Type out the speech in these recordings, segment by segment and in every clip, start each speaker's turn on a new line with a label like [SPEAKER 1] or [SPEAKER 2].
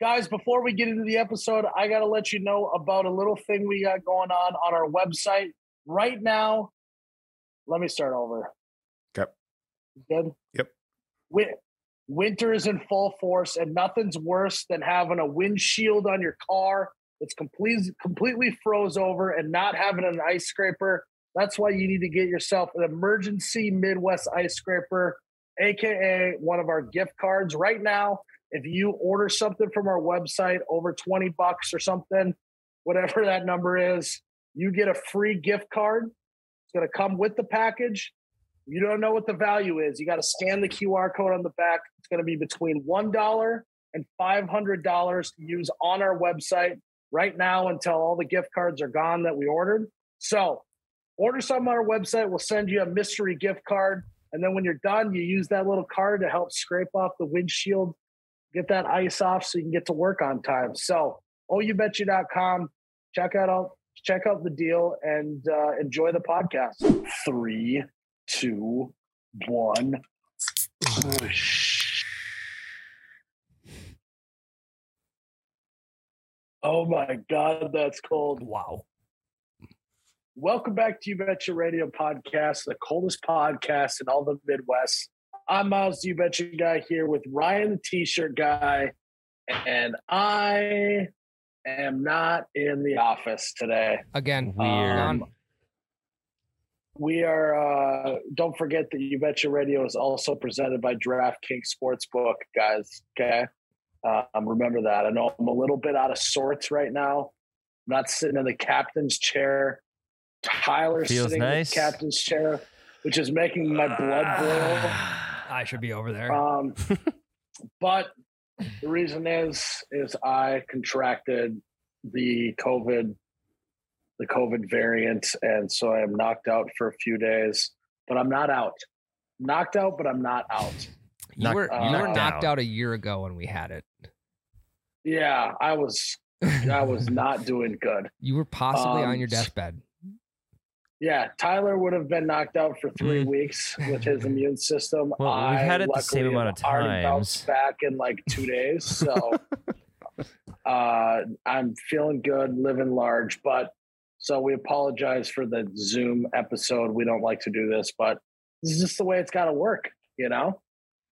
[SPEAKER 1] Guys, before we get into the episode, I got to let you know about a little thing we got going on on our website right now. Let me start over.
[SPEAKER 2] Okay.
[SPEAKER 1] Good?
[SPEAKER 2] Yep.
[SPEAKER 1] Wi- Winter is in full force, and nothing's worse than having a windshield on your car that's completely completely froze over and not having an ice scraper. That's why you need to get yourself an emergency Midwest ice scraper, aka one of our gift cards. Right now, if you order something from our website over 20 bucks or something, whatever that number is, you get a free gift card. It's going to come with the package. You don't know what the value is. You got to scan the QR code on the back. It's going to be between $1 and $500 to use on our website right now until all the gift cards are gone that we ordered. So order some on our website. We'll send you a mystery gift card. And then when you're done, you use that little card to help scrape off the windshield, get that ice off so you can get to work on time. So oubetcha.com. Check out all check out the deal and uh, enjoy the podcast. Three, two, one. Whoosh. Oh my God, that's cold.
[SPEAKER 3] Wow.
[SPEAKER 1] Welcome back to You Betcha Radio Podcast, the coldest podcast in all the Midwest. I'm Miles, the You Betcha guy, here with Ryan, the T shirt guy, and I am not in the office today.
[SPEAKER 3] Again.
[SPEAKER 1] Weird.
[SPEAKER 3] Gone.
[SPEAKER 1] We are, uh, don't forget that You Betcha Radio is also presented by DraftKings Sportsbook, guys. Okay. Um, remember that. I know I'm a little bit out of sorts right now. I'm not sitting in the captain's chair. Tyler's
[SPEAKER 4] Feels
[SPEAKER 1] sitting
[SPEAKER 4] nice.
[SPEAKER 1] in the captain's chair, which is making my blood
[SPEAKER 3] I should be over there.
[SPEAKER 1] boil. Um, but the reason is, is I contracted the COVID, the COVID variant, and so I am knocked out for a few days. But I'm not out. Knocked out, but I'm not out.
[SPEAKER 3] you
[SPEAKER 4] knock-
[SPEAKER 3] were, you
[SPEAKER 1] knocked
[SPEAKER 3] were
[SPEAKER 4] out.
[SPEAKER 3] knocked out a year ago when we had it.
[SPEAKER 1] Yeah, I was, I was not doing good.
[SPEAKER 3] You were possibly
[SPEAKER 1] Um,
[SPEAKER 3] on your deathbed.
[SPEAKER 1] Yeah, Tyler would have been knocked out for three
[SPEAKER 4] Mm.
[SPEAKER 1] weeks with his immune system.
[SPEAKER 4] Well, we've
[SPEAKER 1] I
[SPEAKER 4] had it the same
[SPEAKER 1] luckily
[SPEAKER 4] amount of
[SPEAKER 1] have already bounced
[SPEAKER 4] times.
[SPEAKER 1] Back in like two days, so uh, I'm feeling good, living large. But so we apologize for the Zoom episode. We don't like to do this, but this is just the way it's got to work, you know.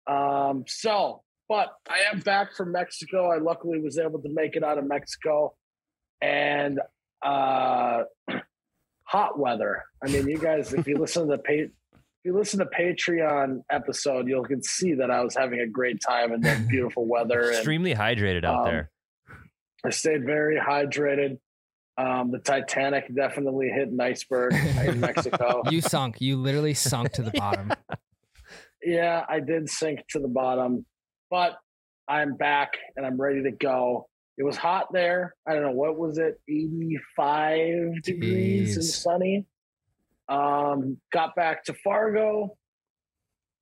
[SPEAKER 1] Um, so, but I am back from Mexico. I luckily was able to make it out of Mexico, and uh, hot weather. I mean, you guys, if you listen to the pa- if you listen to Patreon episode, you'll can see that I was having a great time in the beautiful weather. And
[SPEAKER 4] Extremely hydrated
[SPEAKER 1] Um,
[SPEAKER 4] out there.
[SPEAKER 1] I stayed very hydrated. Um, the Titanic definitely hit an iceberg in Mexico.
[SPEAKER 3] You sunk. You literally sunk to the bottom.
[SPEAKER 1] yeah, I did sink to the bottom, but I'm back and I'm ready to go. It was hot there. I don't know what was it, 85 degrees and
[SPEAKER 3] Jeez.
[SPEAKER 1] sunny. Um, got back to Fargo,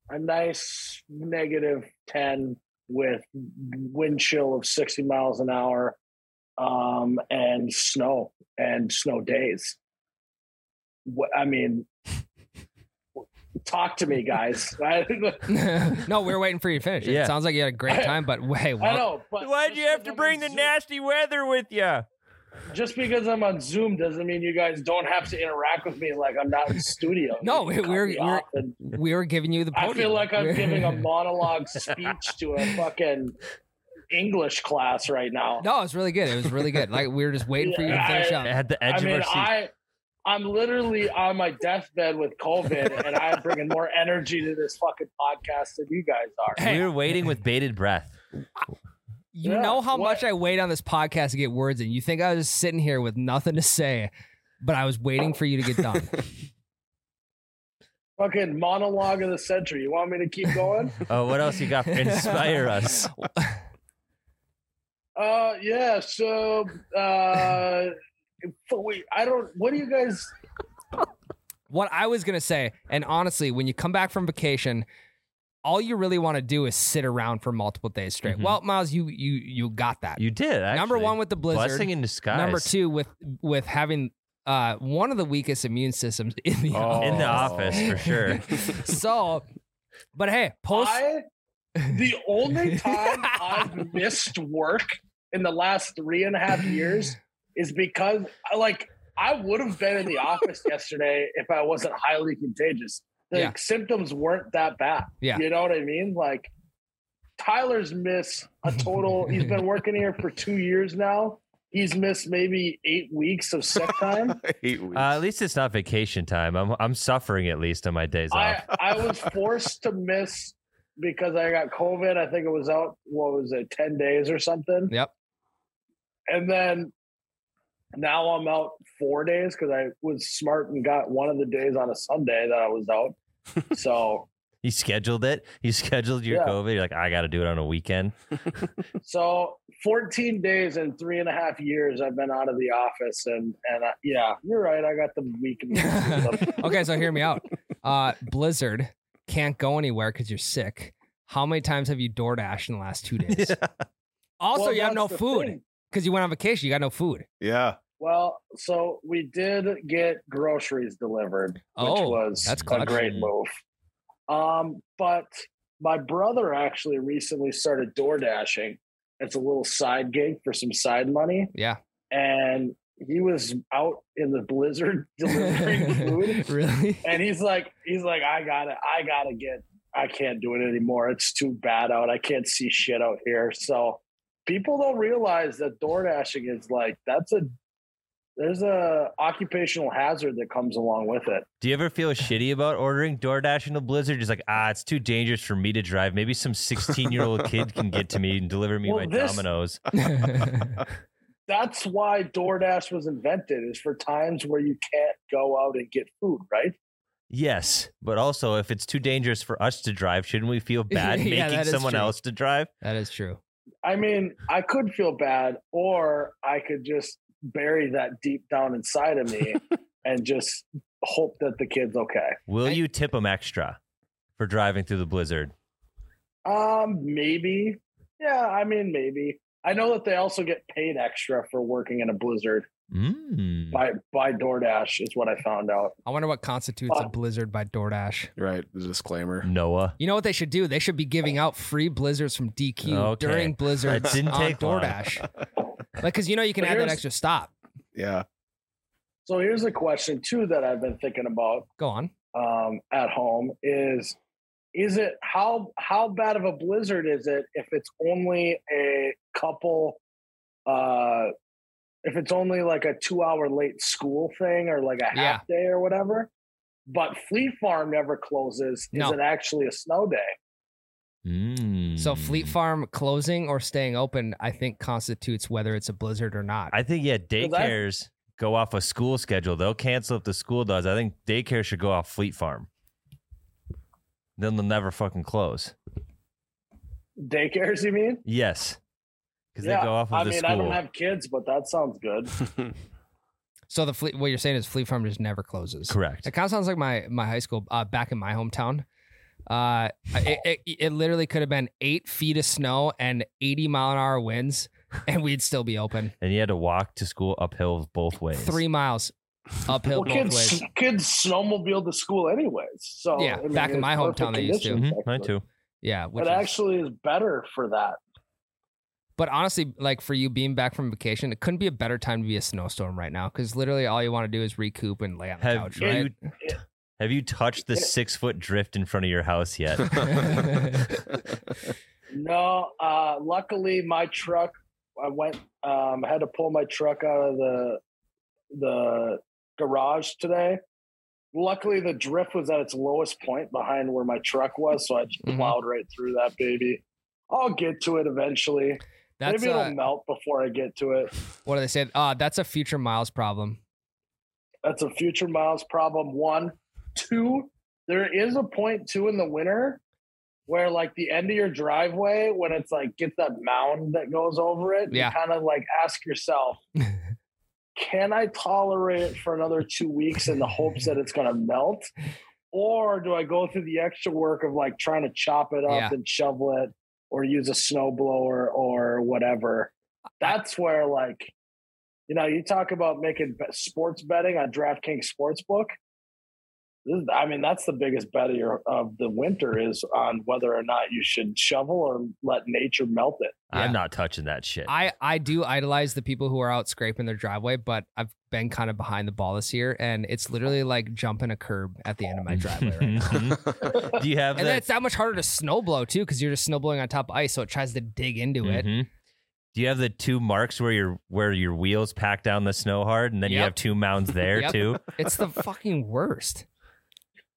[SPEAKER 1] a nice negative 10 with wind chill of 60 miles an hour, um, and snow and snow days. What I mean, talk to me, guys. I,
[SPEAKER 3] no, we were waiting for you to finish. It
[SPEAKER 4] Yeah.
[SPEAKER 3] sounds like you had a great time, but hey,
[SPEAKER 1] I
[SPEAKER 3] well,
[SPEAKER 1] know, but
[SPEAKER 4] Why'd
[SPEAKER 1] just
[SPEAKER 4] you have
[SPEAKER 1] because
[SPEAKER 4] to
[SPEAKER 1] I'm
[SPEAKER 4] bring the
[SPEAKER 1] on
[SPEAKER 4] nasty weather with you?
[SPEAKER 1] Zoom- Just because I'm on Zoom doesn't mean you guys don't have to interact with me like I'm not in the studio.
[SPEAKER 3] No,
[SPEAKER 1] You can cut
[SPEAKER 3] we're-
[SPEAKER 1] me
[SPEAKER 3] we're-
[SPEAKER 1] off and
[SPEAKER 3] we were giving you the.
[SPEAKER 1] I
[SPEAKER 3] Podium.
[SPEAKER 1] feel like I'm giving a monologue speech to a fucking English class right now.
[SPEAKER 3] No, it was really good. It was really good. Like we were just waiting for you to
[SPEAKER 1] Yeah,
[SPEAKER 3] finish
[SPEAKER 1] I-
[SPEAKER 3] up.
[SPEAKER 4] At the edge
[SPEAKER 1] I mean,
[SPEAKER 4] of our seat.
[SPEAKER 1] I I'm literally on my deathbed with COVID, and I'm bringing more energy to this fucking podcast than you guys are.
[SPEAKER 3] Hey.
[SPEAKER 4] we were waiting with bated breath.
[SPEAKER 3] You
[SPEAKER 1] Yeah,
[SPEAKER 3] know how
[SPEAKER 1] what-
[SPEAKER 3] much I wait on this podcast to get words in. You think I was just sitting here with nothing to say, but I was waiting for you to get done.
[SPEAKER 1] Fucking monologue of the century. You want me to keep going?
[SPEAKER 4] Oh, what else you got? for Inspire us.
[SPEAKER 1] Uh, yeah. So, uh, but wait, I don't. What do you guys?
[SPEAKER 3] what I was gonna say, and honestly, when you come back from vacation, all you really want to do is sit around for multiple days straight.
[SPEAKER 4] Mhm.
[SPEAKER 3] Well, Miles, you you you got that.
[SPEAKER 4] You did. Actually.
[SPEAKER 3] Number one with the blizzard.
[SPEAKER 4] blessing in disguise.
[SPEAKER 3] Number two with with having uh, one of the weakest immune systems in the
[SPEAKER 4] in the
[SPEAKER 2] Oh.
[SPEAKER 4] office for sure.
[SPEAKER 3] so. But hey, post
[SPEAKER 1] I the only time I've missed work in the last three and a half years is because I like I would have been in the office yesterday if I wasn't highly contagious. The
[SPEAKER 3] Yeah.
[SPEAKER 1] symptoms weren't that bad.
[SPEAKER 3] Yeah.
[SPEAKER 1] You know what I mean? Like Tyler's missed a total, he's been working here for two years now. He's missed maybe eight weeks of sick time.
[SPEAKER 2] Eight weeks.
[SPEAKER 4] Uh, at least it's not vacation time. I'm I'm suffering at least on my days
[SPEAKER 1] I,
[SPEAKER 4] off.
[SPEAKER 1] I was forced to miss because I got COVID. I think it was out, what was it, 10 days or something?
[SPEAKER 3] Yep.
[SPEAKER 1] And then now I'm out four days because I was smart and got one of the days on a Sunday that I was out. so,
[SPEAKER 4] You scheduled it. You scheduled your
[SPEAKER 1] Yeah.
[SPEAKER 4] COVID. You're like, I got to do it on a weekend.
[SPEAKER 1] so 14 days and three and a half years I've been out of the office. And, and I, yeah, you're right. I got the week.
[SPEAKER 3] Okay, so hear me out. Uh, Blizzard can't go anywhere because you're sick. How many times have you DoorDash in the last two days? Also,
[SPEAKER 1] Well,
[SPEAKER 3] you have
[SPEAKER 1] that's
[SPEAKER 3] no
[SPEAKER 1] the
[SPEAKER 3] food
[SPEAKER 1] thing.
[SPEAKER 3] because you went on vacation. You got no food.
[SPEAKER 2] yeah.
[SPEAKER 1] Well, so we did get groceries delivered, which
[SPEAKER 3] Oh,
[SPEAKER 1] was
[SPEAKER 3] that's
[SPEAKER 1] a
[SPEAKER 3] clutch.
[SPEAKER 1] great move. Um, but my brother actually recently started door dashing. It's a little side gig for some side money,
[SPEAKER 3] Yeah.
[SPEAKER 1] and he was out in the blizzard delivering food.
[SPEAKER 3] really?
[SPEAKER 1] And he's like, he's like, I gotta, I gotta get, I can't do it anymore. It's too bad out. I can't see shit out here. So people don't realize that door dashing is like that's a there's a occupational hazard that comes along with it.
[SPEAKER 4] Do you ever feel shitty about ordering DoorDash in a blizzard? Just like, ah, it's too dangerous for me to drive. Maybe some 16 year old kid can get to me and deliver me
[SPEAKER 1] Well,
[SPEAKER 4] my
[SPEAKER 1] this-
[SPEAKER 4] Dominoes.
[SPEAKER 1] That's why DoorDash was invented is for times where you can't go out and get food, right?
[SPEAKER 4] Yes, but also if it's too dangerous for us to drive, shouldn't we feel bad
[SPEAKER 3] Yeah, that
[SPEAKER 4] making
[SPEAKER 3] is
[SPEAKER 4] someone
[SPEAKER 3] true.
[SPEAKER 4] else to drive?
[SPEAKER 3] that is true.
[SPEAKER 1] I mean, I could feel bad or I could just bury that deep down inside of me and just hope that the kid's okay.
[SPEAKER 4] Will
[SPEAKER 3] I-
[SPEAKER 4] you tip them extra for driving through the blizzard?
[SPEAKER 1] Um, maybe. Yeah, I mean, maybe. I know that they also get paid extra for working in a blizzard
[SPEAKER 4] Mm.
[SPEAKER 1] by by DoorDash is what I found out.
[SPEAKER 3] I wonder what constitutes a blizzard by DoorDash.
[SPEAKER 2] Right. The disclaimer.
[SPEAKER 4] Noah.
[SPEAKER 3] You know what they should do? They should be giving out free blizzards from DQ
[SPEAKER 4] Okay.
[SPEAKER 3] during blizzards
[SPEAKER 4] That didn't take
[SPEAKER 3] on
[SPEAKER 4] long.
[SPEAKER 3] DoorDash. like, because you know you can
[SPEAKER 1] But
[SPEAKER 3] add that
[SPEAKER 1] here's-
[SPEAKER 3] extra stop.
[SPEAKER 2] Yeah.
[SPEAKER 1] So here's a question too that I've been thinking about
[SPEAKER 3] Go on.
[SPEAKER 1] um, at home is is it how how bad of a blizzard is it if it's only a couple uh if it's only like a two hour late school thing or like a half
[SPEAKER 3] Yeah.
[SPEAKER 1] day or whatever but flea farm never closes
[SPEAKER 3] No.
[SPEAKER 1] is it actually a snow day
[SPEAKER 4] Mm.
[SPEAKER 3] So Fleet Farm closing or staying open, I think constitutes whether it's a blizzard or not.
[SPEAKER 4] I think yeah,
[SPEAKER 1] I-
[SPEAKER 4] daycares go off a school schedule. They'll cancel if the school does. I think daycare should go off Fleet Farm. Then they'll never fucking close.
[SPEAKER 1] daycares you mean
[SPEAKER 4] Yes, because they go off of
[SPEAKER 1] i
[SPEAKER 4] the
[SPEAKER 1] mean
[SPEAKER 4] school.
[SPEAKER 1] i don't have kids but that sounds good
[SPEAKER 3] so the fleet, what you're saying is Fleet Farm just never closes.
[SPEAKER 4] Correct.
[SPEAKER 3] It kind of sounds like my my high school uh, back in my hometown. Uh, it, it it literally could have been eight feet of snow and eighty mile an hour winds, and we'd still be open.
[SPEAKER 4] And you had to walk to school uphill both ways.
[SPEAKER 3] Three miles uphill
[SPEAKER 1] well
[SPEAKER 3] both ways.
[SPEAKER 1] kids kids snowmobile to school anyways so
[SPEAKER 3] Yeah, back in
[SPEAKER 1] it's
[SPEAKER 3] my
[SPEAKER 1] perfect
[SPEAKER 3] hometown they used to.
[SPEAKER 1] conditions,
[SPEAKER 4] Mhm,
[SPEAKER 1] actually.
[SPEAKER 4] Mine too.
[SPEAKER 3] Yeah,
[SPEAKER 1] it
[SPEAKER 3] which is-
[SPEAKER 1] actually is better for that
[SPEAKER 3] But honestly, like for you being back from vacation, it couldn't be a better time to be a snowstorm right now because literally all you want to do is recoup and lay on the
[SPEAKER 4] Have
[SPEAKER 3] couch,
[SPEAKER 4] you
[SPEAKER 3] right?
[SPEAKER 4] have you touched the six foot drift in front of your house yet?
[SPEAKER 1] No, uh, luckily my truck. I went. Um, I had to pull my truck out of the the garage today. Luckily, the drift was at its lowest point behind where my truck was, so I just
[SPEAKER 3] Mhm.
[SPEAKER 1] plowed right through that baby. I'll get to it eventually.
[SPEAKER 3] That's
[SPEAKER 1] Maybe
[SPEAKER 3] uh,
[SPEAKER 1] it'll melt before I get to it.
[SPEAKER 3] what do they say? Uh, that's a future miles problem.
[SPEAKER 1] That's a future miles problem. One, two. There is a point two in the winter where, like, the end of your driveway, when it's like get that mound that goes over it,
[SPEAKER 3] Yeah.
[SPEAKER 1] you kind of like ask yourself, can I tolerate it for another two weeks in the hopes that it's going to melt, or do I go through the extra work of like trying to chop it up
[SPEAKER 3] Yeah.
[SPEAKER 1] and shovel it, or use a snow blower or whatever? That's where like you know, you talk about making be- sports betting on DraftKings Sportsbook. This is, I mean, that's the biggest bet of, your, of the winter is on whether or not you should shovel or let nature melt it.
[SPEAKER 3] Yeah.
[SPEAKER 4] I'm not touching that shit.
[SPEAKER 3] I, I do idolize the people who are out scraping their driveway, but I've been kind of behind the ball this year, and it's literally like jumping a curb at the end of my driveway. Right?
[SPEAKER 4] Mhm. Do you have
[SPEAKER 3] and then
[SPEAKER 4] that?
[SPEAKER 3] it's that much harder to snowblow too, because you're just snowblowing on top of ice, so it tries to dig into it.
[SPEAKER 4] Mhm. Do you have the two marks where your where your wheels pack down the snow hard, and then you
[SPEAKER 3] Yep.
[SPEAKER 4] have two mounds there
[SPEAKER 3] Yep.
[SPEAKER 4] too?
[SPEAKER 3] It's the fucking worst.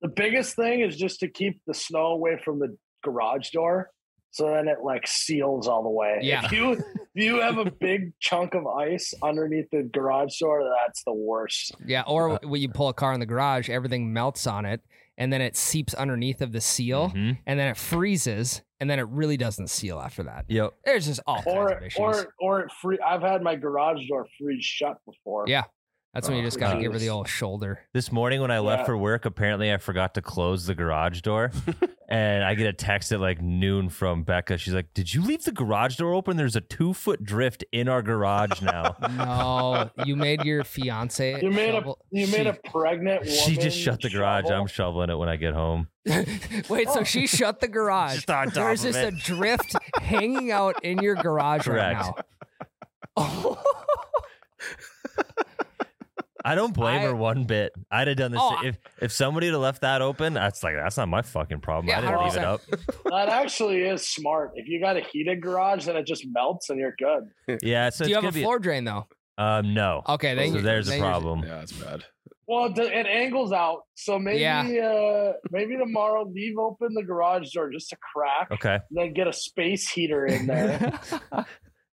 [SPEAKER 1] The biggest thing is just to keep the snow away from the garage door. So then it like seals all the way.
[SPEAKER 3] Yeah.
[SPEAKER 1] If you if you have a big chunk of ice underneath the garage door, that's the worst.
[SPEAKER 3] Yeah, or when you pull a car in the garage, everything melts on it, and then it seeps underneath of the seal,
[SPEAKER 4] Mhm.
[SPEAKER 3] and then it freezes, and then it really doesn't seal after that.
[SPEAKER 4] Yep.
[SPEAKER 3] There's just all kinds of
[SPEAKER 1] Or
[SPEAKER 3] issues.
[SPEAKER 1] or or it free I've had my garage door freeze shut before.
[SPEAKER 3] Yeah. That's when you just gotta give her the
[SPEAKER 1] Jesus.
[SPEAKER 3] old shoulder.
[SPEAKER 4] This morning when I left
[SPEAKER 1] Yeah.
[SPEAKER 4] for work, apparently I forgot to close the garage door. and I get a text at like noon from Becca. She's like, Did you leave the garage door open? There's a two foot drift in our garage now.
[SPEAKER 3] No, you made your fiance.
[SPEAKER 1] You made
[SPEAKER 3] shovel-
[SPEAKER 1] a you
[SPEAKER 3] she-
[SPEAKER 1] made a pregnant woman.
[SPEAKER 4] she just shut the garage. I'm shoveling it when I get home.
[SPEAKER 3] Wait, so she shut the garage.
[SPEAKER 4] Just on top
[SPEAKER 3] There's
[SPEAKER 4] of
[SPEAKER 3] just
[SPEAKER 4] it.
[SPEAKER 3] a drift hanging out in your garage
[SPEAKER 4] Correct.
[SPEAKER 3] right now. Oh,
[SPEAKER 4] I don't blame
[SPEAKER 3] I-
[SPEAKER 4] her one bit. I'd have done this.
[SPEAKER 3] Oh, I-
[SPEAKER 4] if if somebody had left that open, that's like that's not my fucking problem.
[SPEAKER 3] Yeah,
[SPEAKER 4] I didn't leave it
[SPEAKER 3] 100%.
[SPEAKER 4] up.
[SPEAKER 1] that actually is smart. If you got a heated garage, then it just melts and you're good.
[SPEAKER 4] Yeah, so
[SPEAKER 3] do you
[SPEAKER 4] it's gonna
[SPEAKER 3] have a
[SPEAKER 4] be
[SPEAKER 3] floor drain though?
[SPEAKER 4] um no.
[SPEAKER 3] Okay, then
[SPEAKER 4] so
[SPEAKER 3] you-
[SPEAKER 4] there's a
[SPEAKER 3] then you're-
[SPEAKER 4] problem.
[SPEAKER 2] yeah, it's bad.
[SPEAKER 1] Well, it, it angles out, so maybe uh, maybe tomorrow leave open the garage door just a
[SPEAKER 3] Oh.
[SPEAKER 1] crack,
[SPEAKER 4] Okay.
[SPEAKER 1] and then get a space heater in there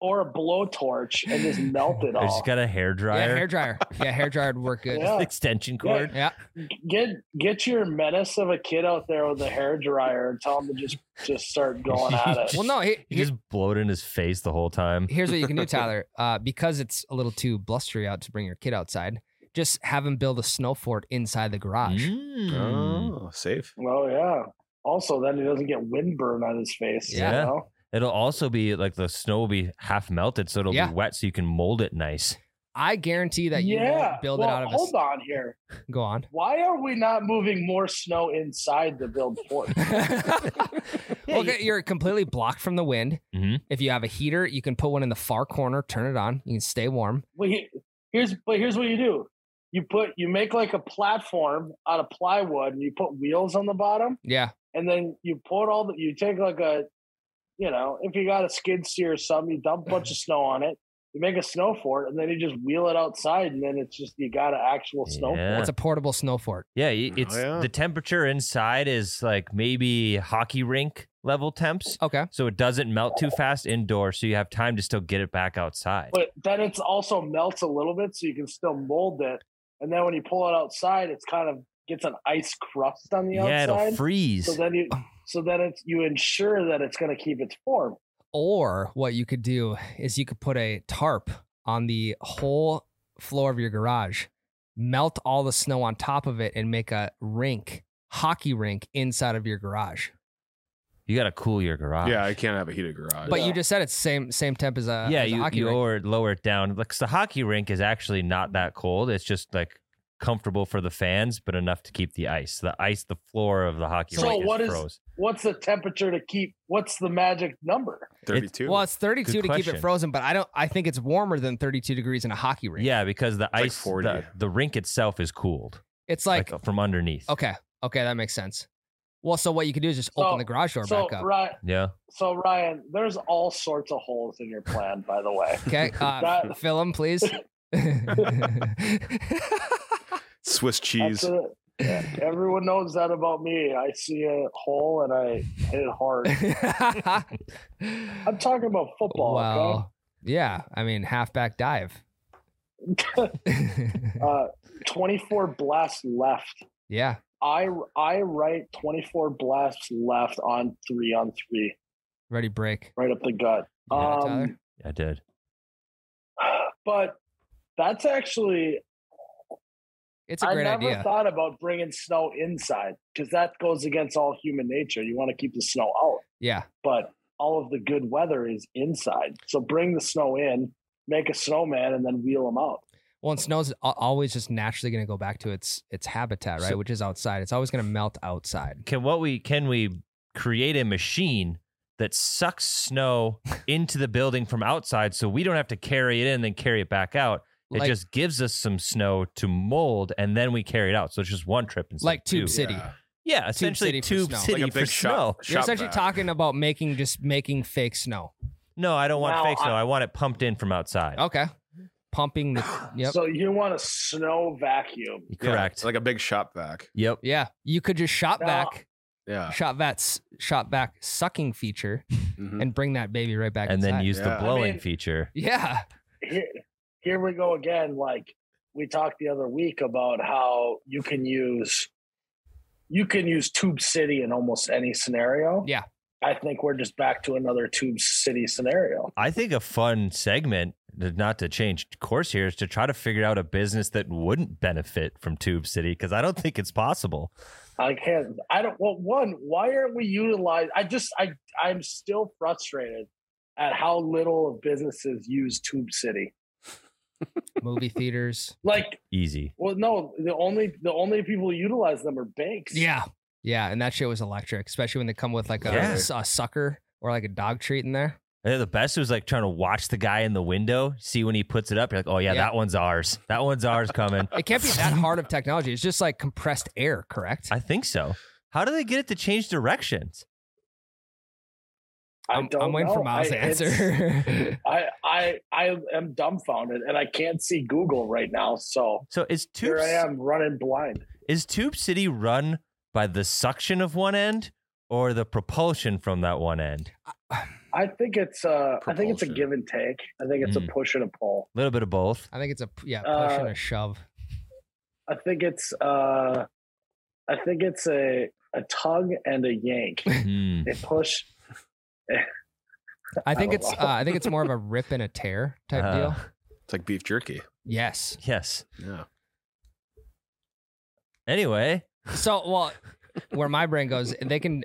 [SPEAKER 1] or a blowtorch and just melt it
[SPEAKER 4] I
[SPEAKER 1] all.
[SPEAKER 4] just got a hair
[SPEAKER 3] Yeah,
[SPEAKER 4] dryer,
[SPEAKER 3] hair dryer. Yeah, hair dryer would work good.
[SPEAKER 4] Oh.
[SPEAKER 1] Yeah.
[SPEAKER 4] extension cord.
[SPEAKER 3] Yeah.
[SPEAKER 1] Get get your menace of a kid out there with a hair dryer and tell him to just just start going at it.
[SPEAKER 3] Well, no. he-
[SPEAKER 4] He just blowed in his face the whole time.
[SPEAKER 3] here's what you can do, Tyler. Uh, because it's a little too blustery out to bring your kid outside, just have him build a snow fort inside the
[SPEAKER 4] Hmm?
[SPEAKER 3] garage.
[SPEAKER 4] Mm.
[SPEAKER 2] Oh, safe.
[SPEAKER 1] Oh yeah. Also, then he doesn't get windburn on his face. you
[SPEAKER 4] Yeah.
[SPEAKER 1] know?
[SPEAKER 4] It'll also be like the snow will be half melted, so it'll
[SPEAKER 3] Yeah.
[SPEAKER 4] be wet, so you can mold it nice.
[SPEAKER 3] I guarantee that you won't build
[SPEAKER 1] well,
[SPEAKER 3] it out of a.
[SPEAKER 1] hold
[SPEAKER 3] s-
[SPEAKER 1] on here.
[SPEAKER 3] Go on.
[SPEAKER 1] Why are we not moving more snow inside the build fort?
[SPEAKER 3] well, okay, you're completely blocked from the wind.
[SPEAKER 4] Mhm.
[SPEAKER 3] If you have a heater, you can put one in the far corner, turn it on. You can stay warm.
[SPEAKER 1] Well, he- here's but here's what you do. You put you make like a platform out of plywood and you put wheels on the bottom
[SPEAKER 3] Yeah.
[SPEAKER 1] and then you put all the you take like a you know, if you got a skid steer or something, you dump a bunch of snow on it, you make a snow fort and then you just wheel it outside and then it's just you got an actual snow
[SPEAKER 4] Yeah.
[SPEAKER 1] fort.
[SPEAKER 3] It's a portable snow fort.
[SPEAKER 4] Yeah, y- it's
[SPEAKER 2] Mm, oh, yeah.
[SPEAKER 4] the temperature inside is like maybe hockey rink level temps,
[SPEAKER 3] Okay.
[SPEAKER 4] so it doesn't melt too fast indoor, so you have time to still get it back outside.
[SPEAKER 1] But then it's also melts a little bit so you can still mold it. And then when you pull it outside, it's kind of gets an ice crust on the
[SPEAKER 4] yeah,
[SPEAKER 1] outside.
[SPEAKER 4] it'll freeze.
[SPEAKER 1] So then you, so then it's you ensure that it's going to keep its form.
[SPEAKER 3] Or what you could do is you could put a tarp on the whole floor of your garage, melt all the snow on top of it, and make a rink, hockey rink inside of your garage.
[SPEAKER 4] you gotta cool your garage.
[SPEAKER 2] Yeah, I can't have a heated garage.
[SPEAKER 3] But
[SPEAKER 1] Yeah.
[SPEAKER 3] you just said it's same same temp as a
[SPEAKER 4] yeah,
[SPEAKER 3] as Uh,
[SPEAKER 4] you,
[SPEAKER 3] a hockey
[SPEAKER 4] you
[SPEAKER 3] rink.
[SPEAKER 4] lower, lower it down. Like 'cause the hockey rink is actually not that cold. It's just like comfortable for the fans, but enough to keep the ice. The ice, the floor of the hockey
[SPEAKER 1] So
[SPEAKER 4] rink
[SPEAKER 1] what
[SPEAKER 4] is
[SPEAKER 1] is-
[SPEAKER 4] froze.
[SPEAKER 1] What's the temperature to keep? What's the magic number?
[SPEAKER 2] 32.
[SPEAKER 3] Well, it's 32
[SPEAKER 4] Good
[SPEAKER 3] to keep
[SPEAKER 4] question.
[SPEAKER 3] it frozen, but I don't. I think it's warmer than 32 degrees in a hockey rink.
[SPEAKER 4] Yeah, because the
[SPEAKER 2] like
[SPEAKER 4] ice,
[SPEAKER 2] 40.
[SPEAKER 4] the, the rink itself is cooled,
[SPEAKER 3] it's like
[SPEAKER 4] like, from underneath.
[SPEAKER 3] Okay. Okay, that makes sense. Well, so what you could do is just open
[SPEAKER 1] So-
[SPEAKER 3] the garage door
[SPEAKER 1] So
[SPEAKER 3] back up.
[SPEAKER 1] Ryan,
[SPEAKER 4] Yeah.
[SPEAKER 1] so Ryan, there's all sorts of holes in your plan, by the way.
[SPEAKER 3] Okay. Uh,
[SPEAKER 1] That-
[SPEAKER 3] fill them, please.
[SPEAKER 2] Swiss cheese.
[SPEAKER 1] That's a- yeah, everyone knows that about me. I see a hole and I hit it hard. I'm talking about football. okay?
[SPEAKER 3] well, yeah. I mean, halfback dive.
[SPEAKER 1] Uh, 24 blasts left.
[SPEAKER 3] yeah.
[SPEAKER 1] I I write 24 blasts left on three on three,
[SPEAKER 3] Ready, break.
[SPEAKER 1] right up the gut.
[SPEAKER 3] Yeah,
[SPEAKER 1] Um,
[SPEAKER 3] Tyler?
[SPEAKER 4] I did.
[SPEAKER 1] but that's actually
[SPEAKER 3] It's a
[SPEAKER 1] I
[SPEAKER 3] great
[SPEAKER 1] never
[SPEAKER 3] idea.
[SPEAKER 1] thought about bringing snow inside because that goes against all human nature. You want to keep the snow out,
[SPEAKER 3] yeah.
[SPEAKER 1] but all of the good weather is inside. So bring the snow in, make a snowman, and then wheel them out.
[SPEAKER 3] Well, and snow's al- always just naturally going to go back to its its habitat, right?
[SPEAKER 4] So-
[SPEAKER 3] Which is outside. It's always going to melt outside.
[SPEAKER 4] Can what we can we create a machine that sucks snow into the building from outside so we don't have to carry it in and then carry it back out. It
[SPEAKER 3] Like
[SPEAKER 4] just gives us some snow to mold and then we carry it out. So it's just one trip instead
[SPEAKER 3] like
[SPEAKER 4] of two.
[SPEAKER 3] Tube City.
[SPEAKER 2] Yeah.
[SPEAKER 4] Yeah, essentially
[SPEAKER 3] City for
[SPEAKER 4] tube
[SPEAKER 3] snow.
[SPEAKER 4] city
[SPEAKER 2] Like a
[SPEAKER 4] for
[SPEAKER 2] big
[SPEAKER 4] snow.
[SPEAKER 2] shop.
[SPEAKER 3] You're
[SPEAKER 2] shop
[SPEAKER 3] essentially
[SPEAKER 2] vac.
[SPEAKER 3] talking about making just making fake snow.
[SPEAKER 4] No, I don't want
[SPEAKER 1] Well,
[SPEAKER 4] fake snow. I want it pumped in from outside.
[SPEAKER 3] Okay, pumping the yep.
[SPEAKER 1] So you want a snow vacuum?
[SPEAKER 2] Yeah,
[SPEAKER 4] Correct.
[SPEAKER 2] Like a big shop vac.
[SPEAKER 4] yep.
[SPEAKER 3] yeah, you could just shot
[SPEAKER 1] No.
[SPEAKER 3] back,
[SPEAKER 2] Yeah.
[SPEAKER 3] shot that, s- shot back sucking feature,
[SPEAKER 2] Mhm.
[SPEAKER 3] and bring that baby right back.
[SPEAKER 4] Mm-hmm. And then
[SPEAKER 3] inside.
[SPEAKER 4] use
[SPEAKER 2] Yeah.
[SPEAKER 4] the
[SPEAKER 2] I
[SPEAKER 4] blowing
[SPEAKER 1] mean-
[SPEAKER 4] feature.
[SPEAKER 3] yeah,
[SPEAKER 1] here, here we go again. Like we talked the other week about how you can use you can use Tube City in almost any scenario.
[SPEAKER 3] Yeah.
[SPEAKER 1] I think we're just back to another Tube City scenario.
[SPEAKER 4] I think a fun segment, not to change course here, is to try to figure out a business that wouldn't benefit from Tube City because I don't think it's possible.
[SPEAKER 1] I can't. I don't. Well, one, why aren't we utilized? I just. I. I'm still frustrated at how little of businesses use Tube City.
[SPEAKER 3] movie theaters.
[SPEAKER 1] Like,
[SPEAKER 4] Easy.
[SPEAKER 1] well, no. The only the only people who utilize them are banks.
[SPEAKER 3] Yeah, yeah, and that shit was electric, especially when they come with like a,
[SPEAKER 4] Yeah.
[SPEAKER 3] a sucker or like a dog treat in there.
[SPEAKER 4] I think the best was like trying to watch the guy in the window, see when he puts it up. You're like, oh, yeah,
[SPEAKER 3] Yeah.
[SPEAKER 4] that one's ours. That one's ours coming.
[SPEAKER 3] It can't be that hard of technology. It's just like compressed air, correct?
[SPEAKER 4] I think so. How do they get it to change directions?
[SPEAKER 1] I
[SPEAKER 3] I'm,
[SPEAKER 1] don't
[SPEAKER 3] I'm waiting for
[SPEAKER 1] know.
[SPEAKER 3] Miles
[SPEAKER 1] I-
[SPEAKER 3] to
[SPEAKER 1] it's-
[SPEAKER 3] answer.
[SPEAKER 1] I I I am dumbfounded and I can't see Google right now. So
[SPEAKER 4] So is
[SPEAKER 1] here
[SPEAKER 4] Tube,
[SPEAKER 1] I am running blind.
[SPEAKER 4] is Tube City run by the suction of one end or the propulsion from that one end?
[SPEAKER 1] I think it's uh I think it's a
[SPEAKER 2] Propulsion.
[SPEAKER 1] give and take. I think it's
[SPEAKER 4] Mm.
[SPEAKER 1] a push and a pull.
[SPEAKER 4] A little bit of both.
[SPEAKER 3] I think it's a p- yeah push
[SPEAKER 1] Uh,
[SPEAKER 3] and a shove.
[SPEAKER 1] I think it's uh I think it's a a tug and a yank.
[SPEAKER 4] Hmm.
[SPEAKER 1] They push
[SPEAKER 3] I think
[SPEAKER 1] don't
[SPEAKER 3] it's uh,
[SPEAKER 1] know.
[SPEAKER 3] I think it's more of a rip and a tear type
[SPEAKER 4] Uh,
[SPEAKER 3] deal.
[SPEAKER 2] It's like beef jerky.
[SPEAKER 3] Yes.
[SPEAKER 4] Yes.
[SPEAKER 2] Yeah.
[SPEAKER 4] Anyway,
[SPEAKER 3] So well, where my brain goes, they can.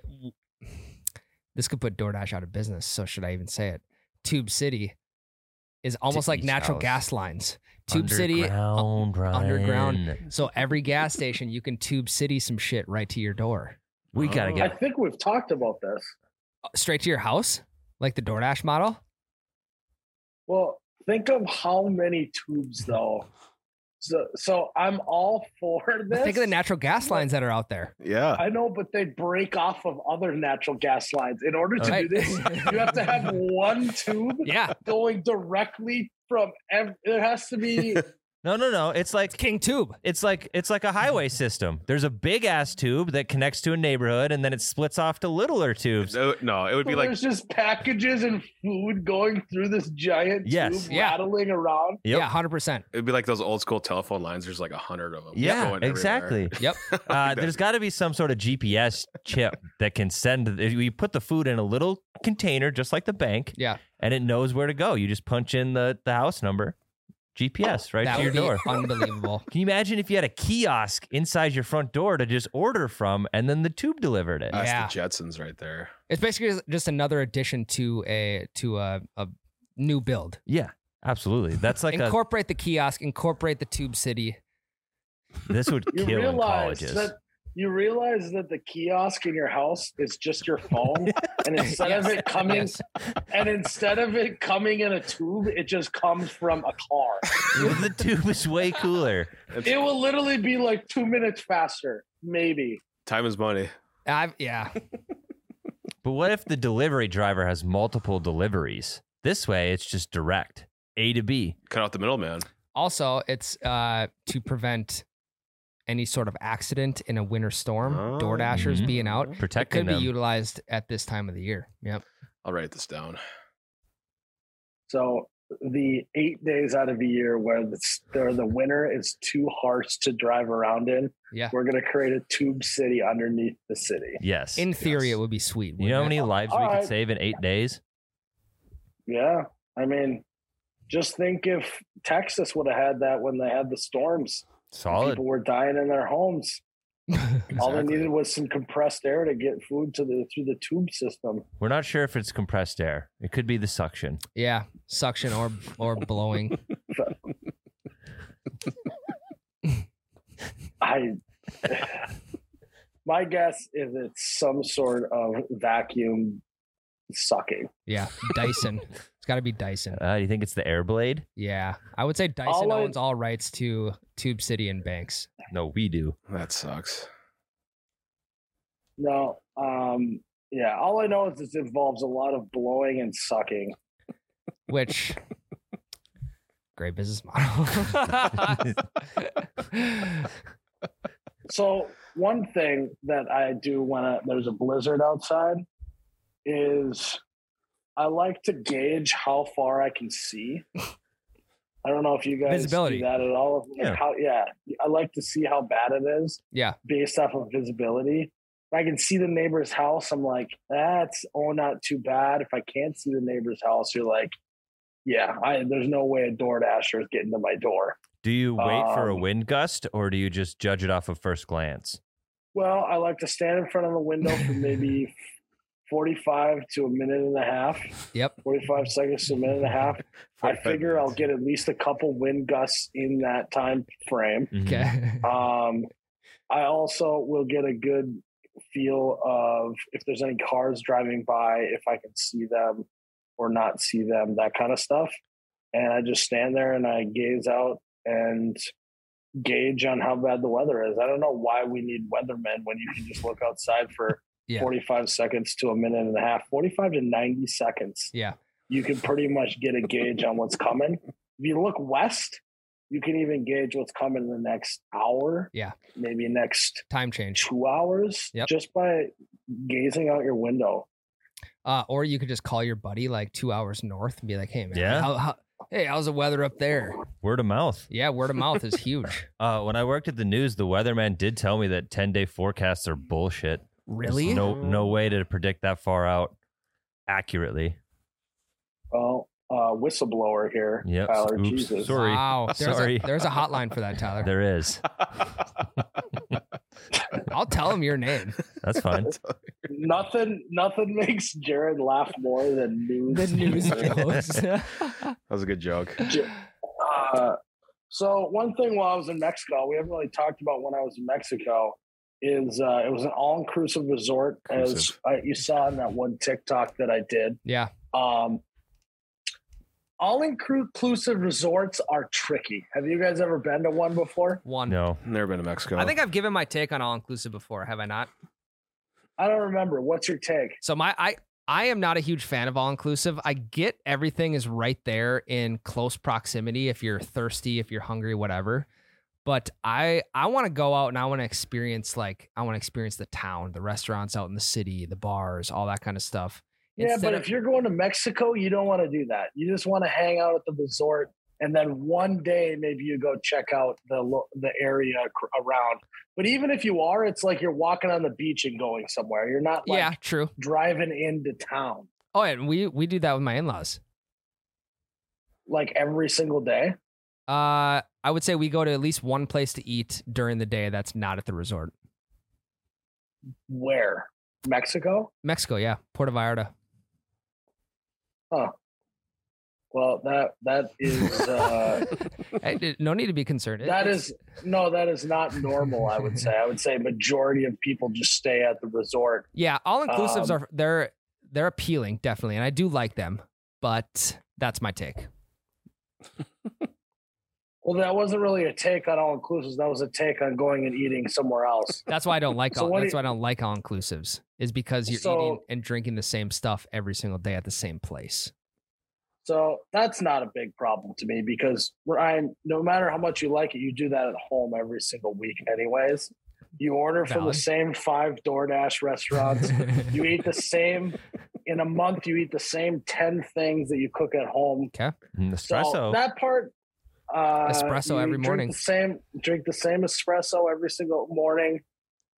[SPEAKER 3] This could put DoorDash out of business. So should I even say it? Tube City is almost like
[SPEAKER 4] each
[SPEAKER 3] natural
[SPEAKER 4] house.
[SPEAKER 3] gas lines. Tube City
[SPEAKER 4] uh, underground,
[SPEAKER 3] underground.
[SPEAKER 4] Ryan.
[SPEAKER 3] So every gas station, you can tube city some shit right to your door,
[SPEAKER 4] We gotta
[SPEAKER 2] Oh.
[SPEAKER 1] I
[SPEAKER 4] get.
[SPEAKER 1] think we've talked about this.
[SPEAKER 3] Uh, straight to your house, like the DoorDash model.
[SPEAKER 1] Well, think of how many tubes though. So so I'm all for this.
[SPEAKER 3] Think of the natural gas lines that are out there.
[SPEAKER 2] Yeah.
[SPEAKER 1] I know, but they break off of other natural gas lines. In order to
[SPEAKER 3] Right.
[SPEAKER 1] do this, you have to have one tube
[SPEAKER 3] yeah,
[SPEAKER 1] going directly from ev- it has to be
[SPEAKER 3] Oh.
[SPEAKER 4] No, no, no. It's like
[SPEAKER 3] King Tube.
[SPEAKER 4] it's like it's like a highway system. There's a big ass tube that connects to a neighborhood, and then it splits off to littler tubes.
[SPEAKER 2] No, no, it would be like
[SPEAKER 1] there's just packages and food going through this giant
[SPEAKER 4] Yes.
[SPEAKER 1] tube
[SPEAKER 3] Yeah.
[SPEAKER 1] rattling around
[SPEAKER 4] Yep.
[SPEAKER 3] Yeah, hundred percent.
[SPEAKER 2] it'd be like those old school telephone lines. There's like a hundred of them.
[SPEAKER 4] Yeah,
[SPEAKER 2] going everywhere.
[SPEAKER 4] exactly.
[SPEAKER 3] Yep.
[SPEAKER 4] Uh, there's got to be some sort of GPS chip that can send. We put the food in a little container, just like the bank.
[SPEAKER 3] Yeah.
[SPEAKER 4] and it knows where to go. You just punch in the the house number, GPS right
[SPEAKER 3] Oh, that
[SPEAKER 4] to your
[SPEAKER 3] would be
[SPEAKER 4] door.
[SPEAKER 3] unbelievable.
[SPEAKER 4] Can you imagine if you had a kiosk inside your front door to just order from, and then the tube delivered it?
[SPEAKER 2] That's
[SPEAKER 3] Yeah.
[SPEAKER 2] the Jetsons right there.
[SPEAKER 3] It's basically just another addition to a to a, a new build.
[SPEAKER 4] Yeah, absolutely. That's like a,
[SPEAKER 3] incorporate the kiosk. Incorporate the Tube City.
[SPEAKER 4] this would
[SPEAKER 1] you
[SPEAKER 4] kill in
[SPEAKER 1] realize
[SPEAKER 4] colleges.
[SPEAKER 1] that you realize that the kiosk in your house is just your phone and instead of
[SPEAKER 3] Yes.
[SPEAKER 1] it coming
[SPEAKER 3] Yes.
[SPEAKER 1] and instead of it coming in a tube it just comes from a car
[SPEAKER 4] the tube is way cooler.
[SPEAKER 1] it will literally be like two minutes faster maybe
[SPEAKER 2] Time is money.
[SPEAKER 3] I've, yeah.
[SPEAKER 4] But what if the delivery driver has multiple deliveries? This way, it's just direct A to B.
[SPEAKER 2] Cut out the middleman.
[SPEAKER 3] Also, it's uh, to prevent any sort of accident in a winter storm.
[SPEAKER 2] Oh.
[SPEAKER 3] Door dashers
[SPEAKER 4] Mhm.
[SPEAKER 3] being out it
[SPEAKER 4] Protecting
[SPEAKER 3] could be
[SPEAKER 4] them.
[SPEAKER 3] utilized at this time of the year. Yep.
[SPEAKER 2] I'll write this down.
[SPEAKER 1] So the eight days out of the year where the, where the winter is too harsh to drive around in,
[SPEAKER 3] Yeah.
[SPEAKER 1] we're going to create a tube city underneath the city.
[SPEAKER 4] yes.
[SPEAKER 3] In theory,
[SPEAKER 2] Yes.
[SPEAKER 3] it would be sweet.
[SPEAKER 4] you know how
[SPEAKER 3] wouldn't it?
[SPEAKER 4] many lives we
[SPEAKER 1] Alright.
[SPEAKER 4] could save in eight days?
[SPEAKER 1] Yeah. I mean, just think if Texas would have had that when they had the storms,
[SPEAKER 4] Solid.
[SPEAKER 1] people were dying in their homes. All they
[SPEAKER 2] Exactly.
[SPEAKER 1] needed was some compressed air to get food to the through the tube system.
[SPEAKER 4] We're not sure if it's compressed air. It could be the suction.
[SPEAKER 3] yeah, suction or or blowing.
[SPEAKER 1] I, my guess is it's some sort of vacuum sucking.
[SPEAKER 3] Yeah, Dyson. it's got to be Dyson.
[SPEAKER 4] Uh, you think it's the air blade?
[SPEAKER 3] Yeah, I would say Dyson
[SPEAKER 1] All I-
[SPEAKER 3] owns all rights to Tube City and Banks.
[SPEAKER 4] No, we do.
[SPEAKER 2] That sucks.
[SPEAKER 1] No, um, yeah. All I know is this involves a lot of blowing and sucking.
[SPEAKER 3] which great business model.
[SPEAKER 1] So one thing that I do when there's a blizzard outside is I like to gauge how far I can see. I don't know if you guys
[SPEAKER 3] Visibility.
[SPEAKER 1] do that at all. Like
[SPEAKER 4] Yeah.
[SPEAKER 1] How, yeah, I like to see how bad it is.
[SPEAKER 3] yeah,
[SPEAKER 1] based off of visibility. If I can see the neighbor's house, I'm like, that's oh not too bad. If I can't see the neighbor's house, you're like, yeah, I, there's no way a door dasher is getting to my door.
[SPEAKER 4] Do you wait for a
[SPEAKER 1] Um,
[SPEAKER 4] wind gust or do you just judge it off of first glance?
[SPEAKER 1] Well, I like to stand in front of the window for maybe 45 to a minute and a half,
[SPEAKER 3] yep.
[SPEAKER 1] 45 seconds to a minute and a half. I
[SPEAKER 2] 45
[SPEAKER 1] figure I'll
[SPEAKER 2] minutes.
[SPEAKER 1] get at least a couple wind gusts in that time frame.
[SPEAKER 4] Hmm. Mm-hmm.
[SPEAKER 1] Um,
[SPEAKER 3] Okay.
[SPEAKER 1] I also will get a good feel of if there's any cars driving by, if I can see them or not see them, that kind of stuff. And I just stand there and I gaze out and gauge on how bad the weather is. I don't know why we need weathermen when you can just look outside for
[SPEAKER 3] Yeah.
[SPEAKER 1] 45 seconds to a minute and a half, 45 to 90 seconds
[SPEAKER 3] Yeah.
[SPEAKER 1] you can pretty much get a gauge on what's coming. If you look west, you can even gauge what's coming in the next hour.
[SPEAKER 3] Yeah.
[SPEAKER 1] Maybe next
[SPEAKER 3] Time change.
[SPEAKER 1] two hours
[SPEAKER 3] Yep.
[SPEAKER 1] just by gazing out your window.
[SPEAKER 3] Uh, or you could just call your buddy like two hours north and be like, "Hey man,
[SPEAKER 4] Yeah.
[SPEAKER 3] how, how, hey, how's the weather up there?"
[SPEAKER 4] Word of mouth.
[SPEAKER 3] Yeah, word of mouth is huge.
[SPEAKER 4] Uh, when I worked at the news, the weatherman did tell me that 10 day forecasts are bullshit. There's
[SPEAKER 3] Really?
[SPEAKER 1] Oh.
[SPEAKER 4] no, no way to predict that far out accurately.
[SPEAKER 1] Well, uh, whistleblower here,
[SPEAKER 4] Yep.
[SPEAKER 1] Tyler.
[SPEAKER 4] Oops.
[SPEAKER 1] Jesus.
[SPEAKER 4] Sorry.
[SPEAKER 3] Wow. There's
[SPEAKER 4] Sorry.
[SPEAKER 3] A, there's a hotline for that, Tyler.
[SPEAKER 4] There is.
[SPEAKER 3] I'll tell him your name.
[SPEAKER 4] That's fine.
[SPEAKER 1] Nothing, nothing makes Jared laugh more than news.
[SPEAKER 3] The news
[SPEAKER 2] That was a good joke.
[SPEAKER 1] Uh, so one thing while I was in Mexico, we haven't really talked about when I was in Mexico. Is uh, it was an all-inclusive resort, as
[SPEAKER 2] Inclusive.
[SPEAKER 1] uh, you saw in that one TikTok that I did.
[SPEAKER 3] yeah.
[SPEAKER 1] Um, all-inclusive resorts are tricky. Have you guys ever been to one before?
[SPEAKER 3] One.
[SPEAKER 4] No.
[SPEAKER 2] Never been to Mexico.
[SPEAKER 3] I think I've given my take on all inclusive before, have I not?
[SPEAKER 1] I don't remember. What's your take?
[SPEAKER 3] So my I I am not a huge fan of all inclusive. I get everything is right there in close proximity if you're thirsty, if you're hungry, whatever. But I I want to go out and I want to experience like I want to experience the town, the restaurants out in the city, the bars, all that kind of stuff.
[SPEAKER 1] Yeah,
[SPEAKER 3] Instead
[SPEAKER 1] but
[SPEAKER 3] of-
[SPEAKER 1] if you're going to Mexico, you don't want to do that. You just want to hang out at the resort, and then one day maybe you go check out the lo- the area ac- around. But even if you are, it's like you're walking on the beach and going somewhere. You're not like
[SPEAKER 3] yeah, true.
[SPEAKER 1] driving into town
[SPEAKER 3] Oh, and we we do that with my in-laws.
[SPEAKER 1] like every single day.
[SPEAKER 3] Uh, I would say we go to at least one place to eat during the day that's not at the resort.
[SPEAKER 1] Where Mexico?
[SPEAKER 3] Mexico, yeah, Puerto Vallarta.
[SPEAKER 1] Well, that that is uh,
[SPEAKER 3] Hey, d- no need to be concerned. It-
[SPEAKER 1] that
[SPEAKER 3] it's-
[SPEAKER 1] is no, that is not normal. I would say. I would say majority of people just stay at the resort.
[SPEAKER 3] Yeah, all inclusives
[SPEAKER 1] Um,
[SPEAKER 3] are they're they're appealing definitely, and I do like them. But that's my take.
[SPEAKER 1] Well, that wasn't really a take on all inclusives. That was a take on going and eating somewhere else.
[SPEAKER 3] That's why I don't like
[SPEAKER 1] So
[SPEAKER 3] all.
[SPEAKER 1] what do
[SPEAKER 3] that's
[SPEAKER 1] you-
[SPEAKER 3] why I don't like all inclusives is because you're
[SPEAKER 1] So-
[SPEAKER 3] eating and drinking the same stuff every single day at the same place.
[SPEAKER 1] So that's not a big problem to me because Ryan, no matter how much you like it, you do that at home every single week, anyways. You order from the
[SPEAKER 3] Valid.
[SPEAKER 1] same five DoorDash restaurants. you eat the same in a month. You eat the same ten things that you cook at home.
[SPEAKER 4] Mm,
[SPEAKER 1] So
[SPEAKER 4] Espresso.
[SPEAKER 1] that part. Uh,
[SPEAKER 3] Espresso
[SPEAKER 1] you
[SPEAKER 3] every
[SPEAKER 1] drink
[SPEAKER 3] morning.
[SPEAKER 1] The same drink the same espresso every single morning.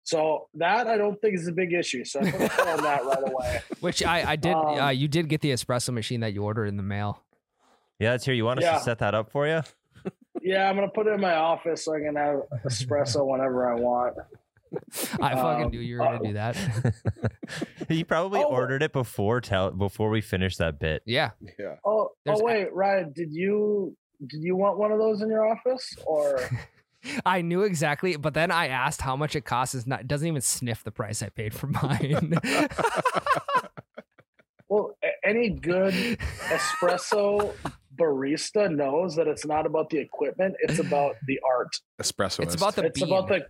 [SPEAKER 1] So that I don't think is a big issue. So I'm gonna put on that right away.
[SPEAKER 3] Which I I did.
[SPEAKER 1] Um,
[SPEAKER 3] uh, you did get the espresso machine that you ordered in the mail.
[SPEAKER 4] yeah, that's here. You want us
[SPEAKER 1] Yeah.
[SPEAKER 4] to set that up for you?
[SPEAKER 1] Yeah, I'm gonna put it in my office so I can have espresso whenever I want.
[SPEAKER 3] I fucking
[SPEAKER 1] Um,
[SPEAKER 3] knew you were gonna do that.
[SPEAKER 4] you probably
[SPEAKER 1] Oh.
[SPEAKER 4] ordered it before tell before we finish that bit.
[SPEAKER 3] Yeah,
[SPEAKER 2] yeah.
[SPEAKER 1] Oh,
[SPEAKER 3] There's-
[SPEAKER 1] oh wait, Ryan, did you did you want one of those in your office or
[SPEAKER 3] I knew exactly, but then I asked how much it costs. It's not it doesn't even sniff the price I paid for mine.
[SPEAKER 1] Well, a- any good espresso barista knows that it's not about the equipment; it's about the art.
[SPEAKER 2] Espresso.
[SPEAKER 3] it's about the
[SPEAKER 1] it's about the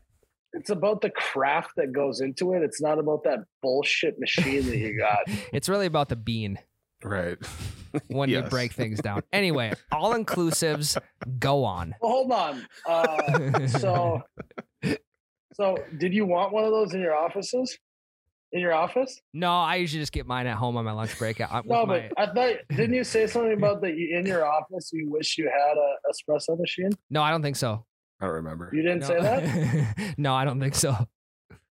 [SPEAKER 1] it's about the craft that goes into it. It's not about that bullshit machine that you got.
[SPEAKER 3] It's really about the bean
[SPEAKER 2] right.
[SPEAKER 3] when you
[SPEAKER 2] Yes.
[SPEAKER 3] break things down. Anyway, all inclusives go on.
[SPEAKER 1] Well, hold on. Uh, so, so did you want one of those in your offices? In your office?
[SPEAKER 3] no, I usually just get mine at home on my lunch break. I, with
[SPEAKER 1] No,
[SPEAKER 3] my-
[SPEAKER 1] but I thought didn't you say something about that? You in your office? You wish you had a espresso machine.
[SPEAKER 3] no, I don't think so.
[SPEAKER 2] I don't remember.
[SPEAKER 1] You didn't
[SPEAKER 3] no.
[SPEAKER 1] say that.
[SPEAKER 3] no, I don't think so.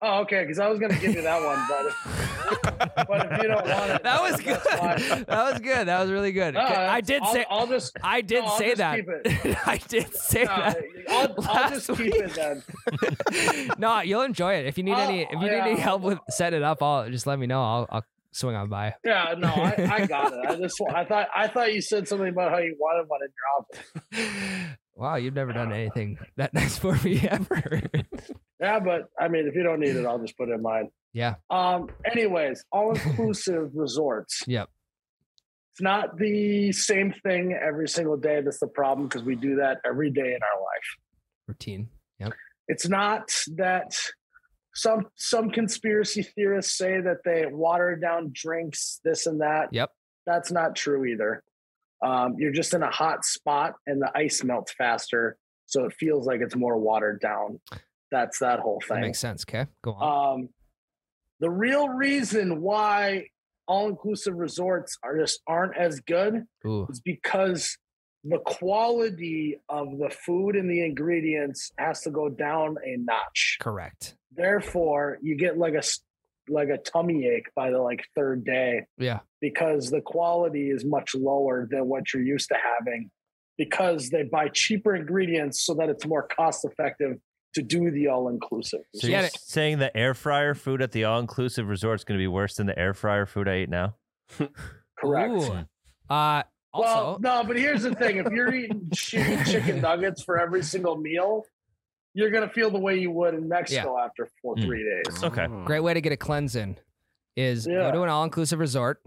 [SPEAKER 1] Oh, okay. Because I was gonna give you that one, but but if you don't want it,
[SPEAKER 3] that was good.
[SPEAKER 1] that's fine.
[SPEAKER 3] That was good. That was really good.
[SPEAKER 1] No,
[SPEAKER 3] I
[SPEAKER 1] that's-
[SPEAKER 3] did
[SPEAKER 1] I'll-
[SPEAKER 3] say.
[SPEAKER 1] I'll just
[SPEAKER 3] I did
[SPEAKER 1] no, I'll
[SPEAKER 3] say
[SPEAKER 1] just
[SPEAKER 3] that.
[SPEAKER 1] keep it.
[SPEAKER 3] I did say
[SPEAKER 1] No,
[SPEAKER 3] that.
[SPEAKER 1] I'll, I'll just
[SPEAKER 3] Last
[SPEAKER 1] keep it then.
[SPEAKER 3] no, you'll enjoy it. If you need any, if you need any
[SPEAKER 1] Yeah.
[SPEAKER 3] help with setting it up, I'll just let me know. I'll, I'll swing on by.
[SPEAKER 1] Yeah, no, I, I got it. I just I thought I thought you said something about how you wanted one in your office.
[SPEAKER 3] Wow, you've never done anything that nice for me ever.
[SPEAKER 1] Yeah, but I mean, if you don't need it, I'll just put it in mine.
[SPEAKER 3] yeah,
[SPEAKER 1] Um. Anyways, all inclusive resorts.
[SPEAKER 3] Yep.
[SPEAKER 1] It's not the same thing every single day. That's the problem because we do that every day in our life.
[SPEAKER 3] routine.
[SPEAKER 1] It's not that some some conspiracy theorists say that they water down drinks, this and that.
[SPEAKER 3] Yep.
[SPEAKER 1] That's not true either. Um, you're just in a hot spot and the ice melts faster, so it feels like it's more watered down. That's that whole
[SPEAKER 3] That
[SPEAKER 1] thing.
[SPEAKER 3] makes sense. Okay, go on.
[SPEAKER 1] Um, the real reason why all inclusive resorts are just aren't as good
[SPEAKER 3] Ooh,
[SPEAKER 1] is because the quality of the food and the ingredients has to go down a notch.
[SPEAKER 3] correct.
[SPEAKER 1] Therefore, you get like a s- like a tummy ache by the like third day
[SPEAKER 3] Yeah,
[SPEAKER 1] because the quality is much lower than what you're used to having because they buy cheaper ingredients so that it's more cost effective to do the all inclusive.
[SPEAKER 4] So
[SPEAKER 3] Yeah,
[SPEAKER 4] you're
[SPEAKER 3] it-
[SPEAKER 4] saying the air fryer food at the all inclusive resort is going to be worse than the air fryer food I eat now?
[SPEAKER 1] Correct.
[SPEAKER 3] Ooh. Uh,
[SPEAKER 1] well,
[SPEAKER 3] also,
[SPEAKER 1] no, but here's the thing: if you're eating shitty chicken nuggets for every single meal, you're gonna feel the way you would in Mexico after four
[SPEAKER 4] Mm.
[SPEAKER 1] three days.
[SPEAKER 4] okay.
[SPEAKER 2] Oh.
[SPEAKER 3] great way to get a cleanse in is go
[SPEAKER 1] Yeah.
[SPEAKER 3] to an all inclusive resort,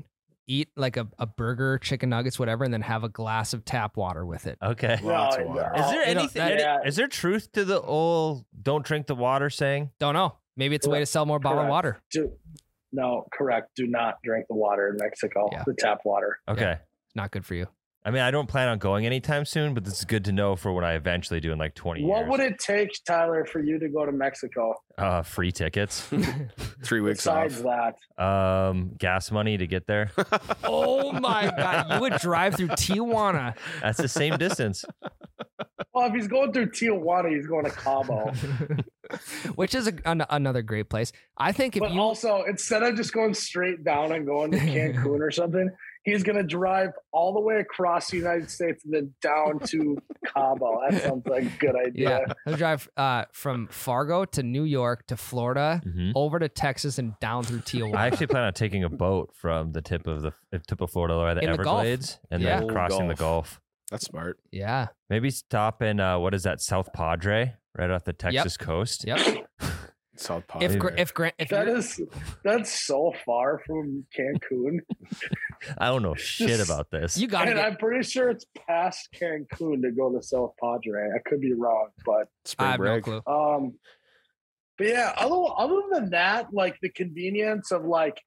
[SPEAKER 3] eat like a, a burger, chicken nuggets, whatever, and then have a glass of tap water with it.
[SPEAKER 4] Okay.
[SPEAKER 2] Lots of
[SPEAKER 1] No,
[SPEAKER 2] water.
[SPEAKER 1] no.
[SPEAKER 4] Is there
[SPEAKER 3] you know,
[SPEAKER 4] anything?
[SPEAKER 1] that-
[SPEAKER 4] any-
[SPEAKER 1] yeah.
[SPEAKER 4] Is there truth to the old "don't drink the water" saying?
[SPEAKER 3] Don't know. Maybe it's a way to sell more bottled
[SPEAKER 1] Correct.
[SPEAKER 3] water.
[SPEAKER 1] Do, no, correct. Do not drink the water in Mexico.
[SPEAKER 3] Yeah.
[SPEAKER 1] The tap water.
[SPEAKER 4] Okay.
[SPEAKER 3] Not good for you.
[SPEAKER 4] I mean, I don't plan on going anytime soon, but this is good to know for when I eventually do in like 20
[SPEAKER 1] What
[SPEAKER 4] years.
[SPEAKER 1] would it take, Tyler, for you to go to Mexico?
[SPEAKER 4] uh, free tickets,
[SPEAKER 2] Three weeks off.
[SPEAKER 1] Besides that,
[SPEAKER 4] um, gas money to get there.
[SPEAKER 3] oh my god, you would drive through Tijuana.
[SPEAKER 4] That's the same distance.
[SPEAKER 1] well, if he's going through Tijuana, he's going to Cabo.
[SPEAKER 3] Which is a, an, another great place. I think if
[SPEAKER 1] but
[SPEAKER 3] you
[SPEAKER 1] also, instead of just going straight down and going to Cancun or something, he's going to drive all the way across the United States and then down to Cabo. That sounds like a good
[SPEAKER 3] yeah,
[SPEAKER 1] idea.
[SPEAKER 3] I'll drive uh, from Fargo to New York to Florida,
[SPEAKER 4] Mhm.
[SPEAKER 3] over to Texas, and down through Tijuana.
[SPEAKER 4] I actually plan on taking a boat from the tip of the uh, tip of Florida or the
[SPEAKER 3] In the Gulf.
[SPEAKER 4] Everglades, and
[SPEAKER 3] Yeah.
[SPEAKER 4] then
[SPEAKER 2] Old
[SPEAKER 4] crossing the
[SPEAKER 2] Gulf.
[SPEAKER 4] Gulf.
[SPEAKER 2] That's smart.
[SPEAKER 3] yeah,
[SPEAKER 4] Maybe stop in uh, what is that South Padre, right off the Texas coast.
[SPEAKER 3] yep.
[SPEAKER 2] South Pod.
[SPEAKER 3] If Gra- if Grant if
[SPEAKER 1] That
[SPEAKER 3] you're-
[SPEAKER 1] is that's so far from Cancun.
[SPEAKER 4] I don't know shit
[SPEAKER 1] Just-
[SPEAKER 4] about this.
[SPEAKER 3] you got to
[SPEAKER 1] and
[SPEAKER 3] get
[SPEAKER 1] I'm pretty sure it's past Cancun to go to South Padre. I could be wrong, but
[SPEAKER 2] spring
[SPEAKER 3] I have no
[SPEAKER 2] break.
[SPEAKER 3] clue.
[SPEAKER 1] um, but yeah. Other other than that, like the convenience of like,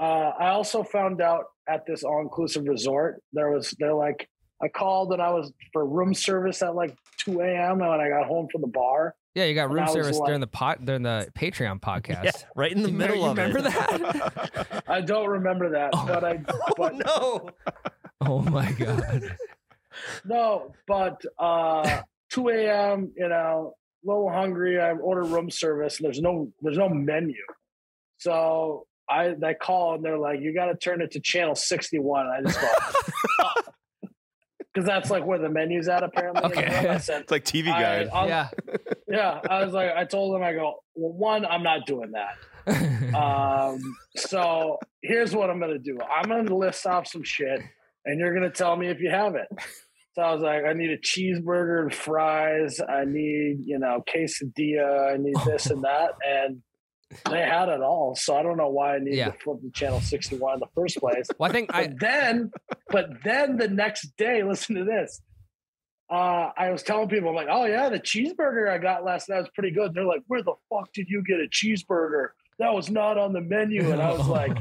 [SPEAKER 1] uh, I also found out at this all inclusive resort there was they're like I called and I was for room service at like 2 a.m. and when I got home from the bar.
[SPEAKER 3] Yeah, you got
[SPEAKER 1] When
[SPEAKER 3] room
[SPEAKER 1] I was
[SPEAKER 3] service
[SPEAKER 1] like-
[SPEAKER 3] during the pot during the Patreon podcast.
[SPEAKER 4] Yeah, right in the
[SPEAKER 3] You me-
[SPEAKER 4] middle
[SPEAKER 3] you
[SPEAKER 4] of
[SPEAKER 3] remember
[SPEAKER 4] it.
[SPEAKER 3] that?
[SPEAKER 1] I don't remember that,
[SPEAKER 3] Oh.
[SPEAKER 1] but I
[SPEAKER 4] Oh
[SPEAKER 1] but
[SPEAKER 4] no!
[SPEAKER 3] oh my god.
[SPEAKER 1] No, but uh 2 a.m. You know, a little hungry. I order room service, and there's no there's no menu. So I I call and they're like, "You got to turn it to channel 61." And I just go because that's like where the menu's at apparently.
[SPEAKER 3] Okay.
[SPEAKER 1] I said,
[SPEAKER 2] It's like TV
[SPEAKER 1] "All
[SPEAKER 2] guide.
[SPEAKER 1] right, I'll-
[SPEAKER 3] yeah.
[SPEAKER 1] yeah. I was like, I told them, I go, well, one, I'm not doing that. Um, so here's what I'm gonna do. I'm gonna list off some shit, and you're gonna tell me if you have it. So I was like, I need a cheeseburger and fries. I need, you know, quesadilla. I need this and that. And they had it all. So I don't know why I needed
[SPEAKER 3] Yeah.
[SPEAKER 1] to flip to channel 61 in the first place.
[SPEAKER 3] Well, I think
[SPEAKER 1] But
[SPEAKER 3] I
[SPEAKER 1] then, but then the next day, listen to this. Uh, I was telling people, I'm like, oh yeah, the cheeseburger I got last night was pretty good. They're like, where the fuck did you get a cheeseburger? That was not on the menu. And I was like,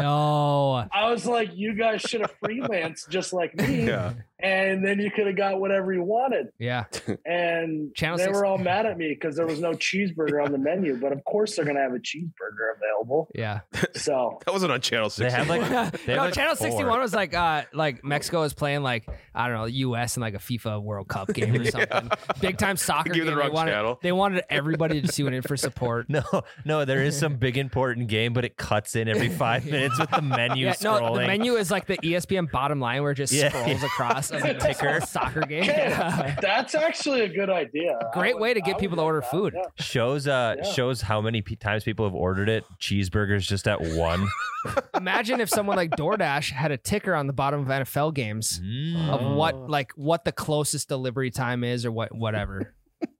[SPEAKER 3] no.
[SPEAKER 1] I was like, you guys should have freelanced just like me,
[SPEAKER 2] Yeah.
[SPEAKER 1] and then you could have got whatever you wanted.
[SPEAKER 3] Yeah.
[SPEAKER 1] And
[SPEAKER 3] Channel
[SPEAKER 1] they
[SPEAKER 3] six-
[SPEAKER 1] were all mad at me because there was no cheeseburger on the menu. But of course, they're gonna have a cheeseburger available.
[SPEAKER 3] Yeah.
[SPEAKER 1] So
[SPEAKER 2] That wasn't on Channel
[SPEAKER 4] They
[SPEAKER 2] Six.
[SPEAKER 4] had like they had
[SPEAKER 3] no,
[SPEAKER 4] like
[SPEAKER 3] Channel
[SPEAKER 4] four.
[SPEAKER 3] 61 was like uh like Mexico is playing like I don't know, US in like a FIFA World Cup game or something. Big time soccer
[SPEAKER 2] Give it
[SPEAKER 3] game.
[SPEAKER 2] the
[SPEAKER 3] they,
[SPEAKER 2] wrong
[SPEAKER 3] wanted,
[SPEAKER 2] channel.
[SPEAKER 3] they wanted everybody to tune in for support.
[SPEAKER 4] No, no, there is some big important game, but it cuts in every five minutes with the menu
[SPEAKER 3] Yeah,
[SPEAKER 4] scrolling.
[SPEAKER 3] no, the menu is like the E ESPN bottom line where it just
[SPEAKER 4] Yeah.
[SPEAKER 3] scrolls across a
[SPEAKER 1] Ticker.
[SPEAKER 3] ticker soccer game.
[SPEAKER 1] yeah, that's actually a good idea. I
[SPEAKER 3] Great
[SPEAKER 1] would-
[SPEAKER 3] way to
[SPEAKER 1] I
[SPEAKER 3] get
[SPEAKER 1] would
[SPEAKER 3] people to
[SPEAKER 1] like
[SPEAKER 3] order
[SPEAKER 1] that,
[SPEAKER 3] food.
[SPEAKER 1] yeah.
[SPEAKER 4] shows uh
[SPEAKER 1] Yeah.
[SPEAKER 4] shows how many p- times people have ordered it cheeseburgers just at one
[SPEAKER 3] Imagine if someone like DoorDash had a ticker on the bottom of NFL games of
[SPEAKER 4] Oh.
[SPEAKER 3] what like what the closest delivery time is or what whatever.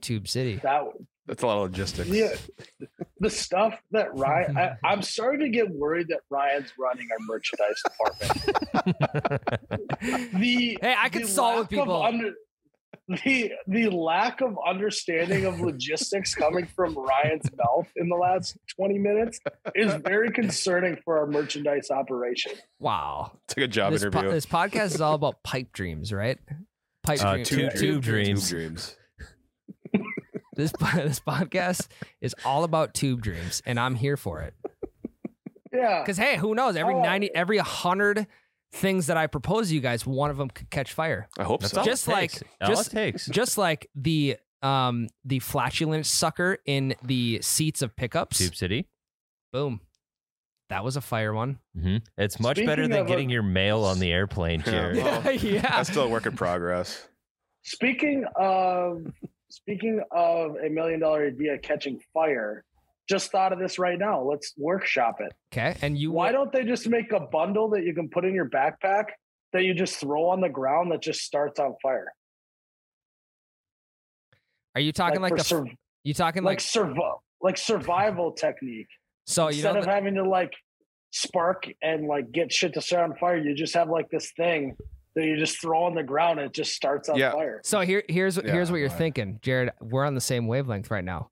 [SPEAKER 3] Tube City.
[SPEAKER 1] That
[SPEAKER 2] That's a lot of logistics.
[SPEAKER 1] yeah, the stuff that Ryan. I, I'm starting to get worried that Ryan's running our merchandise department. the
[SPEAKER 3] Hey, I could
[SPEAKER 1] the
[SPEAKER 3] solve with
[SPEAKER 1] lack of
[SPEAKER 3] people.
[SPEAKER 1] under- the the lack of understanding of logistics coming from Ryan's mouth in the last 20 minutes is very concerning for our merchandise operation.
[SPEAKER 3] Wow.
[SPEAKER 2] It's like a job
[SPEAKER 3] this, po-
[SPEAKER 2] interview.
[SPEAKER 3] this podcast is all about pipe dreams, right? Pipe
[SPEAKER 4] Uh,
[SPEAKER 3] dreams.
[SPEAKER 4] tube-
[SPEAKER 3] Tube-
[SPEAKER 4] tube
[SPEAKER 3] tube
[SPEAKER 4] dream.
[SPEAKER 2] Tube
[SPEAKER 4] dreams.
[SPEAKER 2] dreams.
[SPEAKER 3] This po- this podcast is all about tube dreams, and I'm here for it.
[SPEAKER 1] Yeah.
[SPEAKER 3] Because hey, who knows? Every
[SPEAKER 1] Oh.
[SPEAKER 3] ninety, every hundred things that I propose to you guys, one of them could catch fire.
[SPEAKER 2] I hope
[SPEAKER 4] that's
[SPEAKER 2] so.
[SPEAKER 4] all
[SPEAKER 3] Just
[SPEAKER 4] it
[SPEAKER 3] like-
[SPEAKER 4] takes. all
[SPEAKER 3] just-
[SPEAKER 4] it takes
[SPEAKER 3] Just like the um the flatulent sucker in the seats of pickups.
[SPEAKER 4] tube city
[SPEAKER 3] Boom. That was a fire one.
[SPEAKER 4] hmm it's much better
[SPEAKER 1] Speaking
[SPEAKER 4] than
[SPEAKER 1] of
[SPEAKER 4] getting your mail on the airplane
[SPEAKER 2] Yeah.
[SPEAKER 4] Jared.
[SPEAKER 2] Well,
[SPEAKER 3] yeah.
[SPEAKER 2] That's still a work in progress.
[SPEAKER 1] Speaking of speaking of a million dollar idea catching fire, just thought of this right now. Let's workshop it.
[SPEAKER 3] Okay. And you
[SPEAKER 1] Why don't they just make a bundle that you can put in your backpack that you just throw on the ground that just starts on fire?
[SPEAKER 3] are you talking like,
[SPEAKER 1] for
[SPEAKER 3] the
[SPEAKER 1] sur-
[SPEAKER 3] you talking
[SPEAKER 1] like
[SPEAKER 3] like,
[SPEAKER 1] survi- like survival technique.
[SPEAKER 3] so you
[SPEAKER 1] Instead
[SPEAKER 3] know
[SPEAKER 1] of having to like spark and like get shit to start on fire, you just have like this thing that you just throw on the ground and it just starts on
[SPEAKER 2] Yeah.
[SPEAKER 1] fire.
[SPEAKER 3] So here, here's
[SPEAKER 2] Yeah,
[SPEAKER 3] here's what you're
[SPEAKER 2] right.
[SPEAKER 3] thinking, Jared. We're on the same wavelength right now.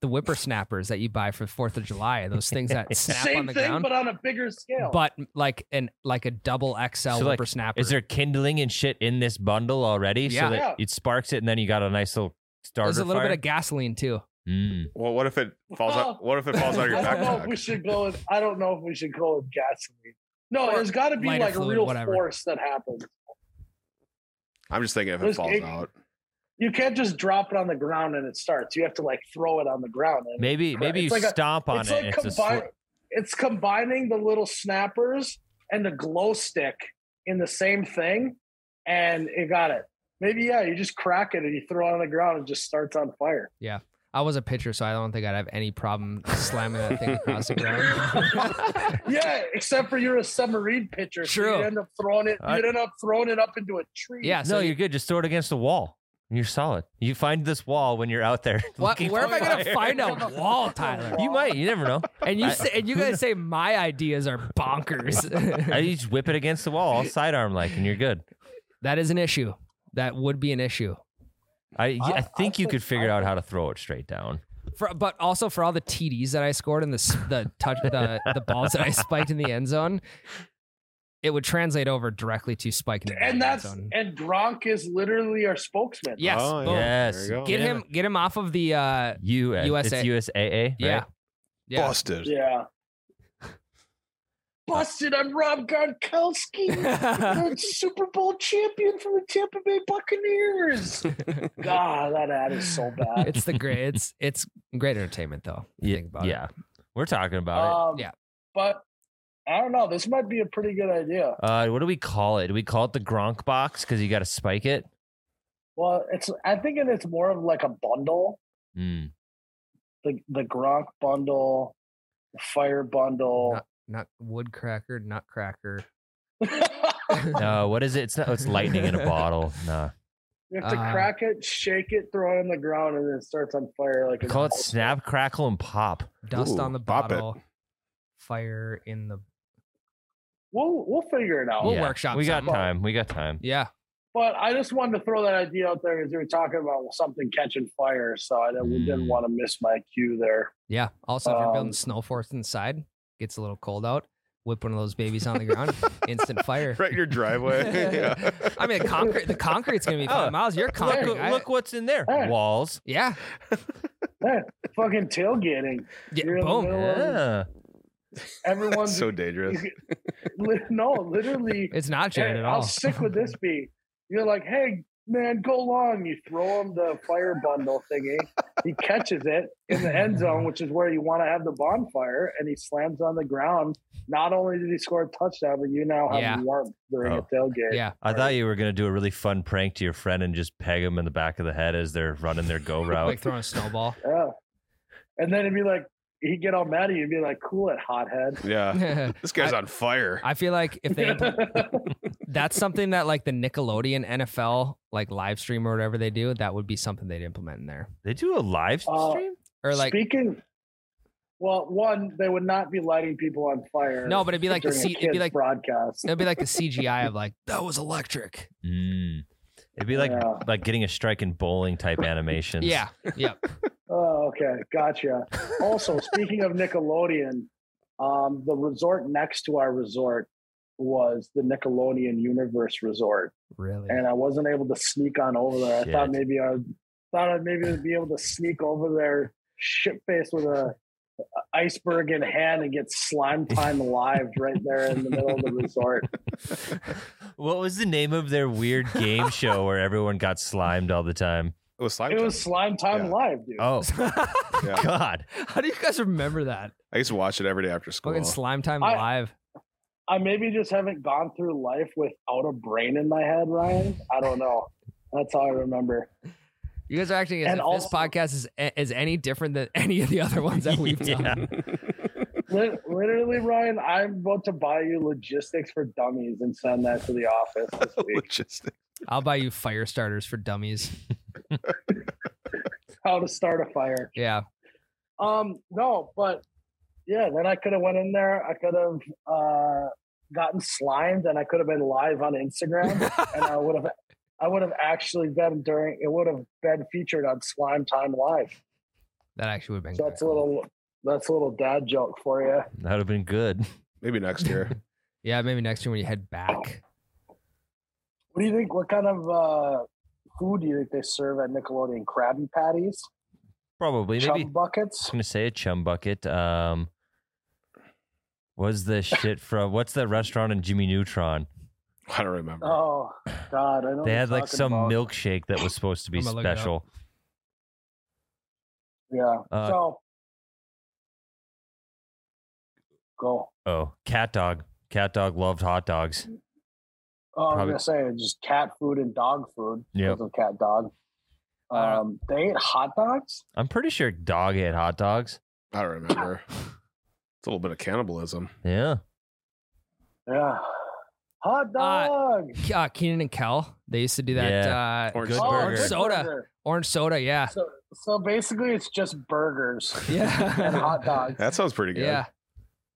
[SPEAKER 3] The whippersnappers that you buy for Fourth of July, those things that snap
[SPEAKER 1] Same
[SPEAKER 3] on the
[SPEAKER 1] thing,
[SPEAKER 3] ground,
[SPEAKER 1] but on a bigger scale.
[SPEAKER 3] but like an like a double XL
[SPEAKER 4] So, like,
[SPEAKER 3] whippersnapper.
[SPEAKER 4] is there kindling and shit in this bundle already
[SPEAKER 3] Yeah.
[SPEAKER 4] so that
[SPEAKER 1] Yeah.
[SPEAKER 4] it sparks it and then you got a nice little starter
[SPEAKER 3] There's a little
[SPEAKER 4] fire?
[SPEAKER 3] bit of gasoline too.
[SPEAKER 4] Mm.
[SPEAKER 2] Well, what if it falls out? What if it falls out of your
[SPEAKER 1] Oh. I don't know if we
[SPEAKER 2] backpack?
[SPEAKER 1] should go with I don't know if we should go with gasoline. No,
[SPEAKER 3] Or
[SPEAKER 1] there's gotta be
[SPEAKER 3] lighter
[SPEAKER 1] like a
[SPEAKER 3] fluid,
[SPEAKER 1] real
[SPEAKER 3] whatever.
[SPEAKER 1] force that happens.
[SPEAKER 2] I'm just thinking if it
[SPEAKER 1] There's
[SPEAKER 2] falls
[SPEAKER 1] egg-
[SPEAKER 2] out.
[SPEAKER 1] You can't just drop it on the ground and it starts. You have to like throw it on the ground. And
[SPEAKER 4] maybe maybe
[SPEAKER 1] It's
[SPEAKER 4] you
[SPEAKER 1] like a-
[SPEAKER 4] stomp on
[SPEAKER 1] it's
[SPEAKER 4] it
[SPEAKER 1] like
[SPEAKER 4] and it's
[SPEAKER 1] combi-
[SPEAKER 4] a sl-
[SPEAKER 1] it's combining the little snappers and the glow stick in the same thing, and it got it. Maybe yeah, you just crack it and you throw it on the ground and it just starts on fire.
[SPEAKER 3] I was a pitcher, so I don't think I'd have any problem slamming that thing across the ground.
[SPEAKER 1] Yeah, except for you're a submarine pitcher, so
[SPEAKER 3] True.
[SPEAKER 1] you end up throwing it.
[SPEAKER 4] I-
[SPEAKER 1] You end up throwing it up into a tree.
[SPEAKER 3] yeah. So
[SPEAKER 4] no
[SPEAKER 3] you-
[SPEAKER 4] you're good just throw it against the wall you're solid you find this wall when you're out there
[SPEAKER 3] what,
[SPEAKER 4] looking
[SPEAKER 3] where am
[SPEAKER 4] for
[SPEAKER 3] I gonna
[SPEAKER 4] fire.
[SPEAKER 3] find a wall, Tyler?
[SPEAKER 4] you might you never know
[SPEAKER 3] And you
[SPEAKER 4] I-
[SPEAKER 3] say, and you guys say my ideas are bonkers.
[SPEAKER 4] I just whip it against the wall, all sidearm like, and you're good.
[SPEAKER 3] that is an issue. That would be an issue.
[SPEAKER 4] I,
[SPEAKER 1] I-
[SPEAKER 4] I,
[SPEAKER 1] I
[SPEAKER 4] think you
[SPEAKER 1] think-
[SPEAKER 4] could figure
[SPEAKER 1] I
[SPEAKER 4] out how to throw it straight down.
[SPEAKER 3] For, but also for all the TDs that I scored and the s- the touch the, the balls that I spiked in the end zone, it would translate over directly to spike in the
[SPEAKER 1] and
[SPEAKER 3] end
[SPEAKER 1] that's
[SPEAKER 3] zone.
[SPEAKER 1] and Gronk is literally our spokesman.
[SPEAKER 3] Yes,
[SPEAKER 2] Oh,
[SPEAKER 3] boom.
[SPEAKER 4] Yes.
[SPEAKER 2] There you go.
[SPEAKER 3] Get him, get him off of the. Uh,
[SPEAKER 4] U- uh,
[SPEAKER 3] USA.
[SPEAKER 4] It's USAA. Right?
[SPEAKER 3] yeah, yeah.
[SPEAKER 2] Busted.
[SPEAKER 1] Yeah. Busted! I'm Rob Gronkowski, the Super Bowl champion from the Tampa Bay Buccaneers. God, that ad is so bad.
[SPEAKER 3] it's the great. It's it's great entertainment though. if you
[SPEAKER 4] Yeah.
[SPEAKER 3] think about
[SPEAKER 4] yeah. We're talking about
[SPEAKER 1] Um,
[SPEAKER 3] Yeah.
[SPEAKER 1] but I don't know. This might be a pretty good idea.
[SPEAKER 4] it. Uh, what do we call it? Do we call it the Gronk box because you got to spike it?
[SPEAKER 1] Well, it's I think it's more of like a bundle,
[SPEAKER 4] Mm.
[SPEAKER 1] the the Gronk bundle, the Fire bundle.
[SPEAKER 3] Not woodcracker, nutcracker.
[SPEAKER 4] No, Uh, what is it? It's not. It's lightning in a bottle. No,
[SPEAKER 1] You have to
[SPEAKER 3] Uh,
[SPEAKER 1] crack it, shake it, throw it on the ground, and then it starts on fire. Like
[SPEAKER 4] I
[SPEAKER 1] a
[SPEAKER 4] call it snap, crackle, and pop.
[SPEAKER 3] Dust on
[SPEAKER 2] Ooh,
[SPEAKER 3] the
[SPEAKER 2] bop it.
[SPEAKER 3] bottle. Fire in the.
[SPEAKER 1] We'll we'll figure it out.
[SPEAKER 3] We'll workshop
[SPEAKER 4] We got
[SPEAKER 3] something.
[SPEAKER 4] time. We got time.
[SPEAKER 3] Yeah.
[SPEAKER 1] But I just wanted to throw that idea out there because you were talking about something catching fire, so I didn't,
[SPEAKER 4] Mm.
[SPEAKER 1] didn't want to miss my cue there.
[SPEAKER 3] Yeah. Also, if you're building
[SPEAKER 1] Um,
[SPEAKER 3] snow forts inside, gets a little cold out. Whip one of those babies on the ground, instant fire.
[SPEAKER 2] right in your driveway. Yeah.
[SPEAKER 3] I mean, concrete. The concrete's gonna be five
[SPEAKER 4] Oh,
[SPEAKER 3] miles. You're
[SPEAKER 4] Look,
[SPEAKER 3] concrete.
[SPEAKER 4] look,
[SPEAKER 3] I-
[SPEAKER 4] what's in there.
[SPEAKER 1] Hey.
[SPEAKER 4] Walls.
[SPEAKER 3] yeah.
[SPEAKER 1] Fucking tailgating.
[SPEAKER 3] Yeah,
[SPEAKER 1] You're in the
[SPEAKER 3] boom.
[SPEAKER 1] middle of-
[SPEAKER 4] Yeah.
[SPEAKER 1] Everyone's
[SPEAKER 2] so dangerous.
[SPEAKER 1] you get- li- no, literally.
[SPEAKER 3] It's not
[SPEAKER 1] Hey,
[SPEAKER 3] Jared at
[SPEAKER 1] how
[SPEAKER 3] all.
[SPEAKER 1] sick would this be? You're like, hey man, go long. You throw him the fire bundle thingy. He catches it in the end zone, which is where you want to have the bonfire, and he slams on the ground. Not only did he score a touchdown, but you now have
[SPEAKER 3] Yeah.
[SPEAKER 1] warmth during
[SPEAKER 2] Oh.
[SPEAKER 1] the tailgate.
[SPEAKER 3] Yeah.
[SPEAKER 4] I thought you were gonna do a really fun prank to your friend and just peg him in the back of the head as they're running their go route.
[SPEAKER 3] Like throwing a snowball.
[SPEAKER 1] Yeah. And then it'd be like, he'd get all mad at you and be like, cool it, hothead.
[SPEAKER 2] Yeah. This guy's
[SPEAKER 3] I-
[SPEAKER 2] on fire.
[SPEAKER 3] I feel like if they impl-
[SPEAKER 1] yeah.
[SPEAKER 3] that's something that like the Nickelodeon NFL like live stream or whatever they do, that would be something they'd implement in there.
[SPEAKER 4] they do a live
[SPEAKER 1] Uh,
[SPEAKER 4] stream.
[SPEAKER 3] Or like
[SPEAKER 1] Speaking, well, one, they would not be lighting people on fire.
[SPEAKER 3] no, but it'd be like the
[SPEAKER 1] during a
[SPEAKER 3] C- it'd be
[SPEAKER 1] kid's
[SPEAKER 3] like
[SPEAKER 1] broadcast.
[SPEAKER 3] it'd be like the CGI of like that was electric.
[SPEAKER 4] Mm. It'd be like
[SPEAKER 1] Yeah.
[SPEAKER 4] like getting a strike in bowling type animations.
[SPEAKER 3] Yeah. Yep.
[SPEAKER 1] Oh, okay, gotcha. Also, speaking of Nickelodeon, um, the resort next to our resort was the Nickelodeon Universe Resort,
[SPEAKER 3] Really.
[SPEAKER 1] and I wasn't able to sneak on over there. I thought
[SPEAKER 4] Shit.
[SPEAKER 1] maybe I thought I'd maybe be able to sneak over there, shit faced with a, a iceberg in hand, and get slime time alive right there in the middle of the resort.
[SPEAKER 4] What was the name of their weird game show where everyone got slimed all the time?
[SPEAKER 2] It was slime.
[SPEAKER 1] It
[SPEAKER 2] time.
[SPEAKER 1] was slime time
[SPEAKER 2] Yeah.
[SPEAKER 1] live, dude.
[SPEAKER 4] Oh
[SPEAKER 2] Yeah.
[SPEAKER 4] God!
[SPEAKER 3] How do you guys remember that?
[SPEAKER 2] I used to watch it every day after school.
[SPEAKER 3] Fucking slime time
[SPEAKER 1] I-
[SPEAKER 3] live.
[SPEAKER 1] I maybe just haven't gone through life without a brain in my head, Ryan. I don't know. That's how I remember.
[SPEAKER 3] You guys are acting as
[SPEAKER 1] And
[SPEAKER 3] if this
[SPEAKER 1] also-
[SPEAKER 3] podcast is is any different than any of the other ones that we've done.
[SPEAKER 4] Yeah.
[SPEAKER 1] Lit- Literally, Ryan, I'm about to buy you logistics for dummies and send that to the office
[SPEAKER 4] Oh
[SPEAKER 1] this week.
[SPEAKER 2] Logistics.
[SPEAKER 3] I'll buy you fire starters for dummies.
[SPEAKER 1] How to start a fire.
[SPEAKER 3] Yeah.
[SPEAKER 1] Um, no, but yeah, then I could have went in there. I could have uh, gotten slimed, and I could have been live on Instagram, and I would have, I would have actually been during. It would have been featured on Slime Time Live.
[SPEAKER 3] That actually would have been
[SPEAKER 1] So
[SPEAKER 3] good.
[SPEAKER 1] that's a little, that's a little dad joke for you.
[SPEAKER 4] That would have been good.
[SPEAKER 2] Maybe next year.
[SPEAKER 3] Yeah, maybe next year when you head back.
[SPEAKER 1] What do you think? What kind of uh, food do you think they serve at Nickelodeon? Krabby Patties,
[SPEAKER 4] Probably. Maybe.
[SPEAKER 1] chum
[SPEAKER 4] I'm
[SPEAKER 1] buckets.
[SPEAKER 4] gonna say a chum bucket. Um, was the shit from what's that restaurant in Jimmy Neutron?
[SPEAKER 2] I don't remember.
[SPEAKER 1] Oh God, I don't.
[SPEAKER 4] They had like some milkshake that was supposed to be
[SPEAKER 3] I'm gonna look it up.
[SPEAKER 4] special.
[SPEAKER 1] Yeah.
[SPEAKER 4] uh,
[SPEAKER 1] so go.
[SPEAKER 4] Oh, cat dog. Cat dog loved hot dogs.
[SPEAKER 1] Oh, I was
[SPEAKER 4] probably-
[SPEAKER 1] gonna say it's just cat food and dog food.
[SPEAKER 4] Yep.
[SPEAKER 1] Because of cat dog.
[SPEAKER 3] Uh,
[SPEAKER 1] Um, they ate hot dogs.
[SPEAKER 4] I'm pretty sure dog ate hot dogs.
[SPEAKER 2] I don't remember. It's a little bit of cannibalism.
[SPEAKER 4] Yeah.
[SPEAKER 1] Yeah. Hot dog.
[SPEAKER 3] Uh, Keenan and Kel, they used to do that. Uh,
[SPEAKER 2] Orange
[SPEAKER 4] Good
[SPEAKER 1] Oh,
[SPEAKER 4] burger.
[SPEAKER 1] good
[SPEAKER 3] Soda.
[SPEAKER 1] burger.
[SPEAKER 3] orange soda. Yeah.
[SPEAKER 1] So, so basically, it's just burgers
[SPEAKER 3] Yeah.
[SPEAKER 1] and hot dogs.
[SPEAKER 2] That sounds pretty good.
[SPEAKER 3] Yeah.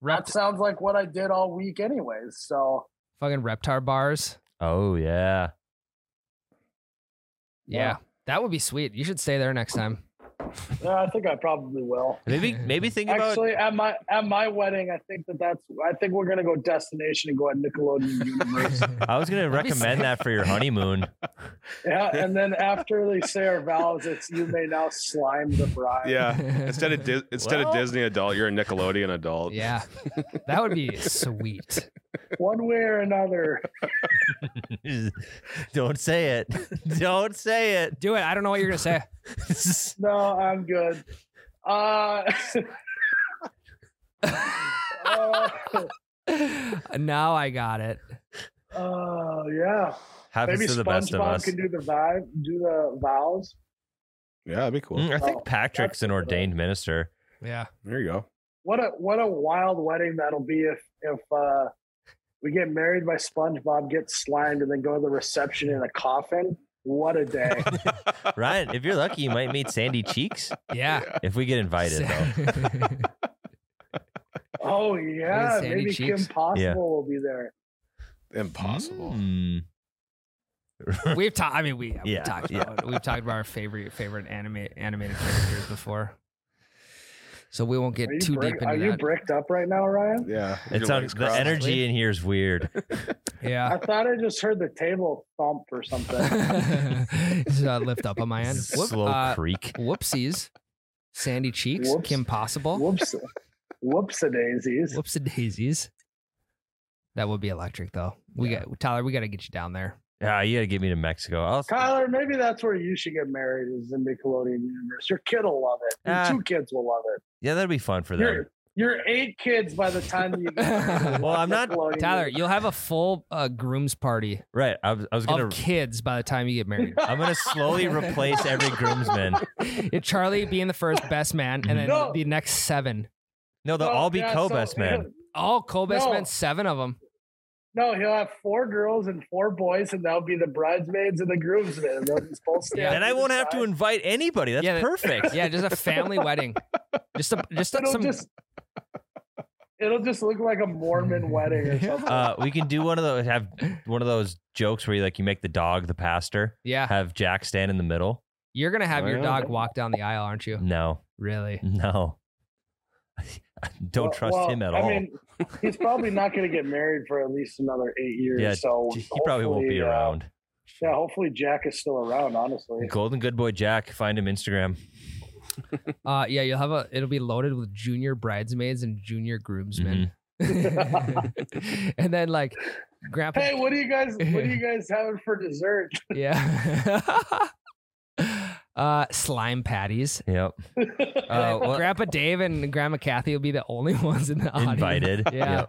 [SPEAKER 1] That
[SPEAKER 3] Rept-
[SPEAKER 1] sounds like what I did all week, anyways. So
[SPEAKER 3] fucking Reptar bars.
[SPEAKER 4] Oh yeah.
[SPEAKER 3] Yeah.
[SPEAKER 1] Yeah.
[SPEAKER 3] That would be sweet. You should stay there next time.
[SPEAKER 1] yeah, I think I probably will.
[SPEAKER 4] Maybe maybe think about
[SPEAKER 1] Actually, at my at my wedding, I think that that's. I think we're gonna go destination and go at Nickelodeon Universe.
[SPEAKER 4] I was gonna
[SPEAKER 3] That'd be
[SPEAKER 4] recommend that for your honeymoon.
[SPEAKER 1] yeah, and then after they say our vows, it's you may now slime the bride.
[SPEAKER 2] Yeah. Instead of Dis- instead
[SPEAKER 4] Well-
[SPEAKER 2] of Disney adult, you're a Nickelodeon adult.
[SPEAKER 3] Yeah. That would be sweet.
[SPEAKER 1] one way or another.
[SPEAKER 4] Don't say it. Don't say it.
[SPEAKER 3] Do it. I don't know what you're gonna say.
[SPEAKER 1] No, I'm good. Uh, uh,
[SPEAKER 3] now I got it.
[SPEAKER 1] uh, yeah.
[SPEAKER 4] Happens
[SPEAKER 1] Maybe
[SPEAKER 4] to the best of
[SPEAKER 1] SpongeBob
[SPEAKER 4] us.
[SPEAKER 1] can do the vibe, do the vows.
[SPEAKER 2] Yeah, that'd be cool.
[SPEAKER 4] Mm, I
[SPEAKER 1] Oh,
[SPEAKER 4] think Patrick's
[SPEAKER 1] that's
[SPEAKER 4] an
[SPEAKER 1] good.
[SPEAKER 4] ordained minister.
[SPEAKER 3] Yeah.
[SPEAKER 2] There you go.
[SPEAKER 1] what a what a wild wedding that'll be if if uh We get married by SpongeBob, get slimed, and then go to the reception in a coffin. What a day.
[SPEAKER 4] Ryan, if you're lucky, you might meet Sandy Cheeks
[SPEAKER 3] Yeah.
[SPEAKER 4] if we get invited, though.
[SPEAKER 1] oh, yeah.
[SPEAKER 3] Sandy
[SPEAKER 1] Maybe
[SPEAKER 3] Cheeks.
[SPEAKER 1] Kim Possible
[SPEAKER 4] Yeah.
[SPEAKER 1] will be there.
[SPEAKER 2] Impossible.
[SPEAKER 4] Mm.
[SPEAKER 3] we've talked. I mean, we
[SPEAKER 4] Yeah,
[SPEAKER 3] we've talked
[SPEAKER 4] yeah.
[SPEAKER 3] about it. we've talked about our favorite favorite anime animated characters before. So we won't get
[SPEAKER 1] Are you,
[SPEAKER 3] too
[SPEAKER 1] brick-
[SPEAKER 3] deep
[SPEAKER 1] are
[SPEAKER 3] into
[SPEAKER 1] you
[SPEAKER 3] that.
[SPEAKER 1] bricked up right now, Ryan?
[SPEAKER 2] Yeah.
[SPEAKER 4] It's
[SPEAKER 2] Your
[SPEAKER 4] on,
[SPEAKER 2] legs
[SPEAKER 4] the
[SPEAKER 2] crossed.
[SPEAKER 4] energy in here is weird.
[SPEAKER 1] I
[SPEAKER 3] yeah.
[SPEAKER 1] thought I just heard the table thump or something.
[SPEAKER 3] Just, uh, lift up on my end. Whoop,
[SPEAKER 4] Slow
[SPEAKER 3] uh,
[SPEAKER 4] creak.
[SPEAKER 3] whoopsies. Sandy Cheeks.
[SPEAKER 1] Whoops.
[SPEAKER 3] Kim Possible.
[SPEAKER 1] Whoops. Whoops a daisies.
[SPEAKER 3] Whoops daisies. That would be electric though. We got Tyler, we gotta get you down there.
[SPEAKER 4] Yeah, you gotta get me to Mexico. I'll,
[SPEAKER 1] Kyler, maybe that's where you should get married is the Nickelodeon universe. Your kid will love it. Your
[SPEAKER 4] Ah.
[SPEAKER 1] two kids will love it.
[SPEAKER 4] yeah, that'd be fun for them.
[SPEAKER 1] Your, your eight kids by the time that you get married.
[SPEAKER 4] Well, I'm not-
[SPEAKER 1] Nickelodeon
[SPEAKER 3] Tyler,
[SPEAKER 1] universe.
[SPEAKER 3] you'll have a full uh, groom's party
[SPEAKER 4] Right. I was, I was gonna.
[SPEAKER 3] of kids by the time you get married.
[SPEAKER 4] I'm gonna slowly replace every groomsman.
[SPEAKER 3] Yeah, Charlie being the first best man, and then
[SPEAKER 1] No.
[SPEAKER 3] the next seven.
[SPEAKER 4] No, they'll
[SPEAKER 1] So,
[SPEAKER 4] all be
[SPEAKER 1] Oh, yeah, so
[SPEAKER 4] co-best
[SPEAKER 1] he'll-
[SPEAKER 4] men.
[SPEAKER 3] Oh, Cole best
[SPEAKER 1] No.
[SPEAKER 3] man, seven of them.
[SPEAKER 1] No, he'll have four girls and four boys, and they'll be the bridesmaids and the groomsmen. And they'll just both stand
[SPEAKER 3] Yeah.
[SPEAKER 1] on
[SPEAKER 4] Then I
[SPEAKER 1] either
[SPEAKER 4] won't have to
[SPEAKER 1] side.
[SPEAKER 4] invite anybody. That's
[SPEAKER 3] Yeah, that-
[SPEAKER 4] perfect.
[SPEAKER 3] Yeah, just a family wedding. Just a just a,
[SPEAKER 1] It'll
[SPEAKER 3] some.
[SPEAKER 1] just it'll just look like a Mormon wedding or something.
[SPEAKER 4] Uh, we can do one of those. Have one of those jokes where you like you make the dog the pastor.
[SPEAKER 1] Ah.
[SPEAKER 3] yeah,
[SPEAKER 4] Have Jack stand in the middle.
[SPEAKER 3] you're gonna have
[SPEAKER 2] Oh,
[SPEAKER 3] your
[SPEAKER 2] yeah.
[SPEAKER 3] dog walk down the aisle, aren't you?
[SPEAKER 4] No,
[SPEAKER 3] Really?
[SPEAKER 4] no. I don't
[SPEAKER 1] Well-
[SPEAKER 4] trust
[SPEAKER 1] well,
[SPEAKER 4] him at
[SPEAKER 1] I
[SPEAKER 4] all.
[SPEAKER 1] mean, he's probably not going to get married for at least another eight years.
[SPEAKER 4] Yeah,
[SPEAKER 1] so
[SPEAKER 4] he probably won't
[SPEAKER 1] hopefully,
[SPEAKER 4] be
[SPEAKER 1] uh,
[SPEAKER 4] around.
[SPEAKER 1] Yeah, hopefully Jack is still around. Honestly,
[SPEAKER 4] Golden Good Boy Jack. Find him Instagram.
[SPEAKER 3] Uh, yeah, you'll have a. It'll be loaded with junior bridesmaids and junior groomsmen,
[SPEAKER 4] Mm-hmm.
[SPEAKER 3] and then like grandpa.
[SPEAKER 1] hey, what are you guys? What are you guys having for dessert?
[SPEAKER 3] Yeah. uh, slime patties.
[SPEAKER 4] Yep. Uh, well,
[SPEAKER 3] Grandpa Dave and Grandma Kathy will be the only ones in the audience.
[SPEAKER 4] invited.
[SPEAKER 3] Yeah.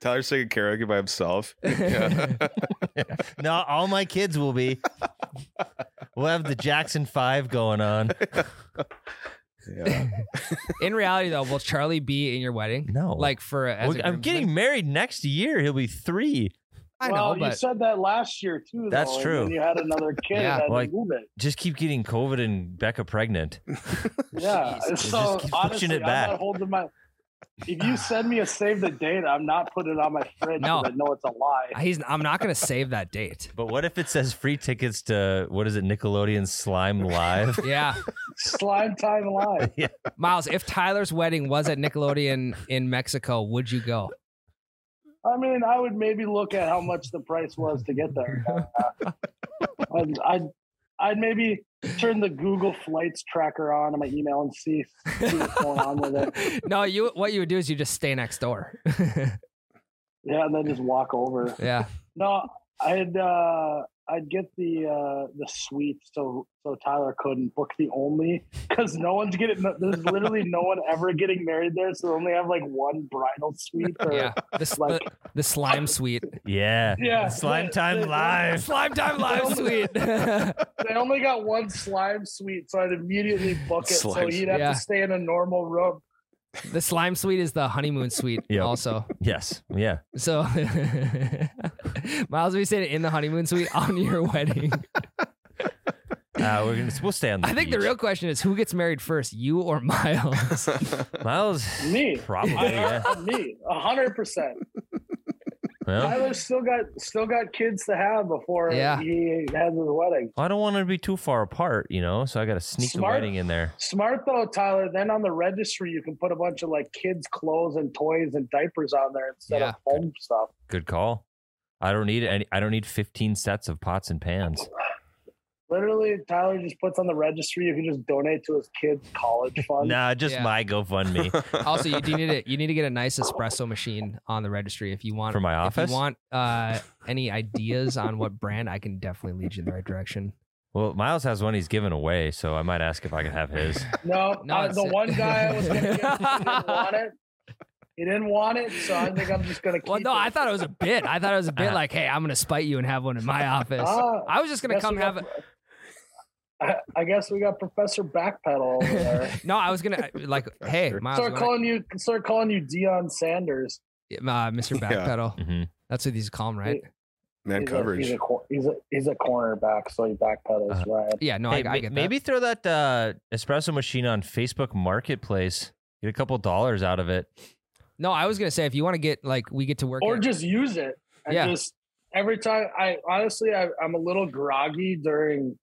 [SPEAKER 2] Tyler's singing karaoke by himself.
[SPEAKER 4] Yep. No, all my kids will be. We'll have the Jackson Five going on.
[SPEAKER 2] Yeah.
[SPEAKER 3] In reality, though, will Charlie be in your wedding?
[SPEAKER 4] No,
[SPEAKER 3] Like for as
[SPEAKER 4] Well,
[SPEAKER 3] a
[SPEAKER 4] I'm getting
[SPEAKER 3] groomsman?
[SPEAKER 4] married next year. He'll be three.
[SPEAKER 3] I
[SPEAKER 1] well,
[SPEAKER 3] know,
[SPEAKER 1] you
[SPEAKER 3] but
[SPEAKER 1] said that last year too.
[SPEAKER 4] That's
[SPEAKER 1] though,
[SPEAKER 4] true.
[SPEAKER 1] And then you had another kid.
[SPEAKER 3] Yeah,
[SPEAKER 1] yeah, had
[SPEAKER 4] like-
[SPEAKER 1] to move it.
[SPEAKER 4] Just keep getting COVID and Becca pregnant.
[SPEAKER 1] Yeah.
[SPEAKER 3] Jesus.
[SPEAKER 4] Just
[SPEAKER 1] so
[SPEAKER 4] keep pushing
[SPEAKER 1] honestly,
[SPEAKER 4] it
[SPEAKER 1] I'm
[SPEAKER 4] back.
[SPEAKER 1] not holding my. If you send me a save the date, I'm not putting it on my fridge.
[SPEAKER 3] No.
[SPEAKER 1] No, I know it's a lie.
[SPEAKER 3] he's. I'm not going to save that date.
[SPEAKER 4] But what if it says free tickets to what is it? Nickelodeon Slime Live.
[SPEAKER 3] Yeah,
[SPEAKER 1] Slime time live.
[SPEAKER 3] Miles. If Tyler's wedding was at Nickelodeon in Mexico, would you go?
[SPEAKER 1] I mean, I would maybe look at how much the price was to get there. I'd, I'd, I'd maybe turn the Google Flights tracker on on my email and see, see what's going on with it.
[SPEAKER 3] no, you. What you would do is you just stay next door.
[SPEAKER 1] Yeah, and then just walk over.
[SPEAKER 3] yeah.
[SPEAKER 1] No, I'd uh, I'd get the uh, the suite so so Tyler couldn't book the only because no one's getting. There's literally no one ever getting married there, so they only have like one bridal suite. Or,
[SPEAKER 3] Yeah. The, s-
[SPEAKER 1] Like-
[SPEAKER 3] the, the slime suite.
[SPEAKER 4] yeah.
[SPEAKER 1] Yeah,
[SPEAKER 4] Slime
[SPEAKER 1] they-
[SPEAKER 4] Time
[SPEAKER 1] they-
[SPEAKER 4] Live.
[SPEAKER 3] Slime time live suite.
[SPEAKER 1] They only got one slime suite, so I'd immediately book it. so
[SPEAKER 2] Slime
[SPEAKER 1] he'd
[SPEAKER 2] suite.
[SPEAKER 1] have
[SPEAKER 3] Yeah.
[SPEAKER 1] to stay in a normal room.
[SPEAKER 3] the slime suite is the honeymoon suite.
[SPEAKER 4] Yep.
[SPEAKER 3] Also,
[SPEAKER 4] Yes. Yeah.
[SPEAKER 3] so Miles, we said in the honeymoon suite on your wedding.
[SPEAKER 4] Uh, we're gonna we'll stay on. The
[SPEAKER 3] I think the
[SPEAKER 4] beach.
[SPEAKER 3] real question is who gets married first, you or Miles?
[SPEAKER 4] Miles.
[SPEAKER 1] Me.
[SPEAKER 4] Probably.
[SPEAKER 1] I,
[SPEAKER 4] Yeah.
[SPEAKER 1] I- me, a hundred percent.
[SPEAKER 4] Well,
[SPEAKER 1] Tyler still got still got kids to have before
[SPEAKER 3] Yeah.
[SPEAKER 1] he has his wedding.
[SPEAKER 4] I don't want to be too far apart, you know. So I got to sneak
[SPEAKER 1] Smart.
[SPEAKER 4] the wedding in there.
[SPEAKER 1] Smart though, Tyler. Then on the registry, you can put a bunch of like kids' clothes and toys and diapers on there instead of home stuff.
[SPEAKER 4] Good call. I don't need any. I don't need 15 sets of pots and pans.
[SPEAKER 1] Literally, Tyler just puts on the registry. You can just donate to his kids' college fund.
[SPEAKER 4] Nah, just
[SPEAKER 3] Yeah.
[SPEAKER 4] my GoFundMe.
[SPEAKER 3] also, you do need to you need to get a nice espresso machine on the registry if you want
[SPEAKER 4] For my
[SPEAKER 3] If
[SPEAKER 4] office?
[SPEAKER 3] you want uh, any ideas on what brand, I can definitely lead you in the right direction.
[SPEAKER 4] Well, Miles has one he's given away, so I might ask if I can have his.
[SPEAKER 1] No,
[SPEAKER 3] No,
[SPEAKER 1] uh,
[SPEAKER 3] it's-
[SPEAKER 1] the one guy I was gonna get, he didn't want it. He didn't want it, so I think I'm just gonna keep.
[SPEAKER 3] Well, no,
[SPEAKER 1] it.
[SPEAKER 3] I thought it was a bit. I thought it was a
[SPEAKER 4] Uh-huh.
[SPEAKER 3] bit like, hey, I'm gonna spite you and have one in my office.
[SPEAKER 1] Ah,
[SPEAKER 3] I was just gonna
[SPEAKER 1] guess
[SPEAKER 3] come
[SPEAKER 1] we got-
[SPEAKER 3] have.
[SPEAKER 1] I- I guess we got Professor Backpedal over there.
[SPEAKER 3] No, I was gonna uh, like, hey, Miles,
[SPEAKER 1] start
[SPEAKER 3] you wanna-
[SPEAKER 1] calling you, start calling you Dion Sanders.
[SPEAKER 3] uh, Mr.
[SPEAKER 2] Yeah.
[SPEAKER 3] Backpedal.
[SPEAKER 4] hmm
[SPEAKER 3] That's what these call him, right?
[SPEAKER 2] Man
[SPEAKER 1] he's A,
[SPEAKER 2] coverage.
[SPEAKER 1] he's, a, cor- he's, a, he's a cornerback, so he backpedals,
[SPEAKER 4] Uh,
[SPEAKER 3] Uh-huh.
[SPEAKER 1] right?
[SPEAKER 3] Yeah, no,
[SPEAKER 4] Hey,
[SPEAKER 3] I,
[SPEAKER 4] ma-
[SPEAKER 3] I get that.
[SPEAKER 4] maybe throw that uh, espresso machine on Facebook Marketplace. Get a couple dollars out of it.
[SPEAKER 3] No, I was gonna say if you want to get like we get to work.
[SPEAKER 1] Or
[SPEAKER 3] at-
[SPEAKER 1] just use it. And
[SPEAKER 3] Yeah.
[SPEAKER 1] just every time I honestly I, I'm a little groggy during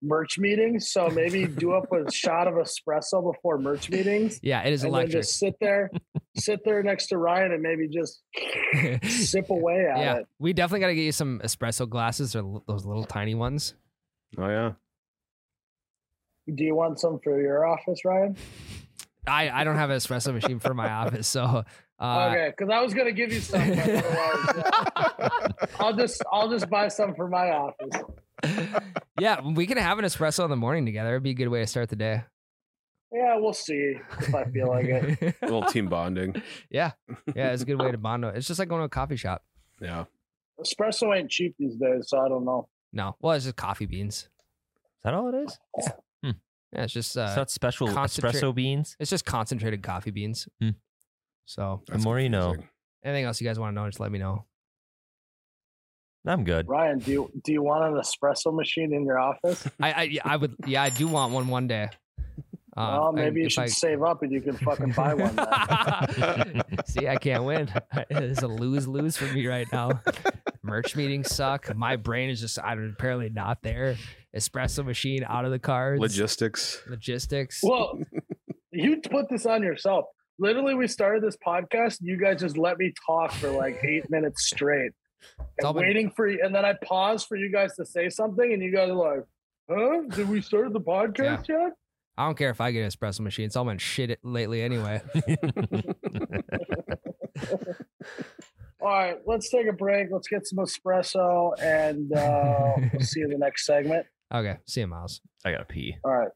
[SPEAKER 1] merch meetings. So maybe do up a shot of espresso before merch meetings.
[SPEAKER 3] yeah, it is
[SPEAKER 1] And then
[SPEAKER 3] electric.
[SPEAKER 1] just sit there, sit there next to Ryan and maybe just sip away at
[SPEAKER 3] yeah,
[SPEAKER 1] it.
[SPEAKER 3] we definitely got to get you some espresso glasses or l- those little tiny ones.
[SPEAKER 2] oh yeah.
[SPEAKER 1] Do you want some for your office, Ryan?
[SPEAKER 3] I I don't have an espresso machine for my office, so uh,
[SPEAKER 1] okay, because I was gonna give you some. but otherwise, yeah. I'll just I'll just buy some for my office.
[SPEAKER 3] yeah, we can have an espresso in the morning together. It'd be a good way to start the day.
[SPEAKER 1] Yeah, we'll see if I feel like it.
[SPEAKER 2] A little team bonding.
[SPEAKER 3] yeah, yeah, it's a good way to bond. It's just like going to a coffee shop.
[SPEAKER 2] Yeah.
[SPEAKER 1] Espresso ain't cheap these days, so I don't know.
[SPEAKER 3] No, well, it's just coffee beans.
[SPEAKER 4] Is that all it is?
[SPEAKER 3] Yeah, it's just uh,
[SPEAKER 4] it's not special
[SPEAKER 3] concentrate-
[SPEAKER 4] espresso beans.
[SPEAKER 3] it's just concentrated coffee beans.
[SPEAKER 4] Hmm.
[SPEAKER 3] So,
[SPEAKER 4] The more you know.
[SPEAKER 2] confusing.
[SPEAKER 3] anything else you guys want to know, just let me know.
[SPEAKER 4] I'm good.
[SPEAKER 1] Ryan, do you do you want an espresso machine in your office?
[SPEAKER 3] I, I, yeah, I would, yeah, I do want one one day. Uh,
[SPEAKER 1] well,
[SPEAKER 3] I-
[SPEAKER 1] maybe you
[SPEAKER 3] if
[SPEAKER 1] should
[SPEAKER 3] I-
[SPEAKER 1] save up and you can fucking buy one. then.
[SPEAKER 3] See, I can't win. It's a lose lose for me right now. Merch meetings suck. My brain is just, I'm apparently not there. Espresso machine out of the cards.
[SPEAKER 2] Logistics.
[SPEAKER 3] Logistics.
[SPEAKER 1] well, you put this on yourself. Literally, we started this podcast. And you guys just let me talk for like eight minutes straight,
[SPEAKER 3] all
[SPEAKER 1] and
[SPEAKER 3] been-
[SPEAKER 1] waiting for you. And then I pause for you guys to say something, and you guys are like, "Huh? Did we start the podcast yet?"
[SPEAKER 3] I don't care if I get an espresso machine. It's all been shit it- lately anyway.
[SPEAKER 1] All right, let's take a break. Let's get some espresso, and uh, we'll see you in the next segment.
[SPEAKER 3] Okay. See you, Miles.
[SPEAKER 4] I gotta pee.
[SPEAKER 1] All right.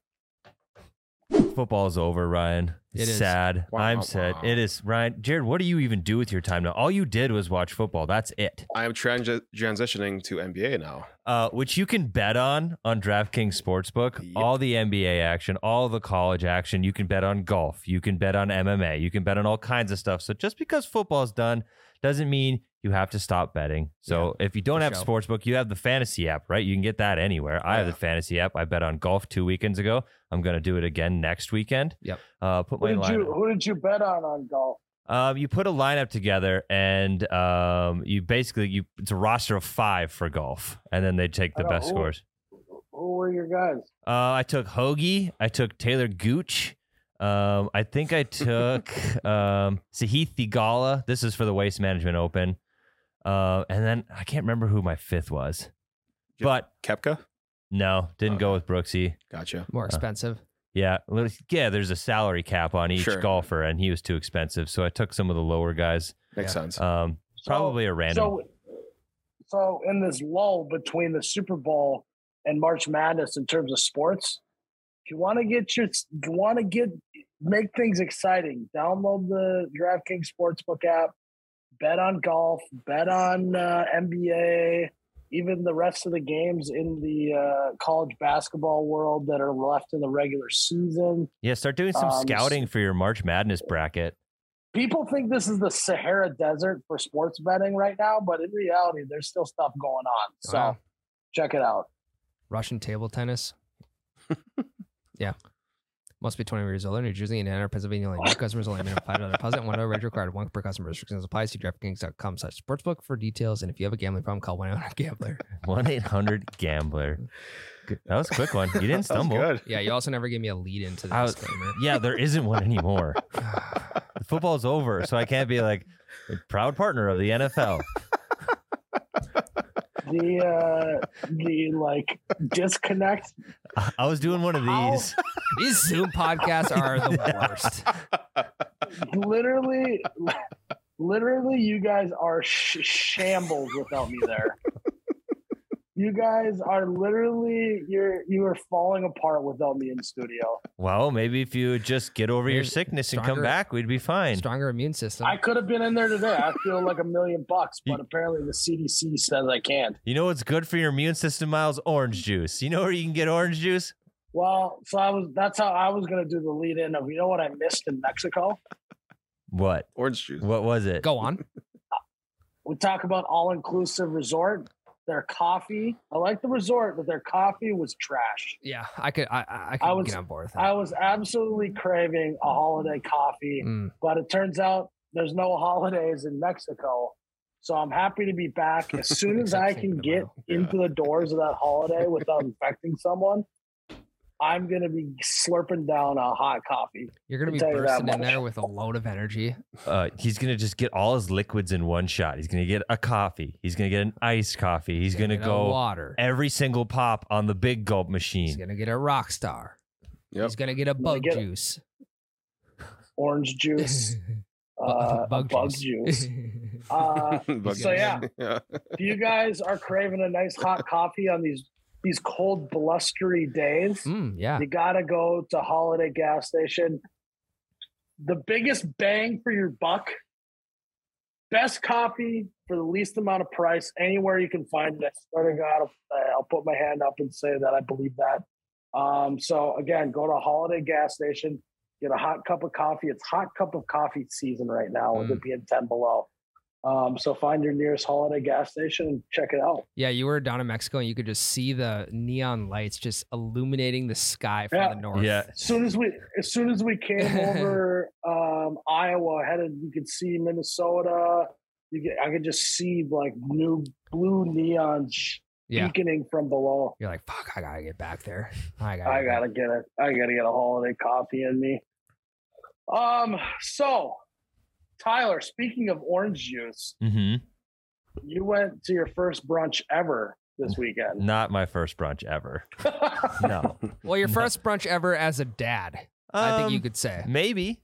[SPEAKER 4] Football's over, Ryan.
[SPEAKER 3] It is.
[SPEAKER 4] sad.
[SPEAKER 2] Wah,
[SPEAKER 4] I'm
[SPEAKER 2] wah,
[SPEAKER 4] sad.
[SPEAKER 2] wah.
[SPEAKER 4] It is, Ryan. Jared, what do you even do with your time now? All you did was watch football. That's it.
[SPEAKER 2] I am transi- transitioning to NBA now.
[SPEAKER 4] uh, which you can bet on on DraftKings Sportsbook.
[SPEAKER 2] Yep.
[SPEAKER 4] All the NBA action, all the college action. You can bet on golf. You can bet on MMA. You can bet on all kinds of stuff. So just because football's done doesn't mean you have to stop betting. So if you don't
[SPEAKER 3] for
[SPEAKER 4] have
[SPEAKER 3] sure.
[SPEAKER 4] Sportsbook, you have the fantasy app, right? You can get that anywhere. I have
[SPEAKER 2] Yeah.
[SPEAKER 4] the fantasy app. I bet on golf two weekends ago. I'm going to do it again next weekend.
[SPEAKER 3] Yep.
[SPEAKER 4] Uh, put
[SPEAKER 1] Who
[SPEAKER 4] my
[SPEAKER 1] did
[SPEAKER 4] line.
[SPEAKER 1] you who did you bet on on golf?
[SPEAKER 4] Um, you put a lineup together, and um, you basically you it's a roster of five for golf, and then they take
[SPEAKER 1] I
[SPEAKER 4] the
[SPEAKER 1] know.
[SPEAKER 4] best
[SPEAKER 1] Who-
[SPEAKER 4] scores.
[SPEAKER 1] Who were your guys?
[SPEAKER 4] Uh, I took Hoagie. I took Taylor Gooch. Um, I think I took um, Sahith Thigala. This is for the Waste Management Open. Uh, and then I can't remember who my fifth was,
[SPEAKER 2] Yeah.
[SPEAKER 4] but
[SPEAKER 2] Kepka?
[SPEAKER 4] no, didn't go with Brooksy.
[SPEAKER 2] Gotcha.
[SPEAKER 4] Uh,
[SPEAKER 3] More expensive.
[SPEAKER 4] Yeah, li- yeah. There's a salary cap on each
[SPEAKER 2] Sure.
[SPEAKER 4] golfer, and he was too expensive, so I took some of the lower guys.
[SPEAKER 2] Makes
[SPEAKER 3] Yeah.
[SPEAKER 2] sense.
[SPEAKER 4] Um,
[SPEAKER 1] So-
[SPEAKER 4] probably a random.
[SPEAKER 1] So, so in this lull between the Super Bowl and March Madness in terms of sports, if you want to get your if you want to get make things exciting, download the DraftKings Sportsbook app, bet on golf, bet on uh, NBA, even the rest of the games in the uh, college basketball world that are left in the regular season.
[SPEAKER 4] yeah, start doing some
[SPEAKER 1] um, s-
[SPEAKER 4] scouting for your March Madness bracket.
[SPEAKER 1] people think this is the Sahara Desert for sports betting right now, but in reality, there's still stuff going on. So
[SPEAKER 3] Wow.
[SPEAKER 1] check it out.
[SPEAKER 3] Russian table tennis. yeah. Must be 20 years old. New Jersey, Indiana, or Pennsylvania. Only new customers only minimum five dollar deposit. One dollar rate required. One per customer. Restrictions apply. See DraftKings.com/sportsbook for details. And if you have a gambling problem, call one gambler.
[SPEAKER 4] One eight hundred Gambler. That was a quick one. You didn't
[SPEAKER 2] That was
[SPEAKER 4] stumble.
[SPEAKER 2] good.
[SPEAKER 3] Yeah. You also never gave me a lead into the
[SPEAKER 4] I was-
[SPEAKER 3] disclaimer.
[SPEAKER 4] Yeah, there isn't one anymore. the football's over, so I can't be like proud partner of the NFL.
[SPEAKER 1] The uh, the like disconnect.
[SPEAKER 4] I- I was doing one of
[SPEAKER 1] How?
[SPEAKER 4] these.
[SPEAKER 3] These Zoom podcasts are the worst.
[SPEAKER 1] Literally, literally, you guys are sh- shambles without me there. You guys are literally you're you are falling apart without me in studio.
[SPEAKER 4] Well, maybe if you would just get over your
[SPEAKER 3] Maybe
[SPEAKER 4] sickness and come
[SPEAKER 3] stronger-
[SPEAKER 4] back, we'd be fine.
[SPEAKER 3] Stronger immune system.
[SPEAKER 1] I could have been in there today. I feel like a million bucks, but apparently the CDC says I can't.
[SPEAKER 4] You know what's good for your immune system, Miles? Orange juice. You know where you can get orange juice?
[SPEAKER 1] Well, so I was that's how I was gonna do the lead in of you know what I missed in Mexico?
[SPEAKER 4] What?
[SPEAKER 2] Orange juice.
[SPEAKER 4] What was it?
[SPEAKER 3] Go on.
[SPEAKER 1] We talk about all inclusive resort. Their coffee, I like the resort, but their coffee was trash.
[SPEAKER 3] Yeah, I could. I I, I could
[SPEAKER 1] I was-
[SPEAKER 3] get on board with that.
[SPEAKER 1] I was absolutely craving a holiday coffee,
[SPEAKER 3] Mm.
[SPEAKER 1] but it turns out there's no holidays in Mexico. So I'm happy to be back. As soon as
[SPEAKER 3] Except
[SPEAKER 1] I
[SPEAKER 3] Cinco
[SPEAKER 1] can
[SPEAKER 3] de
[SPEAKER 1] get
[SPEAKER 3] Mayo.
[SPEAKER 1] into the doors of that holiday without infecting someone, I'm going to be slurping down a hot coffee.
[SPEAKER 3] You're gonna
[SPEAKER 1] I'll
[SPEAKER 3] be
[SPEAKER 1] tell you that
[SPEAKER 3] bursting in
[SPEAKER 1] much.
[SPEAKER 3] there with a load of energy.
[SPEAKER 4] Uh, he's gonna just get all his liquids in one shot. He's gonna get a coffee. He's gonna get an iced coffee. He's gonna
[SPEAKER 3] Get a
[SPEAKER 4] go
[SPEAKER 3] water.
[SPEAKER 4] every single pop on the big gulp
[SPEAKER 3] He's
[SPEAKER 4] machine.
[SPEAKER 3] gonna get a rock star.
[SPEAKER 2] Yep.
[SPEAKER 3] He's gonna get a
[SPEAKER 1] gonna
[SPEAKER 3] bug
[SPEAKER 1] get a-
[SPEAKER 3] juice.
[SPEAKER 1] Orange juice, uh, bug, bug juice. uh,
[SPEAKER 2] Bug
[SPEAKER 1] so
[SPEAKER 2] juice.
[SPEAKER 1] yeah. if you guys are craving a nice hot coffee on these these cold, blustery days,
[SPEAKER 3] Mm, yeah.
[SPEAKER 1] You gotta go to Holiday gas station. The biggest bang for your buck, best coffee for the least amount of price anywhere you can find it. I swear to God, I'll, I'll put my hand up and say that I believe that. Um, so again, go to Holiday gas station, get a hot cup of coffee. It's hot cup of coffee season right now with it being ten below. Um, so find your nearest Holiday gas station and check it out.
[SPEAKER 3] Yeah, you were down in Mexico and you could just see the neon lights just illuminating the sky from
[SPEAKER 1] Yeah.
[SPEAKER 3] the north.
[SPEAKER 4] Yeah.
[SPEAKER 1] As soon as we as soon as we came over um, Iowa, headed you could see Minnesota. You get, I could just see like new blue neon sh-
[SPEAKER 3] Yeah.
[SPEAKER 1] beaconing from below.
[SPEAKER 3] You're like, fuck, I gotta get back there. I gotta.
[SPEAKER 1] I
[SPEAKER 3] get back."
[SPEAKER 1] gotta get it. I gotta get a holiday coffee in me. Um. So, Tyler, speaking of orange juice,
[SPEAKER 4] Mm-hmm.
[SPEAKER 1] you went to your first brunch ever this weekend.
[SPEAKER 4] Not my first brunch ever. No.
[SPEAKER 3] Well, your first brunch ever as a dad, I think you
[SPEAKER 4] Mm. Um,
[SPEAKER 3] could say.
[SPEAKER 4] maybe,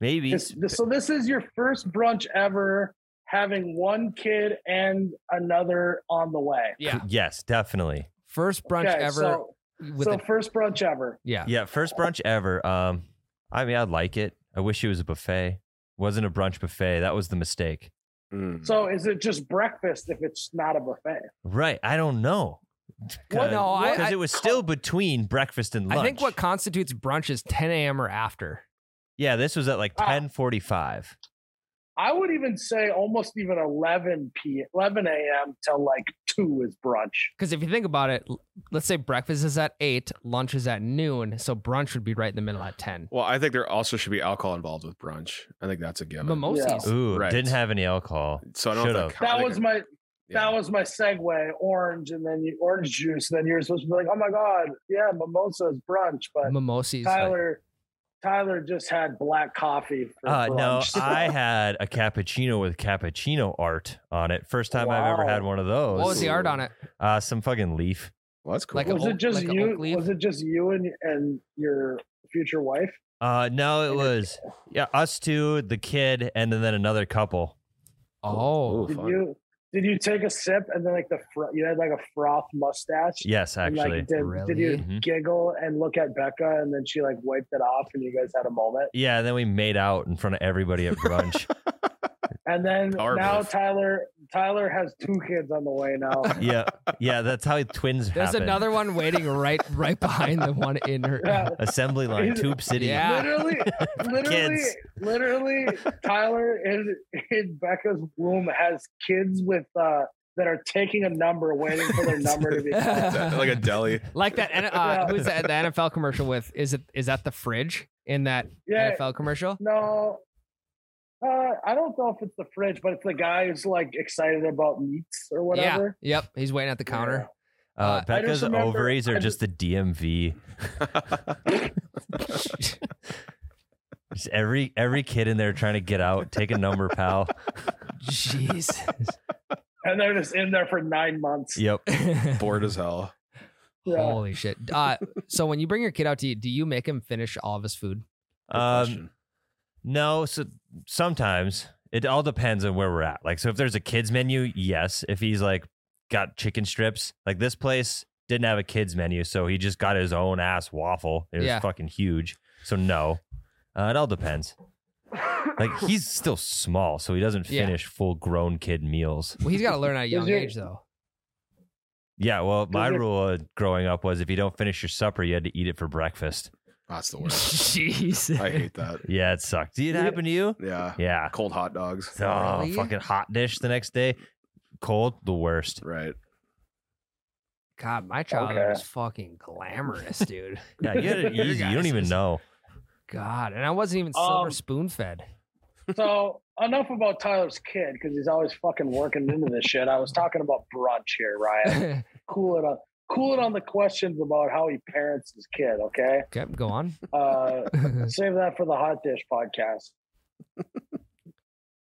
[SPEAKER 4] maybe.
[SPEAKER 1] This- this- so this is your first brunch ever having one kid and another on the way.
[SPEAKER 3] Yeah.
[SPEAKER 4] Yes, definitely.
[SPEAKER 3] First brunch
[SPEAKER 1] Okay,
[SPEAKER 3] ever
[SPEAKER 1] So,
[SPEAKER 3] with
[SPEAKER 1] so
[SPEAKER 3] a
[SPEAKER 1] first brunch ever.
[SPEAKER 3] yeah.
[SPEAKER 4] Yeah, first brunch ever. Um, I mean, I'd like it. I wish it was a buffet. Wasn't a brunch buffet. That was the mistake.
[SPEAKER 2] Mm.
[SPEAKER 1] So is it just breakfast if it's not a buffet?
[SPEAKER 4] Right. I don't know.
[SPEAKER 1] What-
[SPEAKER 3] no, I-
[SPEAKER 4] because
[SPEAKER 3] I-
[SPEAKER 4] it was still between breakfast and lunch.
[SPEAKER 3] I think what constitutes brunch is 10 a.m. or after.
[SPEAKER 4] Yeah, this was at like
[SPEAKER 1] Ah.
[SPEAKER 4] ten forty-five.
[SPEAKER 1] I would even say almost even 11 p 11 a.m. till like 2 is brunch.
[SPEAKER 3] Because if you think about it, l- let's say breakfast is at eight, lunch is at noon, so brunch would be right in the middle at 10.
[SPEAKER 2] Well, I think there also should be alcohol involved with brunch. I think that's a given.
[SPEAKER 3] Mimosas.
[SPEAKER 4] Ooh,
[SPEAKER 2] Right.
[SPEAKER 4] didn't have any alcohol.
[SPEAKER 2] so I don't know if
[SPEAKER 4] Should've.
[SPEAKER 2] counts. I
[SPEAKER 1] That
[SPEAKER 2] think
[SPEAKER 1] was
[SPEAKER 2] it-
[SPEAKER 1] my
[SPEAKER 2] yeah.
[SPEAKER 1] that was my segue, orange and then you, orange juice. Then you're supposed to be like, oh my god, yeah, mimosas brunch. But
[SPEAKER 3] Mimosas.
[SPEAKER 1] Tyler Tyler just had black coffee for
[SPEAKER 4] Uh, no,
[SPEAKER 1] brunch.
[SPEAKER 4] I had a cappuccino with cappuccino art on it. First time I've ever
[SPEAKER 1] Wow.
[SPEAKER 4] had one of those.
[SPEAKER 3] what was the art on it?
[SPEAKER 4] Uh, some fucking leaf.
[SPEAKER 2] Well, that's cool.
[SPEAKER 3] Like a-
[SPEAKER 1] was
[SPEAKER 3] oak-
[SPEAKER 1] it just
[SPEAKER 3] like a
[SPEAKER 1] you?
[SPEAKER 3] oak leaf?
[SPEAKER 1] Was it just you and and your future wife?
[SPEAKER 4] Uh, no, it
[SPEAKER 1] And it-
[SPEAKER 4] was yeah, us two, the kid, and then, then another couple.
[SPEAKER 3] Oh,
[SPEAKER 2] Ooh.
[SPEAKER 1] Did
[SPEAKER 2] Fun.
[SPEAKER 1] you did you take a sip and then like the fro- you had like a froth mustache?
[SPEAKER 4] Yes,
[SPEAKER 1] And,
[SPEAKER 4] actually.
[SPEAKER 1] like, did, did you
[SPEAKER 3] Really?
[SPEAKER 4] Mhm.
[SPEAKER 1] giggle and look at Becca and then she like wiped it off and you guys had a moment?
[SPEAKER 4] yeah, and then we made out in front of everybody at brunch.
[SPEAKER 1] And then
[SPEAKER 2] Our
[SPEAKER 1] now
[SPEAKER 2] move.
[SPEAKER 1] Tyler Tyler has two kids on the way now.
[SPEAKER 4] yeah, yeah, that's how twins
[SPEAKER 3] there's
[SPEAKER 4] happen.
[SPEAKER 3] another one waiting right right behind the one in her.
[SPEAKER 1] Yeah.
[SPEAKER 4] assembly line, Tube City.
[SPEAKER 3] Yeah.
[SPEAKER 1] Literally, literally,
[SPEAKER 4] Kids.
[SPEAKER 1] literally, Tyler in in Becca's womb has kids with uh that are taking a number, waiting for their number to be. called.
[SPEAKER 2] That- like a deli.
[SPEAKER 3] Like that, N- uh,
[SPEAKER 1] Yeah.
[SPEAKER 3] who's that? The NFL commercial with is it is that the fridge in that
[SPEAKER 1] Yeah,
[SPEAKER 3] NFL commercial?
[SPEAKER 1] No. Uh, I don't know if it's the fridge, but it's the guy who's like excited about meats or whatever.
[SPEAKER 3] Yeah, yep. He's waiting at the counter. Uh, I
[SPEAKER 4] Uh,
[SPEAKER 3] just
[SPEAKER 4] Becca's
[SPEAKER 1] remember-
[SPEAKER 4] ovaries are
[SPEAKER 1] I
[SPEAKER 4] just the DMV. Just every every kid in there trying to get out, take a number, pal.
[SPEAKER 3] Jesus.
[SPEAKER 1] And they're just in there for nine months.
[SPEAKER 4] Yep.
[SPEAKER 2] Bored as hell.
[SPEAKER 1] Yeah.
[SPEAKER 3] Holy shit. Uh, so when you bring your kid out to eat, do you make him finish all of his food?
[SPEAKER 2] Good
[SPEAKER 4] Um,
[SPEAKER 2] question.
[SPEAKER 4] no, so sometimes it all depends on where we're at. Like, so if there's a kids menu, yes. If he's like got chicken strips, like this place didn't have a kids menu, so he just got his own ass waffle. It was
[SPEAKER 3] Yeah.
[SPEAKER 4] fucking huge. So no, uh, it all depends. Like he's still small, so he doesn't
[SPEAKER 3] Yeah.
[SPEAKER 4] finish full grown kid meals.
[SPEAKER 3] Well, he's got to learn at a young
[SPEAKER 1] your-
[SPEAKER 3] age, though.
[SPEAKER 4] Yeah, well, my
[SPEAKER 1] it-
[SPEAKER 4] rule uh, growing up was if you don't finish your supper, you had to eat it for breakfast.
[SPEAKER 2] That's the worst.
[SPEAKER 3] Jeez.
[SPEAKER 2] I hate that.
[SPEAKER 4] Yeah, it sucked. Did it happen to you?
[SPEAKER 2] Yeah.
[SPEAKER 4] Yeah.
[SPEAKER 2] Cold hot dogs.
[SPEAKER 4] Oh,
[SPEAKER 3] Really?
[SPEAKER 4] fucking hot dish the next day. Cold, the worst.
[SPEAKER 2] Right.
[SPEAKER 3] God, my childhood
[SPEAKER 1] Okay.
[SPEAKER 3] was fucking glamorous, dude.
[SPEAKER 4] Yeah, you had it
[SPEAKER 3] Your
[SPEAKER 4] easy. You don't
[SPEAKER 3] guys'
[SPEAKER 4] even
[SPEAKER 3] is-
[SPEAKER 4] know.
[SPEAKER 3] God, and I wasn't even silver
[SPEAKER 1] Um,
[SPEAKER 3] spoon fed.
[SPEAKER 1] So enough about Tyler's kid because he's always fucking working into this shit. I was talking about brunch here, Ryan.
[SPEAKER 3] Kept
[SPEAKER 1] Cool it on, cool it on the questions about how he parents his kid. Okay,
[SPEAKER 3] go on.
[SPEAKER 1] uh, save that for the hot dish podcast.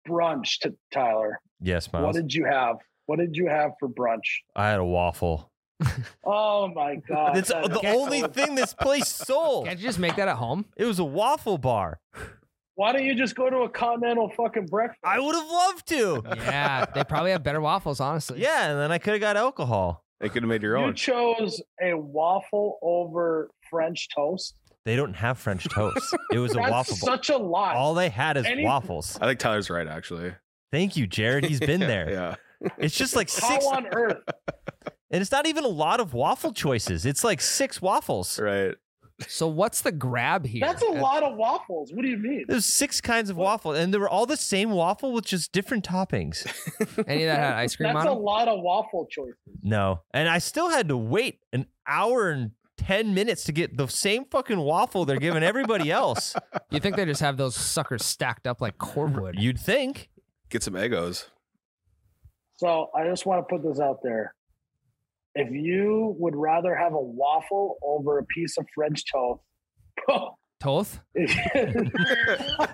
[SPEAKER 1] brunch to Tyler.
[SPEAKER 4] Yes,
[SPEAKER 1] What
[SPEAKER 4] Miles.
[SPEAKER 1] did you have? What did you have for brunch?
[SPEAKER 4] I had a waffle.
[SPEAKER 1] Oh my god!
[SPEAKER 4] That's
[SPEAKER 1] That
[SPEAKER 4] the
[SPEAKER 1] is so-
[SPEAKER 4] only thing this place sold.
[SPEAKER 3] Can't you just make that at home?
[SPEAKER 4] It was a waffle bar.
[SPEAKER 1] Why don't you just go to a continental fucking breakfast?
[SPEAKER 4] I would have loved to.
[SPEAKER 3] Yeah, they probably have better waffles, honestly.
[SPEAKER 4] Yeah, and then I could have got alcohol.
[SPEAKER 2] They could have made your
[SPEAKER 1] You
[SPEAKER 2] own.
[SPEAKER 1] chose a waffle over French toast.
[SPEAKER 4] They don't have French toast. It was a
[SPEAKER 1] That's
[SPEAKER 4] waffle bar.
[SPEAKER 1] such a lot.
[SPEAKER 4] All they had is
[SPEAKER 1] Any-
[SPEAKER 4] waffles.
[SPEAKER 2] I think Tyler's right, actually.
[SPEAKER 4] Thank you, Jared. He's been there.
[SPEAKER 2] Yeah.
[SPEAKER 4] It's just like
[SPEAKER 1] How
[SPEAKER 4] six,
[SPEAKER 1] on earth?
[SPEAKER 4] and it's not even a lot of waffle choices. It's like six waffles.
[SPEAKER 2] Right.
[SPEAKER 3] So what's the grab here?
[SPEAKER 1] That's a lot of waffles. What do you mean?
[SPEAKER 4] There's six kinds of waffle, and they were all the same waffle with just different toppings.
[SPEAKER 3] Any of that had ice cream
[SPEAKER 1] That's
[SPEAKER 3] on
[SPEAKER 1] a
[SPEAKER 3] it?
[SPEAKER 1] lot of waffle choices.
[SPEAKER 4] No. And I still had to wait an hour and 10 minutes to get the same fucking waffle they're giving everybody else.
[SPEAKER 3] You think they just have those suckers stacked up like cordwood?
[SPEAKER 4] You'd think.
[SPEAKER 2] Get some Eggos.
[SPEAKER 1] So I just want to put this out there. If you would rather have a waffle over a piece of French toast,
[SPEAKER 3] Toth?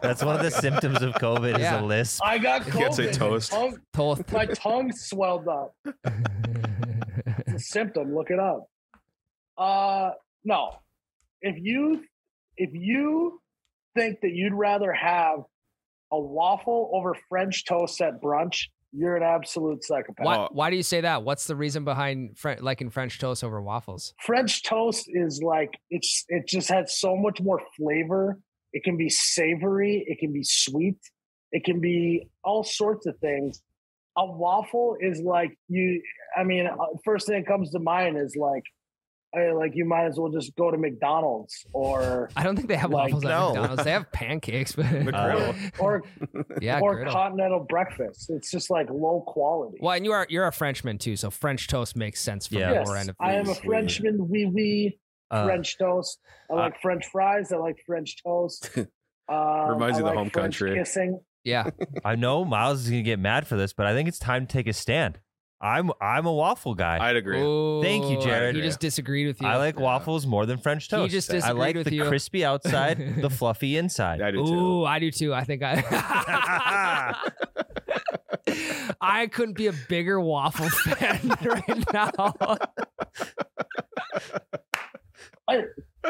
[SPEAKER 4] That's one of the symptoms of COVID
[SPEAKER 3] Yeah.
[SPEAKER 4] is a lisp.
[SPEAKER 1] I got
[SPEAKER 2] You
[SPEAKER 1] COVID.
[SPEAKER 2] can't say toast.
[SPEAKER 1] My
[SPEAKER 3] Oh,
[SPEAKER 1] tongue,
[SPEAKER 3] Toth.
[SPEAKER 1] my tongue swelled up. It's a symptom. Look it up. Uh, no. If you if you think that you'd rather have a waffle over French toast at brunch, you're an absolute psychopath.
[SPEAKER 3] why, why do you say that? What's the reason behind Fre- liking French toast over waffles?
[SPEAKER 1] French toast is like it's it just has so much more flavor. It can be savory, it can be sweet, it can be all sorts of things. A waffle is like you I mean uh, first thing that comes to mind is like I, like you might as well just go to McDonald's or
[SPEAKER 3] I don't think they have
[SPEAKER 1] Like,
[SPEAKER 3] waffles
[SPEAKER 4] no.
[SPEAKER 3] at McDonald's. They have pancakes, but
[SPEAKER 4] Oh,
[SPEAKER 2] McGriddle.
[SPEAKER 1] or
[SPEAKER 3] yeah,
[SPEAKER 1] or
[SPEAKER 3] griddle.
[SPEAKER 1] continental breakfast. It's just like low quality.
[SPEAKER 3] Well, and you are you're a Frenchman too, so French toast makes sense for
[SPEAKER 4] Yeah.
[SPEAKER 3] yeah.
[SPEAKER 1] Yes,
[SPEAKER 3] more end of
[SPEAKER 1] I am a
[SPEAKER 3] things.
[SPEAKER 1] Frenchman. Wee wee.
[SPEAKER 4] Uh,
[SPEAKER 1] French toast. I
[SPEAKER 4] uh,
[SPEAKER 1] like French fries. I like French toast. Uh,
[SPEAKER 2] Reminds
[SPEAKER 1] I
[SPEAKER 2] you of the
[SPEAKER 1] like
[SPEAKER 2] home
[SPEAKER 1] French
[SPEAKER 2] country.
[SPEAKER 1] Kissing.
[SPEAKER 3] Yeah,
[SPEAKER 4] I know Miles is going to get mad for this, but I think it's time to take a stand. I'm I'm a waffle guy.
[SPEAKER 2] I'd agree.
[SPEAKER 4] Thank you,
[SPEAKER 3] Ooh,
[SPEAKER 4] Jared.
[SPEAKER 3] He just disagreed with you.
[SPEAKER 4] I like waffles more than French
[SPEAKER 3] He
[SPEAKER 4] toast.
[SPEAKER 3] just
[SPEAKER 4] I like
[SPEAKER 3] disagreed with
[SPEAKER 4] the
[SPEAKER 3] you.
[SPEAKER 4] crispy outside, the fluffy inside.
[SPEAKER 2] I do too.
[SPEAKER 3] Ooh, I do too. I think I. I couldn't be a bigger waffle fan right now.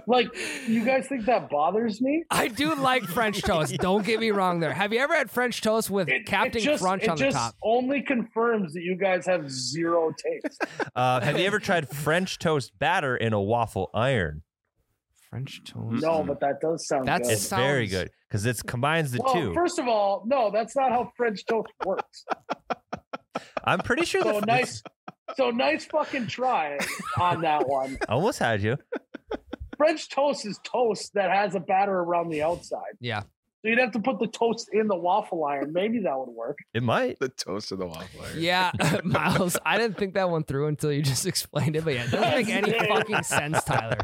[SPEAKER 1] Like, you guys think that bothers me?
[SPEAKER 3] I do like French toast. Don't get me wrong there. Have you ever had French toast with Captain
[SPEAKER 1] just,
[SPEAKER 3] Crunch
[SPEAKER 1] it
[SPEAKER 3] on the
[SPEAKER 1] just
[SPEAKER 3] top?
[SPEAKER 1] only confirms that you guys have zero taste.
[SPEAKER 4] Uh, have you ever tried French toast batter in a waffle iron?
[SPEAKER 3] French toast.
[SPEAKER 1] no, but that does sound
[SPEAKER 3] That's-
[SPEAKER 1] good.
[SPEAKER 4] It's very
[SPEAKER 3] sounds-
[SPEAKER 4] good because it combines the
[SPEAKER 1] well,
[SPEAKER 4] two.
[SPEAKER 1] first of all, no, that's not how French toast works.
[SPEAKER 4] I'm pretty sure
[SPEAKER 1] So
[SPEAKER 3] Oh,
[SPEAKER 4] the,
[SPEAKER 1] nice, so nice fucking try on that one.
[SPEAKER 4] I almost had you.
[SPEAKER 1] French toast is toast that has a batter around the outside.
[SPEAKER 3] Yeah.
[SPEAKER 1] So you'd have to put the toast in the waffle iron. Maybe that would work.
[SPEAKER 4] It might.
[SPEAKER 2] The toast of the waffle. iron.
[SPEAKER 3] Yeah, Miles, I didn't think that one through until you just explained it, but yeah, it doesn't make any fucking sense, Tyler.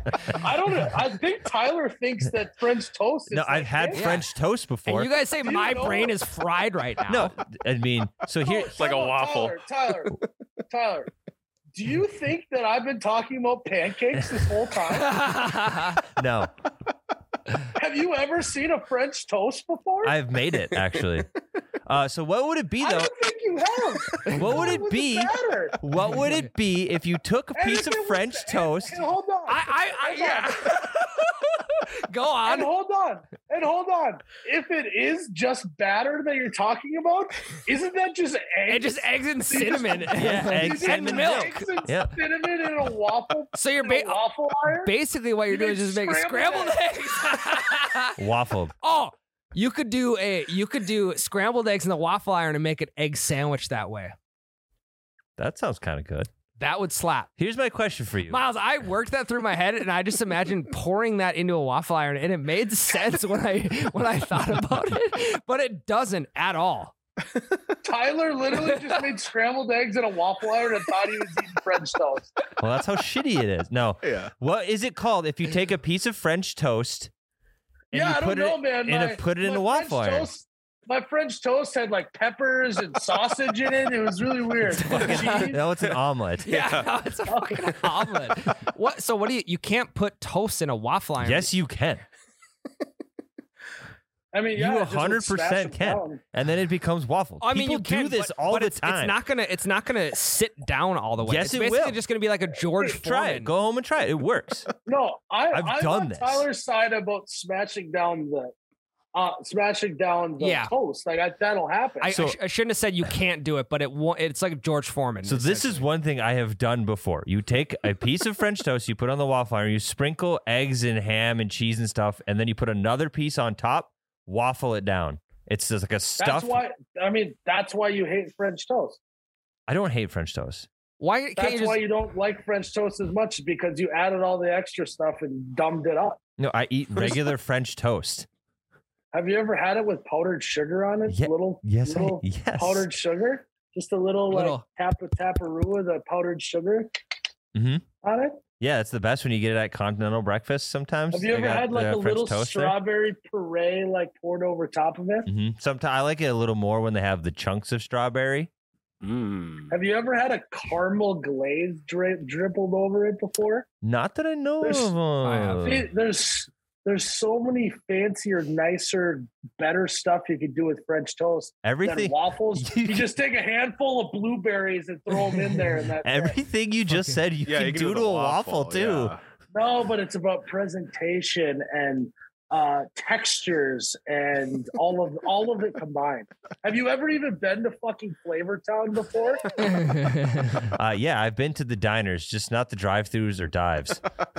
[SPEAKER 1] I don't. I think Tyler thinks that French toast. Is
[SPEAKER 4] No,
[SPEAKER 1] like
[SPEAKER 4] I've had
[SPEAKER 1] this.
[SPEAKER 3] Yeah.
[SPEAKER 4] French toast before.
[SPEAKER 3] And you guys say
[SPEAKER 1] Do you
[SPEAKER 3] my
[SPEAKER 1] know-
[SPEAKER 3] brain is fried right now.
[SPEAKER 4] no, I mean, so here,
[SPEAKER 1] Oh,
[SPEAKER 2] like a
[SPEAKER 1] Tyler,
[SPEAKER 2] waffle.
[SPEAKER 1] Tyler, Tyler, Tyler, do you think that I've been talking about pancakes this whole time?
[SPEAKER 4] no,
[SPEAKER 1] Have you ever seen a French toast before?
[SPEAKER 4] I've made it actually. Uh, so what would it be
[SPEAKER 1] I
[SPEAKER 4] though?
[SPEAKER 1] don't think you have.
[SPEAKER 4] What would
[SPEAKER 1] What's
[SPEAKER 4] it
[SPEAKER 1] the
[SPEAKER 4] be?
[SPEAKER 1] matter?
[SPEAKER 4] What would it be if you took a
[SPEAKER 1] And
[SPEAKER 4] piece
[SPEAKER 1] if
[SPEAKER 4] of
[SPEAKER 1] it was
[SPEAKER 4] French
[SPEAKER 1] the-
[SPEAKER 4] toast?
[SPEAKER 1] And hold on.
[SPEAKER 3] I, I, I yeah. Go
[SPEAKER 1] and
[SPEAKER 3] on.
[SPEAKER 1] hold on. And hold on. If it is just batter that you're talking about, isn't that just eggs?
[SPEAKER 3] It just eggs and cinnamon.
[SPEAKER 4] Yeah, eggs
[SPEAKER 1] Just
[SPEAKER 3] and
[SPEAKER 4] cinnamon
[SPEAKER 3] milk.
[SPEAKER 1] Eggs and
[SPEAKER 4] Yeah.
[SPEAKER 1] cinnamon in a waffle.
[SPEAKER 3] So you're
[SPEAKER 1] in a
[SPEAKER 3] ba-
[SPEAKER 1] waffle iron.
[SPEAKER 3] basically what you're
[SPEAKER 1] You
[SPEAKER 3] doing is
[SPEAKER 1] made
[SPEAKER 3] just making scrambled
[SPEAKER 1] scrambled
[SPEAKER 3] eggs.
[SPEAKER 4] Waffled.
[SPEAKER 3] oh, you could do a you could do scrambled eggs in the waffle iron and make an egg sandwich that way.
[SPEAKER 4] That sounds kind of good.
[SPEAKER 3] That would slap.
[SPEAKER 4] Here's my question for you.
[SPEAKER 3] Miles, I worked that through my head, and I just imagined pouring that into a waffle iron, and it made sense when I when I thought about it, but it doesn't at all.
[SPEAKER 1] Tyler literally just made scrambled eggs in a waffle iron and thought he was eating French toast.
[SPEAKER 4] Well, that's how shitty it is. No.
[SPEAKER 2] Yeah.
[SPEAKER 4] What is it called if you take a piece of French toast and
[SPEAKER 1] yeah,
[SPEAKER 4] you
[SPEAKER 1] I
[SPEAKER 4] put
[SPEAKER 1] don't
[SPEAKER 4] it
[SPEAKER 1] know, man.
[SPEAKER 4] and
[SPEAKER 1] My-
[SPEAKER 4] it put it in
[SPEAKER 1] my
[SPEAKER 4] the waffle
[SPEAKER 1] French
[SPEAKER 4] iron?
[SPEAKER 1] toast- my French toast had like peppers and sausage in it. It was really weird.
[SPEAKER 4] Fucking-
[SPEAKER 1] Cheese.
[SPEAKER 4] no, it's an omelet.
[SPEAKER 3] Yeah, no, it's a fucking omelet. What? So what do you? You can't put toast in a waffle iron.
[SPEAKER 4] Yes, you can.
[SPEAKER 1] I mean,
[SPEAKER 4] You
[SPEAKER 1] yeah, it just would
[SPEAKER 4] 100%
[SPEAKER 1] smash 'em
[SPEAKER 4] can.
[SPEAKER 1] down.
[SPEAKER 4] And then it becomes waffle.
[SPEAKER 3] I mean,
[SPEAKER 4] People
[SPEAKER 3] you can
[SPEAKER 4] do this
[SPEAKER 3] but-
[SPEAKER 4] all
[SPEAKER 3] but
[SPEAKER 4] the
[SPEAKER 3] it's,
[SPEAKER 4] time.
[SPEAKER 3] It's not gonna. It's not gonna sit down all the way.
[SPEAKER 4] Yes,
[SPEAKER 3] it's
[SPEAKER 4] it
[SPEAKER 3] basically
[SPEAKER 4] will.
[SPEAKER 3] just gonna be like a George
[SPEAKER 4] Try it.
[SPEAKER 3] Foreman.
[SPEAKER 4] Go home and try it. It works.
[SPEAKER 1] No, I,
[SPEAKER 4] I've
[SPEAKER 1] I'm
[SPEAKER 4] done
[SPEAKER 1] on
[SPEAKER 4] this.
[SPEAKER 1] Tyler's side about smashing down the, uh, smashing down the
[SPEAKER 3] Yeah.
[SPEAKER 1] toast. Like I, that'll happen.
[SPEAKER 3] I, I
[SPEAKER 4] So-
[SPEAKER 3] sh- I shouldn't have said you can't do it, but it won't. It's like George Foreman.
[SPEAKER 4] So this is one thing I have done before. You take a piece of French toast, you put on the waffle iron, you sprinkle eggs and ham and cheese and stuff, and then you put another piece on top, waffle it down. It's just like a
[SPEAKER 1] that's
[SPEAKER 4] stuff.
[SPEAKER 1] why. I mean, that's why you hate French toast.
[SPEAKER 4] I don't hate French toast.
[SPEAKER 3] why can't
[SPEAKER 1] That's
[SPEAKER 3] you just
[SPEAKER 1] why you don't like French toast as much is because you added all the extra stuff and dumbed it up.
[SPEAKER 4] No, I eat regular French toast.
[SPEAKER 1] Have you ever had it with powdered sugar on it?
[SPEAKER 4] Ye-
[SPEAKER 1] little
[SPEAKER 4] Yes, I,
[SPEAKER 1] little
[SPEAKER 4] yes.
[SPEAKER 1] powdered sugar, just a little, like
[SPEAKER 3] Little.
[SPEAKER 1] tap of taparua, the powdered sugar
[SPEAKER 4] Mhm.
[SPEAKER 1] on it.
[SPEAKER 4] Yeah, it's the best when you get it at continental breakfast. Sometimes.
[SPEAKER 1] Have you
[SPEAKER 4] I
[SPEAKER 1] ever
[SPEAKER 4] got
[SPEAKER 1] had like
[SPEAKER 4] the
[SPEAKER 1] a
[SPEAKER 4] French
[SPEAKER 1] little
[SPEAKER 4] toast there.
[SPEAKER 1] strawberry puree like poured over top of it?
[SPEAKER 4] hmm Sometimes I like it a little more when they have the chunks of strawberry.
[SPEAKER 2] Mm.
[SPEAKER 1] Have you ever had a caramel glaze dri- dribbled over it before?
[SPEAKER 4] Not that I know
[SPEAKER 1] There's-
[SPEAKER 4] of.
[SPEAKER 3] I have.
[SPEAKER 4] uh,
[SPEAKER 1] It- there's there's so many fancier, nicer, better stuff you could do with French toast than
[SPEAKER 4] Everything,
[SPEAKER 1] waffles.
[SPEAKER 4] You
[SPEAKER 1] You just take a handful of blueberries and throw them in there, and that's it.
[SPEAKER 4] everything you just
[SPEAKER 3] Fucking-
[SPEAKER 4] said, you
[SPEAKER 2] Yeah,
[SPEAKER 4] can
[SPEAKER 2] you
[SPEAKER 4] do
[SPEAKER 2] with
[SPEAKER 4] to
[SPEAKER 2] a
[SPEAKER 4] a waffle, too.
[SPEAKER 2] yeah.
[SPEAKER 1] No, but it's about presentation and uh, textures and all of all of it combined. Have you ever even been to fucking Flavor Town before?
[SPEAKER 4] Uh, yeah, I've been to the diners, just not the drive-throughs or dives.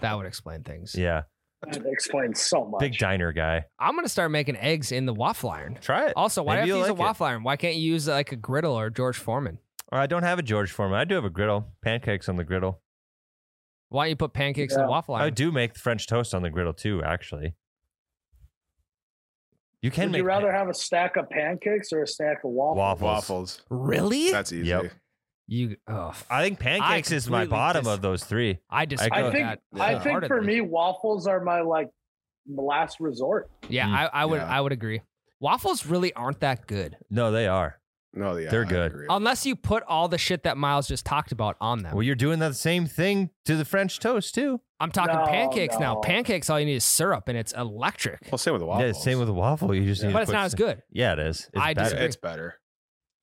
[SPEAKER 3] that would explain things.
[SPEAKER 4] Yeah,
[SPEAKER 1] That explains so much.
[SPEAKER 4] big diner guy.
[SPEAKER 3] I'm gonna start making eggs in the waffle iron.
[SPEAKER 4] Try it.
[SPEAKER 3] Also, why
[SPEAKER 4] Maybe
[SPEAKER 3] do you have
[SPEAKER 4] you'll
[SPEAKER 3] to use a
[SPEAKER 4] like it.
[SPEAKER 3] waffle iron? Why can't you use like a griddle or George Foreman?
[SPEAKER 4] Or Uh, I don't have a George Foreman. I do have a griddle. Pancakes on the griddle.
[SPEAKER 3] Why don't you put pancakes in
[SPEAKER 1] Yeah.
[SPEAKER 3] a waffle
[SPEAKER 4] I
[SPEAKER 3] iron?
[SPEAKER 4] do make the French toast on the griddle too, actually. You can
[SPEAKER 1] Would
[SPEAKER 4] make
[SPEAKER 1] you rather have a stack of pancakes or a stack of waffles?
[SPEAKER 4] waffles.
[SPEAKER 2] Waffles.
[SPEAKER 3] Really?
[SPEAKER 2] That's easy.
[SPEAKER 4] Yep.
[SPEAKER 3] you? Oh, f-
[SPEAKER 4] I think pancakes is my
[SPEAKER 3] completely
[SPEAKER 4] bottom
[SPEAKER 3] dis-
[SPEAKER 4] of those three.
[SPEAKER 3] I just
[SPEAKER 4] I
[SPEAKER 1] I
[SPEAKER 4] go-
[SPEAKER 1] think
[SPEAKER 3] that.
[SPEAKER 1] I think for
[SPEAKER 3] wholeheartedly.
[SPEAKER 1] me, waffles are my like last resort.
[SPEAKER 3] Yeah,
[SPEAKER 4] Mm.
[SPEAKER 3] I, I would
[SPEAKER 2] Yeah.
[SPEAKER 3] I would agree. Waffles really aren't that good
[SPEAKER 4] No, they are.
[SPEAKER 2] No, yeah,
[SPEAKER 4] They're
[SPEAKER 2] I
[SPEAKER 4] good.
[SPEAKER 2] agree.
[SPEAKER 3] unless you put all the shit that Miles just talked about on them.
[SPEAKER 4] Well, you're doing that same thing to the French toast too.
[SPEAKER 3] I'm talking
[SPEAKER 1] No,
[SPEAKER 3] pancakes now.
[SPEAKER 1] no.
[SPEAKER 3] Pancakes, all you need is syrup, and it's electric.
[SPEAKER 2] Well, same with the
[SPEAKER 4] Yeah,
[SPEAKER 2] waffles.
[SPEAKER 4] same with the waffle. You just
[SPEAKER 2] Yeah.
[SPEAKER 4] need.
[SPEAKER 3] but
[SPEAKER 4] to
[SPEAKER 3] it's
[SPEAKER 4] put
[SPEAKER 3] not as
[SPEAKER 4] some-
[SPEAKER 3] good.
[SPEAKER 4] Yeah, it is. It's
[SPEAKER 3] I
[SPEAKER 4] better.
[SPEAKER 3] disagree.
[SPEAKER 2] It's better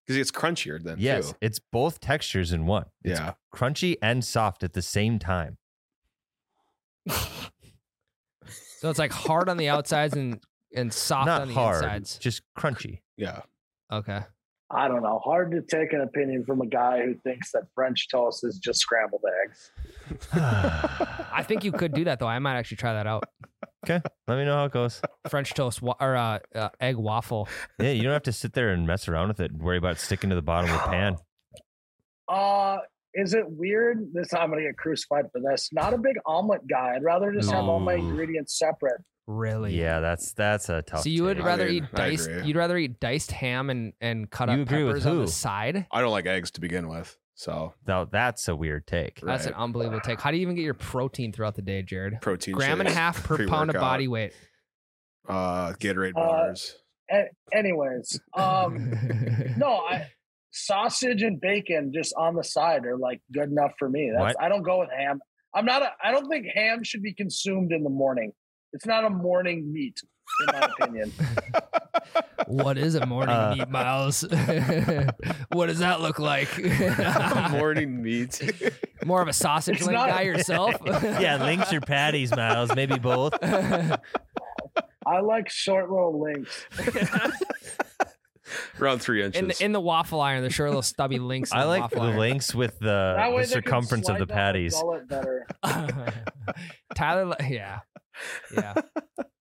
[SPEAKER 2] because it's crunchier then.
[SPEAKER 4] Yes,
[SPEAKER 2] too.
[SPEAKER 4] it's both textures in one. It's
[SPEAKER 2] Yeah.
[SPEAKER 4] crunchy and soft at the same time.
[SPEAKER 3] So it's like hard on the outsides and and soft
[SPEAKER 4] Not
[SPEAKER 3] on the
[SPEAKER 4] hard,
[SPEAKER 3] insides.
[SPEAKER 4] just crunchy.
[SPEAKER 2] Yeah.
[SPEAKER 3] Okay.
[SPEAKER 1] I don't know. Hard to take an opinion from a guy who thinks that French toast is just scrambled eggs.
[SPEAKER 4] Let
[SPEAKER 3] I think you could do that though. I might actually try that out.
[SPEAKER 4] me know how it goes.
[SPEAKER 3] French toast wa- or uh, uh, egg waffle.
[SPEAKER 4] Yeah, you don't have to sit there and mess around with it and worry about it sticking to the bottom of the pan.
[SPEAKER 1] Uh is it weird? This I'm gonna get crucified for this. Not a big omelet guy. I'd rather just have all my
[SPEAKER 4] Ooh.
[SPEAKER 1] ingredients separate.
[SPEAKER 3] Really?
[SPEAKER 4] Yeah, that's that's a tough.
[SPEAKER 3] So you would
[SPEAKER 4] take.
[SPEAKER 3] rather
[SPEAKER 2] mean,
[SPEAKER 3] eat
[SPEAKER 2] I
[SPEAKER 3] diced?
[SPEAKER 2] agree.
[SPEAKER 3] You'd rather eat diced ham and and cut
[SPEAKER 4] You
[SPEAKER 3] up
[SPEAKER 4] agree with
[SPEAKER 3] peppers on
[SPEAKER 4] who?
[SPEAKER 3] the side?
[SPEAKER 2] I don't like eggs to begin with. So
[SPEAKER 4] Now that's a weird take.
[SPEAKER 3] That's an
[SPEAKER 2] Right.
[SPEAKER 3] unbelievable take. How do you even get your protein throughout the day, Jared?
[SPEAKER 2] protein
[SPEAKER 3] Gram and a
[SPEAKER 2] shakes,
[SPEAKER 3] half per pound of
[SPEAKER 2] pre-workout,
[SPEAKER 3] body weight.
[SPEAKER 2] Uh, Gatorade
[SPEAKER 1] Uh,
[SPEAKER 2] bars.
[SPEAKER 1] A- anyways, um no, I sausage and bacon just on the side are like good enough for me. That's I don't go with ham. I'm not a, I don't think ham should be consumed in the morning. It's not a morning meat, in my opinion.
[SPEAKER 3] What is a morning
[SPEAKER 4] Uh,
[SPEAKER 3] meat, Miles? what does that look like?
[SPEAKER 2] Morning meat.
[SPEAKER 3] More of a sausage
[SPEAKER 1] It's
[SPEAKER 3] link
[SPEAKER 1] not-
[SPEAKER 3] guy yourself?
[SPEAKER 4] yeah, links or patties, Miles, maybe both.
[SPEAKER 1] I like short little links.
[SPEAKER 2] Around three inches.
[SPEAKER 3] in the, in the waffle iron, the short little stubby links. in
[SPEAKER 4] I like the
[SPEAKER 3] waffle iron.
[SPEAKER 4] links with Uh, the,
[SPEAKER 1] That way
[SPEAKER 4] the
[SPEAKER 1] they can
[SPEAKER 4] circumference of
[SPEAKER 1] slide
[SPEAKER 4] the
[SPEAKER 1] down
[SPEAKER 4] patties.
[SPEAKER 1] gullet better.
[SPEAKER 3] Tyler, li- yeah, yeah.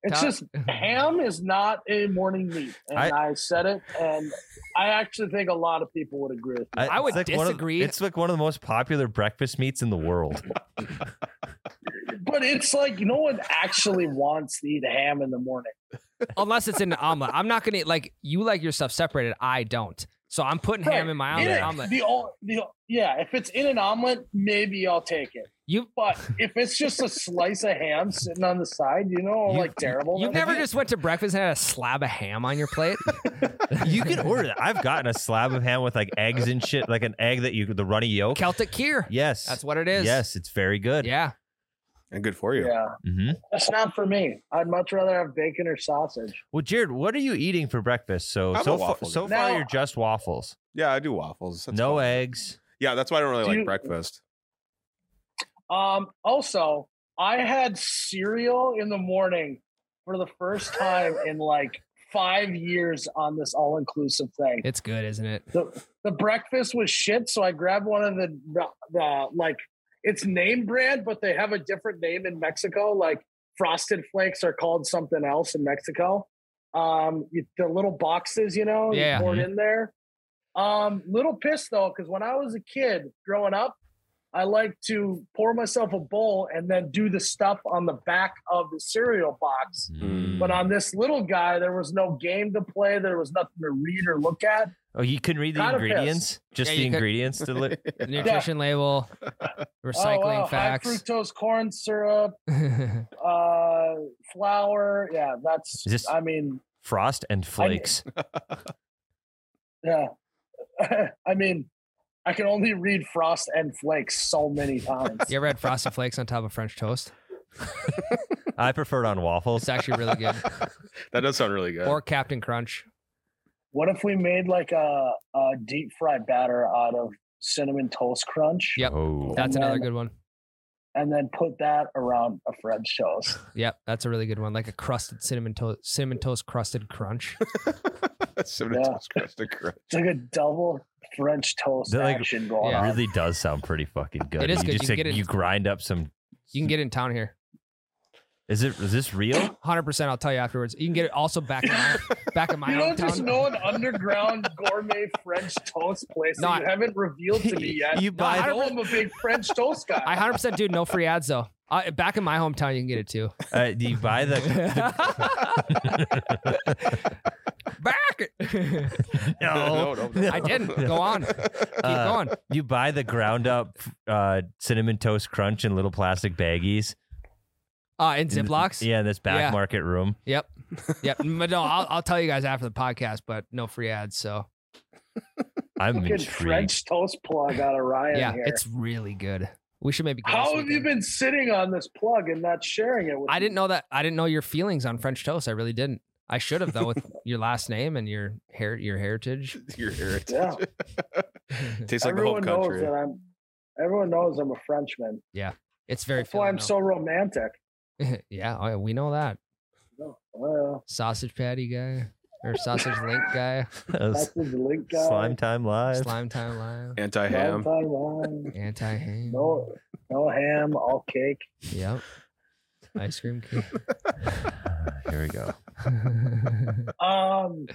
[SPEAKER 1] It's
[SPEAKER 3] Tom-
[SPEAKER 1] just ham is not a morning meat, and I, said it, and I actually think a lot of people would agree. with me.
[SPEAKER 3] I would
[SPEAKER 4] it's one of-
[SPEAKER 3] disagree.
[SPEAKER 4] it's like one of the most popular breakfast meats in the world.
[SPEAKER 1] But it's like no one actually wants to eat ham in the morning.
[SPEAKER 3] unless it's in an omelet. I'm not gonna like you like your stuff separated. I don't. So I'm putting ham
[SPEAKER 1] Right.
[SPEAKER 3] in my
[SPEAKER 1] In
[SPEAKER 3] omelet.
[SPEAKER 1] it-
[SPEAKER 3] omelet.
[SPEAKER 1] The, o- the o- yeah, if it's in an omelet, maybe I'll take it.
[SPEAKER 3] You
[SPEAKER 1] But if it's just a slice of ham sitting on the side, you know,
[SPEAKER 4] You-
[SPEAKER 1] like terrible.
[SPEAKER 3] you've
[SPEAKER 1] that
[SPEAKER 3] never
[SPEAKER 1] is.
[SPEAKER 3] just went to breakfast and had a slab of ham on your plate.
[SPEAKER 4] you can order that. I've gotten a slab of ham with like eggs and shit, like an egg that you the runny yolk.
[SPEAKER 3] Celtic Keer.
[SPEAKER 4] Yes,
[SPEAKER 3] That's what it is.
[SPEAKER 4] Yes, it's very good.
[SPEAKER 3] Yeah.
[SPEAKER 2] and good for you.
[SPEAKER 1] yeah,
[SPEAKER 4] hmm
[SPEAKER 1] that's not for me. I'd much rather have bacon or sausage.
[SPEAKER 4] Well, Jared, what are you eating for breakfast? So
[SPEAKER 2] I'm a
[SPEAKER 4] so far,
[SPEAKER 2] waffle
[SPEAKER 4] so
[SPEAKER 2] guy.
[SPEAKER 4] far
[SPEAKER 1] Now-
[SPEAKER 4] you're just waffles.
[SPEAKER 2] Yeah, I do waffles. That's
[SPEAKER 4] no
[SPEAKER 2] fine.
[SPEAKER 4] eggs.
[SPEAKER 2] Yeah, that's why I don't really
[SPEAKER 1] Do
[SPEAKER 2] like
[SPEAKER 1] you-
[SPEAKER 2] breakfast.
[SPEAKER 1] Um, also, I had cereal in the morning for the first time in like five years on this all inclusive thing.
[SPEAKER 3] It's good, isn't it?
[SPEAKER 1] The, the breakfast was shit, so I grabbed one of the, the, the like it's name brand, but they have a different name in Mexico. Like Frosted Flakes are called something else in Mexico. Um, you- the little boxes, you know,
[SPEAKER 3] Yeah.
[SPEAKER 1] you poured in there. Um, little pissed though, because when I was a kid growing up, I like to pour myself a bowl and then do the stuff on the back of the cereal box.
[SPEAKER 2] Mm.
[SPEAKER 4] Mm-hmm.
[SPEAKER 1] But on this little guy, there was no game to play. There was nothing to read or look at.
[SPEAKER 4] Oh, you couldn't read the
[SPEAKER 1] Kinda
[SPEAKER 4] ingredients? Just
[SPEAKER 3] Yeah,
[SPEAKER 4] the
[SPEAKER 3] you could-
[SPEAKER 4] ingredients to li-
[SPEAKER 3] The nutrition label, recycling
[SPEAKER 1] oh, wow. High
[SPEAKER 3] facts.
[SPEAKER 1] fructose corn syrup, uh, flour. Yeah, that's.
[SPEAKER 4] Is this-
[SPEAKER 1] I mean,
[SPEAKER 4] frost and flakes.
[SPEAKER 1] yeah. I mean, I can only read Frost and Flakes so many times.
[SPEAKER 3] you ever had frosted flakes on top of French toast?
[SPEAKER 4] I, prefer it on waffles.
[SPEAKER 3] It's actually really good.
[SPEAKER 2] that does sound really good.
[SPEAKER 3] Or Captain Crunch.
[SPEAKER 1] What if we made like a, a deep fried batter out of cinnamon toast crunch?
[SPEAKER 3] Yep.
[SPEAKER 4] Oh.
[SPEAKER 3] That's another
[SPEAKER 1] then-
[SPEAKER 3] good one.
[SPEAKER 1] And then put that around a French toast.
[SPEAKER 3] Yep, that's a really good one. Like a crusted cinnamon toast, cinnamon toast crusted crunch.
[SPEAKER 2] Cinnamon
[SPEAKER 1] Yeah.
[SPEAKER 2] toast crust to crust.
[SPEAKER 1] It's like a double French toast
[SPEAKER 4] They're like-
[SPEAKER 1] action going
[SPEAKER 3] Yeah.
[SPEAKER 1] on.
[SPEAKER 4] Really does sound pretty fucking good.
[SPEAKER 3] It is
[SPEAKER 4] you
[SPEAKER 3] good.
[SPEAKER 4] Just
[SPEAKER 3] You can
[SPEAKER 4] like,
[SPEAKER 3] get it-
[SPEAKER 4] you grind up some.
[SPEAKER 3] You can get it in town here.
[SPEAKER 4] Is it? Is this real?
[SPEAKER 3] Hundred percent. I'll tell you afterwards. You can get it also back in my back in my
[SPEAKER 1] You
[SPEAKER 3] own
[SPEAKER 1] don't just
[SPEAKER 3] town.
[SPEAKER 1] know an underground gourmet French toast place
[SPEAKER 3] No,
[SPEAKER 1] that you haven't revealed to me yet.
[SPEAKER 4] you
[SPEAKER 3] No,
[SPEAKER 4] buy
[SPEAKER 3] I
[SPEAKER 1] I
[SPEAKER 4] the-
[SPEAKER 1] know I'm a big French toast guy.
[SPEAKER 3] I hundred percent, dude. No free ads though. I, back in my hometown, you can get it too.
[SPEAKER 4] uh, do you buy the?
[SPEAKER 3] back.
[SPEAKER 4] no,
[SPEAKER 3] I didn't. Go on. Keep
[SPEAKER 4] Uh,
[SPEAKER 3] going.
[SPEAKER 4] You buy the ground up uh, cinnamon toast crunch in little plastic baggies.
[SPEAKER 3] Uh, in
[SPEAKER 4] In-
[SPEAKER 3] Ziplocs.
[SPEAKER 4] Yeah, in this back
[SPEAKER 3] Yeah.
[SPEAKER 4] market room.
[SPEAKER 3] Yep. Yep. But no, I'll, I'll tell you guys after the podcast. But no free ads. So
[SPEAKER 4] I'm
[SPEAKER 1] Fucking
[SPEAKER 4] intrigued.
[SPEAKER 1] French toast plug out of Ryan
[SPEAKER 3] yeah,
[SPEAKER 1] here.
[SPEAKER 3] it's really good. We should maybe. Go this
[SPEAKER 1] How have you
[SPEAKER 3] weekend.
[SPEAKER 1] been sitting on this plug and not sharing it with
[SPEAKER 3] I
[SPEAKER 1] me?
[SPEAKER 3] didn't know that. I didn't know your feelings on French toast. I really didn't. I should have though, with your last name and your hair, your heritage.
[SPEAKER 2] Your heritage.
[SPEAKER 1] Yeah.
[SPEAKER 2] Tastes like
[SPEAKER 1] everyone
[SPEAKER 2] the whole
[SPEAKER 1] knows
[SPEAKER 2] country.
[SPEAKER 1] that I'm everyone knows I'm a Frenchman.
[SPEAKER 3] It's very.
[SPEAKER 1] That's why Oh, I'm so
[SPEAKER 3] filling,
[SPEAKER 1] romantic.
[SPEAKER 3] though. yeah, oh, yeah, we know that
[SPEAKER 1] Oh, Well,
[SPEAKER 3] sausage patty guy or sausage link guy,
[SPEAKER 1] that's the link guy.
[SPEAKER 4] Slime time live.
[SPEAKER 3] slime time live,
[SPEAKER 2] Anti
[SPEAKER 1] Slime
[SPEAKER 2] ham.
[SPEAKER 1] time line.
[SPEAKER 3] anti ham.
[SPEAKER 1] No, no ham, all cake.
[SPEAKER 3] Yep. Ice cream cake.
[SPEAKER 4] Here we go.
[SPEAKER 1] Um,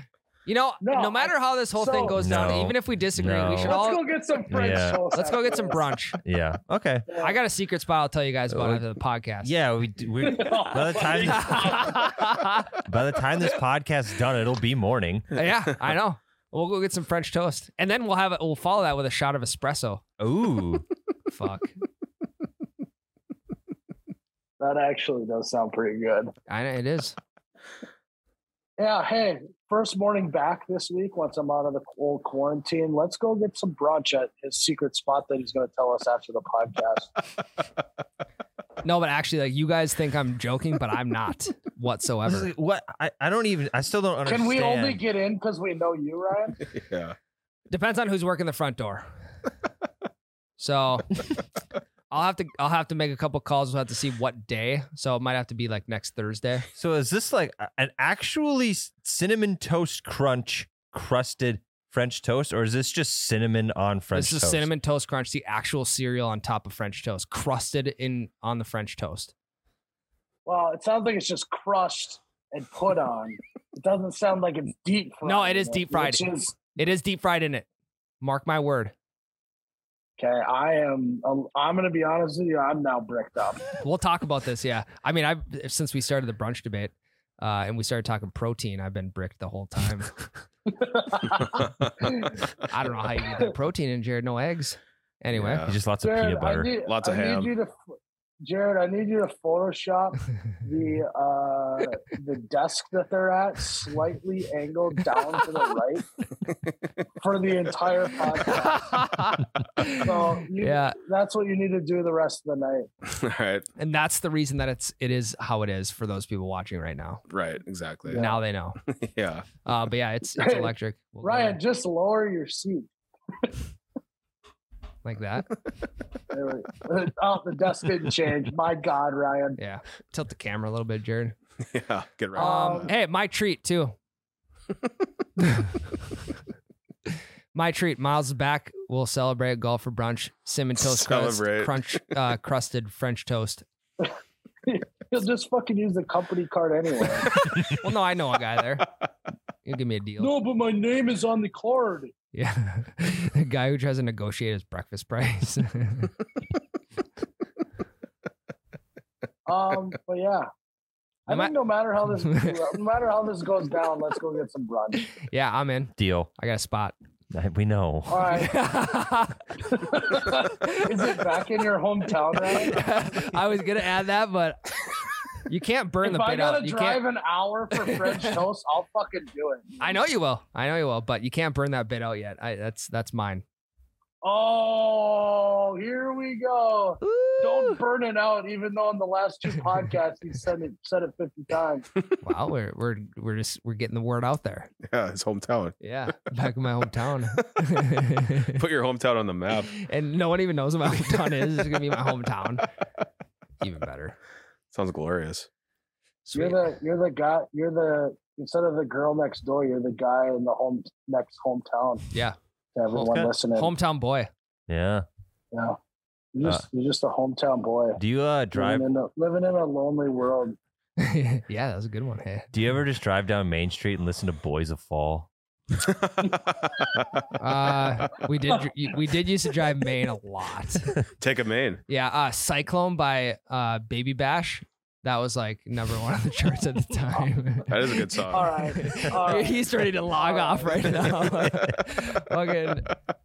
[SPEAKER 3] you know, no,
[SPEAKER 1] No,
[SPEAKER 3] matter how this whole thing
[SPEAKER 1] so-
[SPEAKER 3] goes down,
[SPEAKER 4] No.
[SPEAKER 3] even if we disagree,
[SPEAKER 4] No.
[SPEAKER 3] we should
[SPEAKER 1] let's
[SPEAKER 3] all
[SPEAKER 1] go get some French
[SPEAKER 4] Yeah.
[SPEAKER 1] toast.
[SPEAKER 3] let's go
[SPEAKER 1] after
[SPEAKER 3] get some
[SPEAKER 1] this.
[SPEAKER 3] brunch.
[SPEAKER 4] Yeah. Okay.
[SPEAKER 1] Yeah.
[SPEAKER 3] I got a secret spot I'll tell you guys about
[SPEAKER 4] Oh,
[SPEAKER 3] after the podcast.
[SPEAKER 4] Yeah. We. we by the time.
[SPEAKER 3] yeah,
[SPEAKER 4] by the time this podcast's done, it'll be morning.
[SPEAKER 3] Uh, I know. We'll go get some French toast, and then we'll have it. We'll follow that with a shot of espresso.
[SPEAKER 4] Ooh.
[SPEAKER 3] Fuck,
[SPEAKER 1] That actually does sound pretty good.
[SPEAKER 3] I know it is.
[SPEAKER 1] Yeah. Hey, first morning back this week. Once I'm out of the old quarantine, let's go get some brunch at his secret spot that he's going to tell us after the podcast.
[SPEAKER 3] No, but actually, like you guys think I'm joking, but I'm not
[SPEAKER 4] I was
[SPEAKER 3] whatsoever.
[SPEAKER 4] like, what? I, I don't even. I still don't
[SPEAKER 1] Can
[SPEAKER 4] understand.
[SPEAKER 1] we only get in because we know you, Ryan?
[SPEAKER 2] yeah.
[SPEAKER 3] Depends on who's working the front door. So I'll have to I'll have to make a couple calls. We'll have to see what day. So it might have to be like next Thursday.
[SPEAKER 4] So is this like a- an actually s- cinnamon toast crunch crusted French toast, or is this just cinnamon on French
[SPEAKER 3] this
[SPEAKER 4] toast?
[SPEAKER 3] is cinnamon toast crunch, the actual cereal on top of French toast, crusted in on the French toast.
[SPEAKER 1] Well, it sounds like it's just crushed and put on. It doesn't sound like it's deep fried.
[SPEAKER 3] No, it is
[SPEAKER 1] in
[SPEAKER 3] deep fried.
[SPEAKER 1] which is-
[SPEAKER 3] It is deep fried in it. Mark my word.
[SPEAKER 1] okay, I am. um, I'm going to be honest with you. I'm now bricked up.
[SPEAKER 3] We'll talk about this. Yeah. I mean, I've since we started the brunch debate uh, and we started talking protein, I've been bricked the whole time. I don't know how you get that protein in Jared. No eggs. Anyway.
[SPEAKER 2] Yeah.
[SPEAKER 4] Just lots of
[SPEAKER 1] Jared,
[SPEAKER 4] peanut butter.
[SPEAKER 1] I need,
[SPEAKER 2] Lots of
[SPEAKER 1] I need
[SPEAKER 2] ham.
[SPEAKER 1] you to, Jared, I need you to Photoshop the uh, the desk that they're at slightly angled down to the right for the entire podcast. So you,
[SPEAKER 3] yeah,
[SPEAKER 1] that's what you need to do the rest of the night.
[SPEAKER 2] All right,
[SPEAKER 3] and that's the reason that it's it is how it is for those people watching right now.
[SPEAKER 2] right, exactly. Yeah,
[SPEAKER 3] Now they know. Uh, but yeah, it's it's
[SPEAKER 1] Hey,
[SPEAKER 3] electric. We'll go
[SPEAKER 1] Ryan, just lower your seat.
[SPEAKER 3] like that.
[SPEAKER 1] There we- oh, the desk didn't change. My God, Ryan.
[SPEAKER 3] Yeah, tilt the camera a little bit, Jared.
[SPEAKER 2] yeah.
[SPEAKER 1] Uh,
[SPEAKER 2] Get right. on
[SPEAKER 3] Um,
[SPEAKER 2] that.
[SPEAKER 3] hey, my treat too. my treat. Miles is back. We'll celebrate golf for brunch. Cinnamon toast crust,
[SPEAKER 2] Celebrate.
[SPEAKER 3] crunch uh, crusted French toast.
[SPEAKER 1] He'll just fucking use the company card anyway.
[SPEAKER 3] Well, no, I know a guy there. He'll give me a deal.
[SPEAKER 1] no, but my name is on the card.
[SPEAKER 3] Yeah, the guy who tries to negotiate his breakfast price.
[SPEAKER 1] Um, but yeah. I
[SPEAKER 3] Am I-
[SPEAKER 1] think no matter how this no matter how this goes down, let's go get some brunch.
[SPEAKER 3] yeah, I'm in.
[SPEAKER 4] Deal.
[SPEAKER 3] I got a spot.
[SPEAKER 4] I- We know.
[SPEAKER 1] All right. Is it back in your hometown, Ryan?
[SPEAKER 3] I was gonna add that, but you can't burn
[SPEAKER 1] if
[SPEAKER 3] the
[SPEAKER 1] I
[SPEAKER 3] bit
[SPEAKER 1] gotta
[SPEAKER 3] out. You
[SPEAKER 1] drive
[SPEAKER 3] can't.
[SPEAKER 1] an hour for French toast, I'll fucking do it.
[SPEAKER 3] I know you will. I know you will, but you can't burn that bit out yet. I, that's that's mine.
[SPEAKER 1] Oh, here we go. Don't burn it out, even though in the last two podcasts he said it said it fifty times.
[SPEAKER 3] Wow, we're we're we're just we're getting the word out there.
[SPEAKER 2] yeah, his hometown.
[SPEAKER 3] Yeah, back in my hometown,
[SPEAKER 2] Put your hometown on the map.
[SPEAKER 3] and no one even knows what my hometown is. It's gonna be my hometown. Even better.
[SPEAKER 2] Sounds glorious.
[SPEAKER 1] You're
[SPEAKER 3] Sweet.
[SPEAKER 1] the you're the guy you're the instead of the girl next door, you're the guy in the home next hometown
[SPEAKER 3] Yeah,
[SPEAKER 1] to everyone
[SPEAKER 4] Okay.
[SPEAKER 1] listening.
[SPEAKER 3] hometown boy.
[SPEAKER 4] Yeah.
[SPEAKER 1] Yeah. You're
[SPEAKER 3] Uh.
[SPEAKER 1] just, you're just a hometown boy.
[SPEAKER 4] Do you uh drive?
[SPEAKER 1] Living in, a, living in a lonely world.
[SPEAKER 3] yeah, that was a good one. Hey,
[SPEAKER 4] Do you ever just drive down Main Street and listen to Boys of Fall?
[SPEAKER 3] uh, we did we did used to drive Maine a lot.
[SPEAKER 2] Take a main.
[SPEAKER 3] Yeah, uh, Cyclone by uh, Baby Bash. That was like number one on the charts at the time.
[SPEAKER 2] That is a good song.
[SPEAKER 1] All right. All right.
[SPEAKER 3] He's ready to log off right now. Fucking,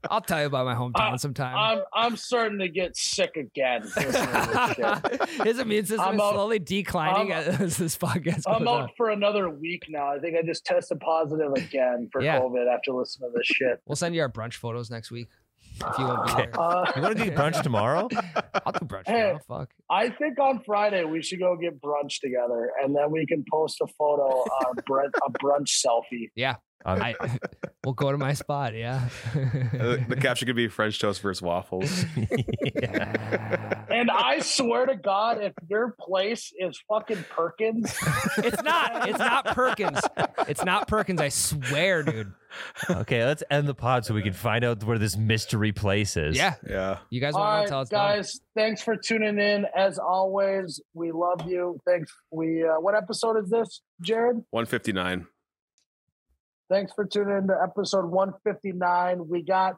[SPEAKER 3] I'll tell you about my hometown
[SPEAKER 1] Uh,
[SPEAKER 3] sometime.
[SPEAKER 1] I'm I'm starting to get sick again. listening to this shit.
[SPEAKER 3] His immune system
[SPEAKER 1] I'm
[SPEAKER 3] is
[SPEAKER 1] out-
[SPEAKER 3] slowly declining
[SPEAKER 1] I'm-
[SPEAKER 3] as this podcast goes
[SPEAKER 1] I'm
[SPEAKER 3] on.
[SPEAKER 1] out for another week now. I think I just tested positive again for
[SPEAKER 3] Yeah.
[SPEAKER 1] COVID after listening to this shit.
[SPEAKER 3] We'll send you our brunch photos next week if you want. Okay.
[SPEAKER 1] Uh,
[SPEAKER 4] You want to do brunch tomorrow?
[SPEAKER 3] I'll do brunch.
[SPEAKER 1] Hey.
[SPEAKER 3] now. Fuck.
[SPEAKER 1] I think on Friday we should go get brunch together, and then we can post a photo, uh, brun a brunch selfie.
[SPEAKER 4] Um,
[SPEAKER 3] I, we'll go to my spot. Yeah.
[SPEAKER 2] Uh, the caption could be French toast versus waffles.
[SPEAKER 4] yeah.
[SPEAKER 1] And I swear to God, if your place is fucking Perkins,
[SPEAKER 3] It's not. It's not Perkins. It's not Perkins. I swear, dude.
[SPEAKER 4] Okay, let's end the pod so we can find out where this mystery place is.
[SPEAKER 3] Yeah.
[SPEAKER 2] Yeah.
[SPEAKER 3] You guys
[SPEAKER 1] All
[SPEAKER 3] want to
[SPEAKER 1] right,
[SPEAKER 3] tell us? now?
[SPEAKER 1] guys. Thanks for tuning in. As always, we love you. Thanks. We uh, what episode is this, Jared?
[SPEAKER 2] 159.
[SPEAKER 1] Thanks for tuning in to episode one fifty nine. We got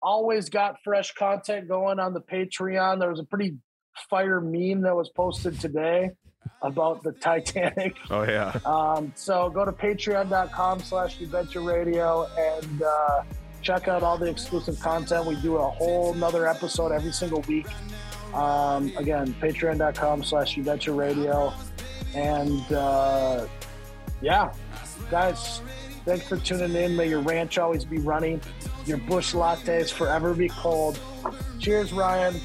[SPEAKER 1] always got fresh content going on the Patreon. There was a pretty fire meme that was posted today about the Titanic.
[SPEAKER 2] Oh yeah.
[SPEAKER 1] Um, so go to patreon.com slash adventure radio and uh, check out all the exclusive content. We do a whole nother episode every single week. Um, again, patreon.com slash adventure radio. And uh, yeah, guys, thanks for tuning in. May your ranch always be running, your bush lattes forever be cold. Cheers, Ryan.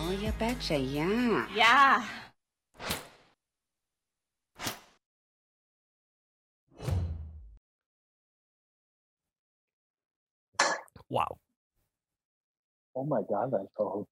[SPEAKER 5] Oh, you betcha, yeah.
[SPEAKER 6] Yeah.
[SPEAKER 3] Wow.
[SPEAKER 1] Oh my God, that's cold.